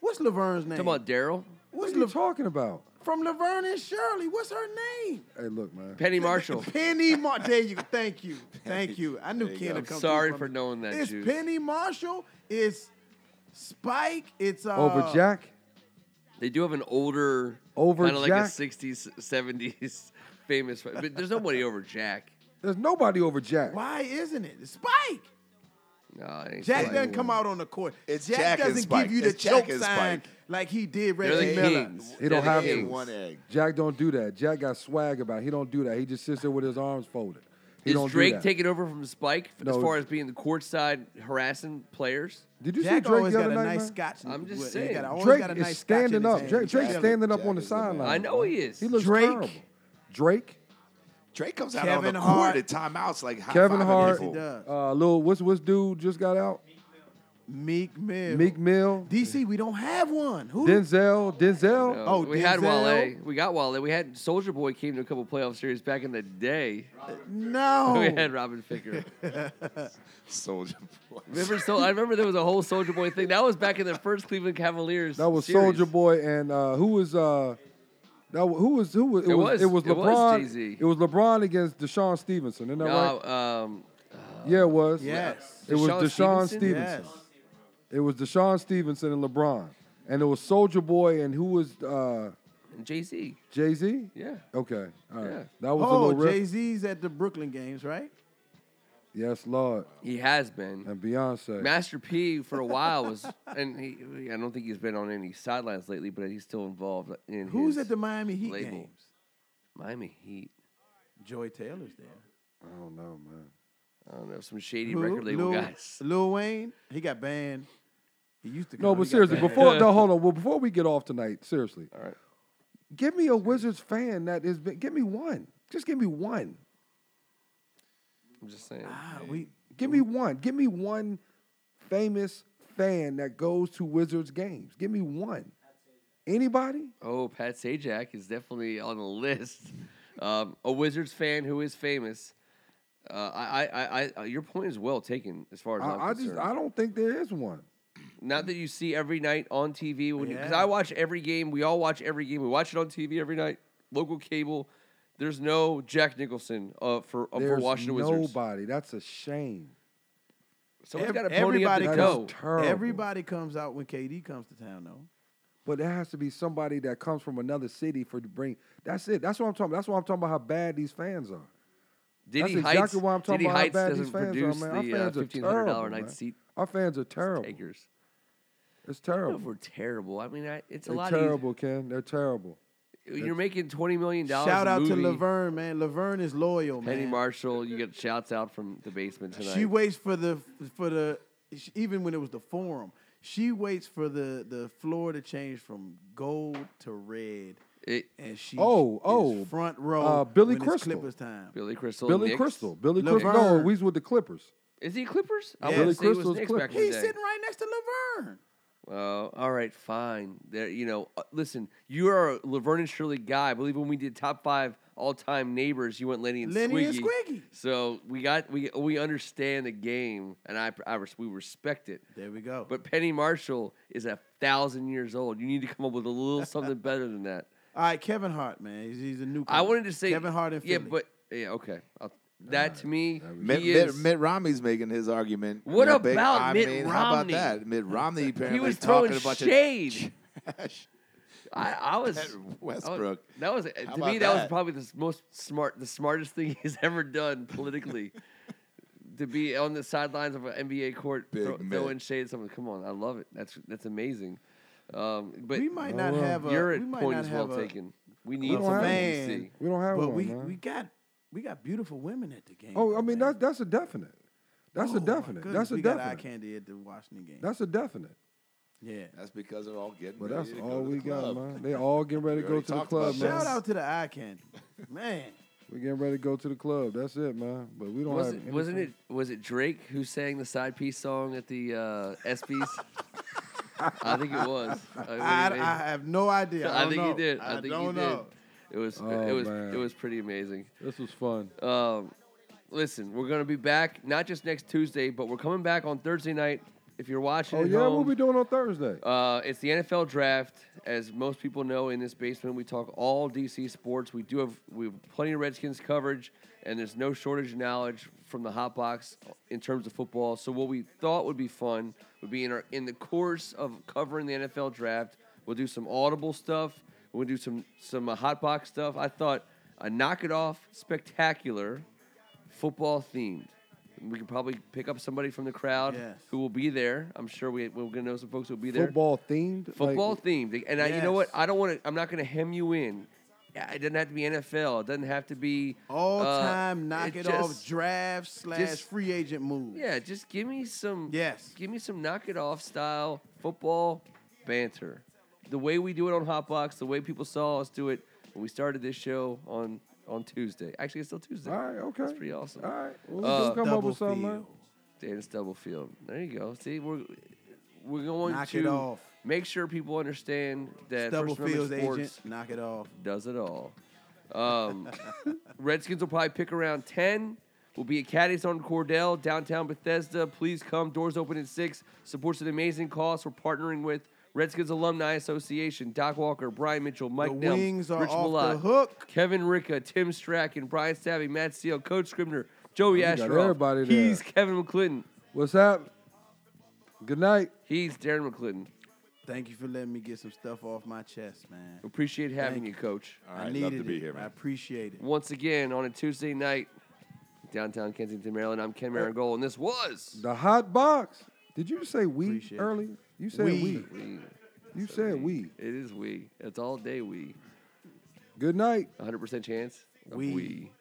Speaker 1: What's Laverne's name?
Speaker 2: Talking about Daryl,
Speaker 3: What
Speaker 1: What's
Speaker 3: are you
Speaker 1: Lav-
Speaker 3: talking about?
Speaker 1: from Laverne and Shirley? What's her name?
Speaker 3: Hey, look, man.
Speaker 2: Penny Marshall.
Speaker 1: Penny Marshall. there you. Thank you. Thank you. I knew
Speaker 4: There you
Speaker 1: Ken
Speaker 4: go.
Speaker 1: would
Speaker 4: I'm
Speaker 1: come through
Speaker 2: sorry
Speaker 1: for
Speaker 2: for
Speaker 1: me.
Speaker 2: knowing that,
Speaker 1: It's
Speaker 2: Juice.
Speaker 1: Penny Marshall. It's Spike. It's uh,
Speaker 3: Over Jack.
Speaker 2: They do have an older,
Speaker 3: Over
Speaker 2: kind of like a
Speaker 3: Jack?
Speaker 2: '60s, '70s famous, but there's nobody over Jack.
Speaker 3: There's nobody over Jack.
Speaker 1: Why isn't it? It's Spike.
Speaker 2: No, it ain't
Speaker 1: Jack
Speaker 2: Spike.
Speaker 1: doesn't come out on the court.
Speaker 4: It's
Speaker 1: Jack,
Speaker 4: Jack and
Speaker 1: doesn't
Speaker 4: Spike.
Speaker 1: give you the
Speaker 4: It's Jack
Speaker 1: choke
Speaker 4: and
Speaker 1: sign
Speaker 4: Spike.
Speaker 1: like he did
Speaker 2: They're the
Speaker 1: Reggie Miller.
Speaker 2: Kings.
Speaker 3: He
Speaker 2: They're
Speaker 3: don't
Speaker 2: the
Speaker 3: have
Speaker 4: Egg,
Speaker 2: Kings.
Speaker 3: to.
Speaker 4: one egg.
Speaker 3: Jack don't do that. Jack got swag about. It. He don't do that. He just sits there with his arms folded. He don't
Speaker 2: Is
Speaker 3: do
Speaker 2: Drake
Speaker 3: that.
Speaker 2: taking over from Spike f-
Speaker 3: No.
Speaker 2: as far as being the courtside harassing players?
Speaker 3: Did you
Speaker 1: Jack
Speaker 3: see Drake
Speaker 1: always
Speaker 3: the
Speaker 1: got
Speaker 3: other
Speaker 1: a
Speaker 3: night?
Speaker 1: nice
Speaker 3: man?
Speaker 1: scotch. in-
Speaker 2: I'm just
Speaker 1: he got-
Speaker 2: saying.
Speaker 1: always
Speaker 3: Drake
Speaker 1: got a
Speaker 3: is
Speaker 1: nice scotch in
Speaker 3: standing
Speaker 1: his
Speaker 3: up.
Speaker 1: hand.
Speaker 3: Drake,
Speaker 1: Jack
Speaker 3: Drake's
Speaker 1: is-
Speaker 3: standing up
Speaker 4: Jack
Speaker 3: on the
Speaker 4: is the man.
Speaker 3: sideline.
Speaker 4: Oh,
Speaker 2: I know he is.
Speaker 3: He looks
Speaker 1: Drake.
Speaker 3: terrible. Drake,
Speaker 4: Drake comes out on
Speaker 1: Kevin
Speaker 4: the
Speaker 1: Hart.
Speaker 4: court at timeouts like high
Speaker 3: Kevin Hart,
Speaker 1: Yes, he does.
Speaker 3: uh, Lil, what's what's dude just got out?
Speaker 1: Meek Mill.
Speaker 3: Meek Mill,
Speaker 1: DC, we don't have one. Who?
Speaker 3: Denzel, Denzel.
Speaker 2: No,
Speaker 1: Oh,
Speaker 2: we had
Speaker 1: Denzel?
Speaker 2: Wale. We got Wale. We had Soldier Boy came to a couple playoff series back in the day.
Speaker 3: Oh.
Speaker 2: We had
Speaker 1: no.
Speaker 2: Robin Ficker.
Speaker 4: Soldier Boy.
Speaker 2: remember, so I remember there was a whole Soldier Boy thing. That was back in the first Cleveland Cavaliers.
Speaker 3: That was
Speaker 2: series.
Speaker 3: Soldier Boy and uh, who was uh, that wa- who was who was it,
Speaker 2: It
Speaker 3: was,
Speaker 2: was-
Speaker 3: it was
Speaker 2: it was
Speaker 3: LeBron.
Speaker 2: Jay-Z.
Speaker 3: it was LeBron against Deshaun Stevenson. Isn't that
Speaker 2: No,
Speaker 3: right?
Speaker 2: um,
Speaker 3: Yeah, it was.
Speaker 1: Yes.
Speaker 3: it was
Speaker 2: Deshaun
Speaker 3: Deshaun Stevenson.
Speaker 2: Stevenson?
Speaker 1: Yes.
Speaker 3: It was Deshaun Stevenson and LeBron, and it was Soldier Boy and who was uh,
Speaker 2: Jay Z.
Speaker 3: Jay Z.
Speaker 2: Yeah.
Speaker 3: Okay, all right.
Speaker 2: Yeah.
Speaker 3: That was a
Speaker 1: Oh,
Speaker 3: little
Speaker 1: Jay
Speaker 3: riff.
Speaker 1: Z's at the Brooklyn games, right?
Speaker 3: Yes, Lord,
Speaker 2: He has been.
Speaker 3: and Beyonce.
Speaker 2: Master P for a while was, and he, I don't think he's been on any sidelines lately, but he's still involved in
Speaker 1: Who's
Speaker 2: his
Speaker 1: at the Miami Heat
Speaker 2: label.
Speaker 1: games?
Speaker 2: Miami Heat.
Speaker 1: Joy Taylor's there.
Speaker 3: I don't know, man.
Speaker 2: I don't know some shady
Speaker 1: Who?
Speaker 2: record label
Speaker 1: Lil,
Speaker 2: guys.
Speaker 1: Lil Wayne, he got banned. He used to.
Speaker 3: No,
Speaker 1: come,
Speaker 3: but
Speaker 1: he got
Speaker 3: seriously,
Speaker 1: banned.
Speaker 3: before no, hold on. Well, before we get off tonight, seriously,
Speaker 2: All right,
Speaker 3: give me a Wizards fan that is. Give me one. Just give me one.
Speaker 2: I'm just saying.
Speaker 1: Ah, we
Speaker 3: Give me one. Give me one famous fan that goes to Wizards games. Give me one. Anybody?
Speaker 2: Oh, Pat Sajak is definitely on the list. Um, a Wizards fan who is famous. Uh, I, I, I, I, your point is well taken as far as I, am
Speaker 3: I, I just
Speaker 2: concerned.
Speaker 3: I don't think there is one.
Speaker 2: Not that you see every night on TV when because
Speaker 1: Yeah.
Speaker 2: I watch every game. We all watch every game. We watch it on TV every night. Local cable. There's no Jack Nicholson uh, for uh, for
Speaker 3: There's
Speaker 2: Washington Wizards.
Speaker 3: nobody. That's a shame.
Speaker 2: Someone's
Speaker 1: Ev-
Speaker 2: got to pony up
Speaker 1: everybody
Speaker 2: the
Speaker 3: That
Speaker 1: No.
Speaker 2: dough.
Speaker 3: is terrible.
Speaker 1: everybody comes out when KD comes to town though.
Speaker 3: But there has to be somebody that comes from another city for to bring. That's it. That's what I'm talking. That's why I'm talking about how bad these fans are.
Speaker 2: Diddy
Speaker 3: that's
Speaker 2: Heights,
Speaker 3: exactly why I'm talking
Speaker 2: Diddy
Speaker 3: about how
Speaker 2: Heights
Speaker 3: bad these
Speaker 2: doesn't
Speaker 3: fans are,
Speaker 2: produce
Speaker 3: man. Our
Speaker 2: the uh,
Speaker 3: fans are
Speaker 2: fifteen hundred
Speaker 3: terrible,
Speaker 2: dollar
Speaker 3: man.
Speaker 2: night seat
Speaker 3: Our fans are terrible.
Speaker 2: takers.
Speaker 3: It's
Speaker 2: I don't know
Speaker 3: terrible.
Speaker 2: if we're terrible. I mean, I, it's a
Speaker 3: They're
Speaker 2: lot
Speaker 3: terrible, Ken. They're terrible.
Speaker 2: of you're making twenty million dollars.
Speaker 1: Shout
Speaker 2: a
Speaker 1: out to
Speaker 2: movie.
Speaker 1: Laverne, man. Laverne is loyal,
Speaker 2: Penny
Speaker 1: man.
Speaker 2: Marshall. You get shouts out from the basement tonight.
Speaker 1: She waits for the for the sh- even when it was the forum. She waits for the the floor to change from gold to red,
Speaker 2: It-
Speaker 1: and she
Speaker 3: Oh,
Speaker 1: is
Speaker 3: oh,
Speaker 1: front row.
Speaker 3: uh, Billy
Speaker 1: when
Speaker 3: Crystal.
Speaker 1: It's Clippers time.
Speaker 2: Billy Crystal.
Speaker 3: Billy
Speaker 2: Knicks.
Speaker 3: Crystal. Billy
Speaker 1: Laverne.
Speaker 3: Crystal. No, we was with the Clippers.
Speaker 2: Is he Clippers? I
Speaker 1: Yeah.
Speaker 2: wanna
Speaker 1: Billy
Speaker 2: say he was
Speaker 3: Crystal's
Speaker 2: Knicks back in the
Speaker 1: He's
Speaker 2: day.
Speaker 1: sitting right next to Laverne.
Speaker 2: Well, all right, fine. There, you know, uh, listen, you are a Laverne and Shirley guy. I believe when we did top five all time neighbors, you went Lenny and
Speaker 1: Lenny and
Speaker 2: Squiggy.
Speaker 1: Squiggy.
Speaker 2: So we got we we understand the game, and I, I res- we respect it.
Speaker 1: There we go.
Speaker 2: But Penny Marshall is a thousand years old. You need to come up with a little something better than that.
Speaker 1: All right, Kevin Hart, man, he's, he's a new.
Speaker 2: I wanted to say
Speaker 1: Kevin Hart and
Speaker 2: yeah, but yeah, okay. I'll, that to me,
Speaker 4: Mitt,
Speaker 2: he
Speaker 4: Mitt,
Speaker 2: is-
Speaker 4: Mitt Romney's making his argument.
Speaker 2: What
Speaker 4: You know,
Speaker 2: about
Speaker 4: I
Speaker 2: Mitt
Speaker 4: mean, How about
Speaker 2: Romney?
Speaker 4: that? Mitt Romney apparently
Speaker 2: he was
Speaker 4: talking
Speaker 2: throwing
Speaker 4: a bunch
Speaker 2: shade.
Speaker 4: of trash.
Speaker 2: I, I was
Speaker 4: at
Speaker 2: I was-
Speaker 4: Westbrook.
Speaker 2: That was
Speaker 4: How
Speaker 2: to
Speaker 4: about
Speaker 2: me. That, was
Speaker 4: that?
Speaker 2: probably the s- most smart, the smartest thing he's ever done politically. to be on the sidelines of an NBA court,
Speaker 4: Big
Speaker 2: throw,
Speaker 4: man.
Speaker 2: throwing shade. at Someone, come on, I love it. That's that's amazing. Um, but
Speaker 1: we might not
Speaker 3: well.
Speaker 1: have a.
Speaker 2: your
Speaker 1: we might
Speaker 2: point
Speaker 1: not
Speaker 2: is well
Speaker 1: have a,
Speaker 2: taken. We need
Speaker 3: don't
Speaker 2: some
Speaker 3: have
Speaker 1: man.
Speaker 2: see.
Speaker 3: We don't have
Speaker 1: But
Speaker 3: one.
Speaker 1: we
Speaker 3: man.
Speaker 1: we got we got beautiful women at the game.
Speaker 3: oh, I
Speaker 1: though,
Speaker 3: mean
Speaker 1: man.
Speaker 3: that's that's a definite. That's
Speaker 1: Oh,
Speaker 3: a
Speaker 1: my
Speaker 3: definite.
Speaker 1: goodness,
Speaker 3: That's a
Speaker 1: we
Speaker 3: definite.
Speaker 1: got eye candy at the Washington game.
Speaker 3: That's a definite.
Speaker 1: yeah.
Speaker 4: That's because they're all getting.
Speaker 3: But
Speaker 4: ready
Speaker 3: that's
Speaker 4: to go
Speaker 3: all
Speaker 4: to the
Speaker 3: we got,
Speaker 4: club.
Speaker 3: man. They all getting ready to
Speaker 4: We
Speaker 3: go
Speaker 4: already
Speaker 3: to the
Speaker 4: talked
Speaker 3: club,
Speaker 4: about
Speaker 3: man.
Speaker 1: Shout out to the eye candy, man.
Speaker 3: We're getting ready to go to the club. That's it, man. But we don't have.
Speaker 2: Wasn't, wasn't it
Speaker 3: anything.
Speaker 2: was it Drake who sang the side piece song at the uh, ESPYS? I think it was. I think
Speaker 1: I,
Speaker 2: it may-
Speaker 1: I have no idea. I,
Speaker 2: I
Speaker 1: don't
Speaker 2: think
Speaker 1: know.
Speaker 2: he did.
Speaker 1: I,
Speaker 2: I think
Speaker 1: don't
Speaker 2: he did.
Speaker 1: know.
Speaker 2: It was it
Speaker 3: Oh,
Speaker 2: was
Speaker 3: man.
Speaker 2: it was pretty amazing.
Speaker 3: This was fun.
Speaker 2: Um, listen, we're gonna be back not just next Tuesday, but we're coming back on Thursday night. If you're watching,
Speaker 3: Oh
Speaker 2: at
Speaker 3: yeah,
Speaker 2: home,
Speaker 3: what we doing on Thursday?
Speaker 2: um, uh, it's the NFL draft. As most people know, in this basement, we talk all DC sports. We do have we have plenty of Redskins coverage, and there's no shortage of knowledge from the hot box in terms of football. So what we thought would be fun would be in our in the course of covering the NFL draft, we'll do some audible stuff. We'll do some some uh, hot box stuff. I thought a knock it off spectacular, football themed. We could probably pick up somebody from the crowd
Speaker 1: Yes.
Speaker 2: who will be there. I'm sure we, we're gonna know some folks who will be there
Speaker 3: Football themed. Like,
Speaker 2: football themed. And I, you know what?
Speaker 1: Yes.
Speaker 2: I don't want to. I'm not going to hem you in. It doesn't have to be NFL. It doesn't have to be
Speaker 1: All
Speaker 2: uh,
Speaker 1: time knock it, off
Speaker 2: just-
Speaker 1: draft slash
Speaker 2: just-
Speaker 1: free agent move.
Speaker 2: Yeah, just give me some.
Speaker 1: Yes.
Speaker 2: Give me some knock it off style football banter. The way we do it on Hotbox, the way people saw us do it when we started this show on on Tuesday. Actually, it's still Tuesday.
Speaker 3: All right, okay.
Speaker 2: That's pretty awesome.
Speaker 3: All right, we'll
Speaker 2: Uh,
Speaker 3: just come up
Speaker 1: Double
Speaker 3: with something.
Speaker 1: feel.
Speaker 3: man.
Speaker 2: Dennis Doublefield. There you go. See, we're we're going
Speaker 1: Knock
Speaker 2: to
Speaker 1: it off.
Speaker 2: make sure people understand that
Speaker 1: Double
Speaker 2: First Amendment
Speaker 1: Fields
Speaker 2: sports
Speaker 1: agent, knock it off.
Speaker 2: does it all. Um, Redskins will probably pick around 10. We'll be at Caddy's on Cordell, downtown Bethesda. Please come. Doors open at 6. Supports an amazing cause. We're partnering with Redskins Alumni Association, Doc Walker, Brian Mitchell, Mike
Speaker 1: The
Speaker 2: Nell,
Speaker 1: wings are
Speaker 2: Rich
Speaker 1: off
Speaker 2: Malott,
Speaker 1: the hook.
Speaker 2: Kevin Ricka, Tim Strachan, Brian Savvy, Matt Steele, Coach Scribner, Joey
Speaker 3: Oh, You got
Speaker 2: Asheroff.
Speaker 3: everybody there.
Speaker 2: He's Kevin McClinton.
Speaker 3: What's up? Good night.
Speaker 2: He's Darren McClinton.
Speaker 1: Thank you for letting me get some stuff off my chest, man.
Speaker 2: Appreciate having
Speaker 1: Thank
Speaker 2: you, Coach.
Speaker 4: All
Speaker 1: I
Speaker 4: right,
Speaker 1: needed
Speaker 4: love to be
Speaker 1: it.
Speaker 4: here, man.
Speaker 1: I appreciate it.
Speaker 2: Once again, on a Tuesday night, downtown Kensington, Maryland, I'm Ken Marigold, and this was.
Speaker 3: The hot box. Did you say we
Speaker 1: Appreciate you.
Speaker 3: early? You said
Speaker 1: We.
Speaker 3: we.
Speaker 2: We.
Speaker 3: You said we.
Speaker 2: It is we. It's all day we.
Speaker 3: Good night.
Speaker 2: 100% chance of
Speaker 1: We.
Speaker 2: we.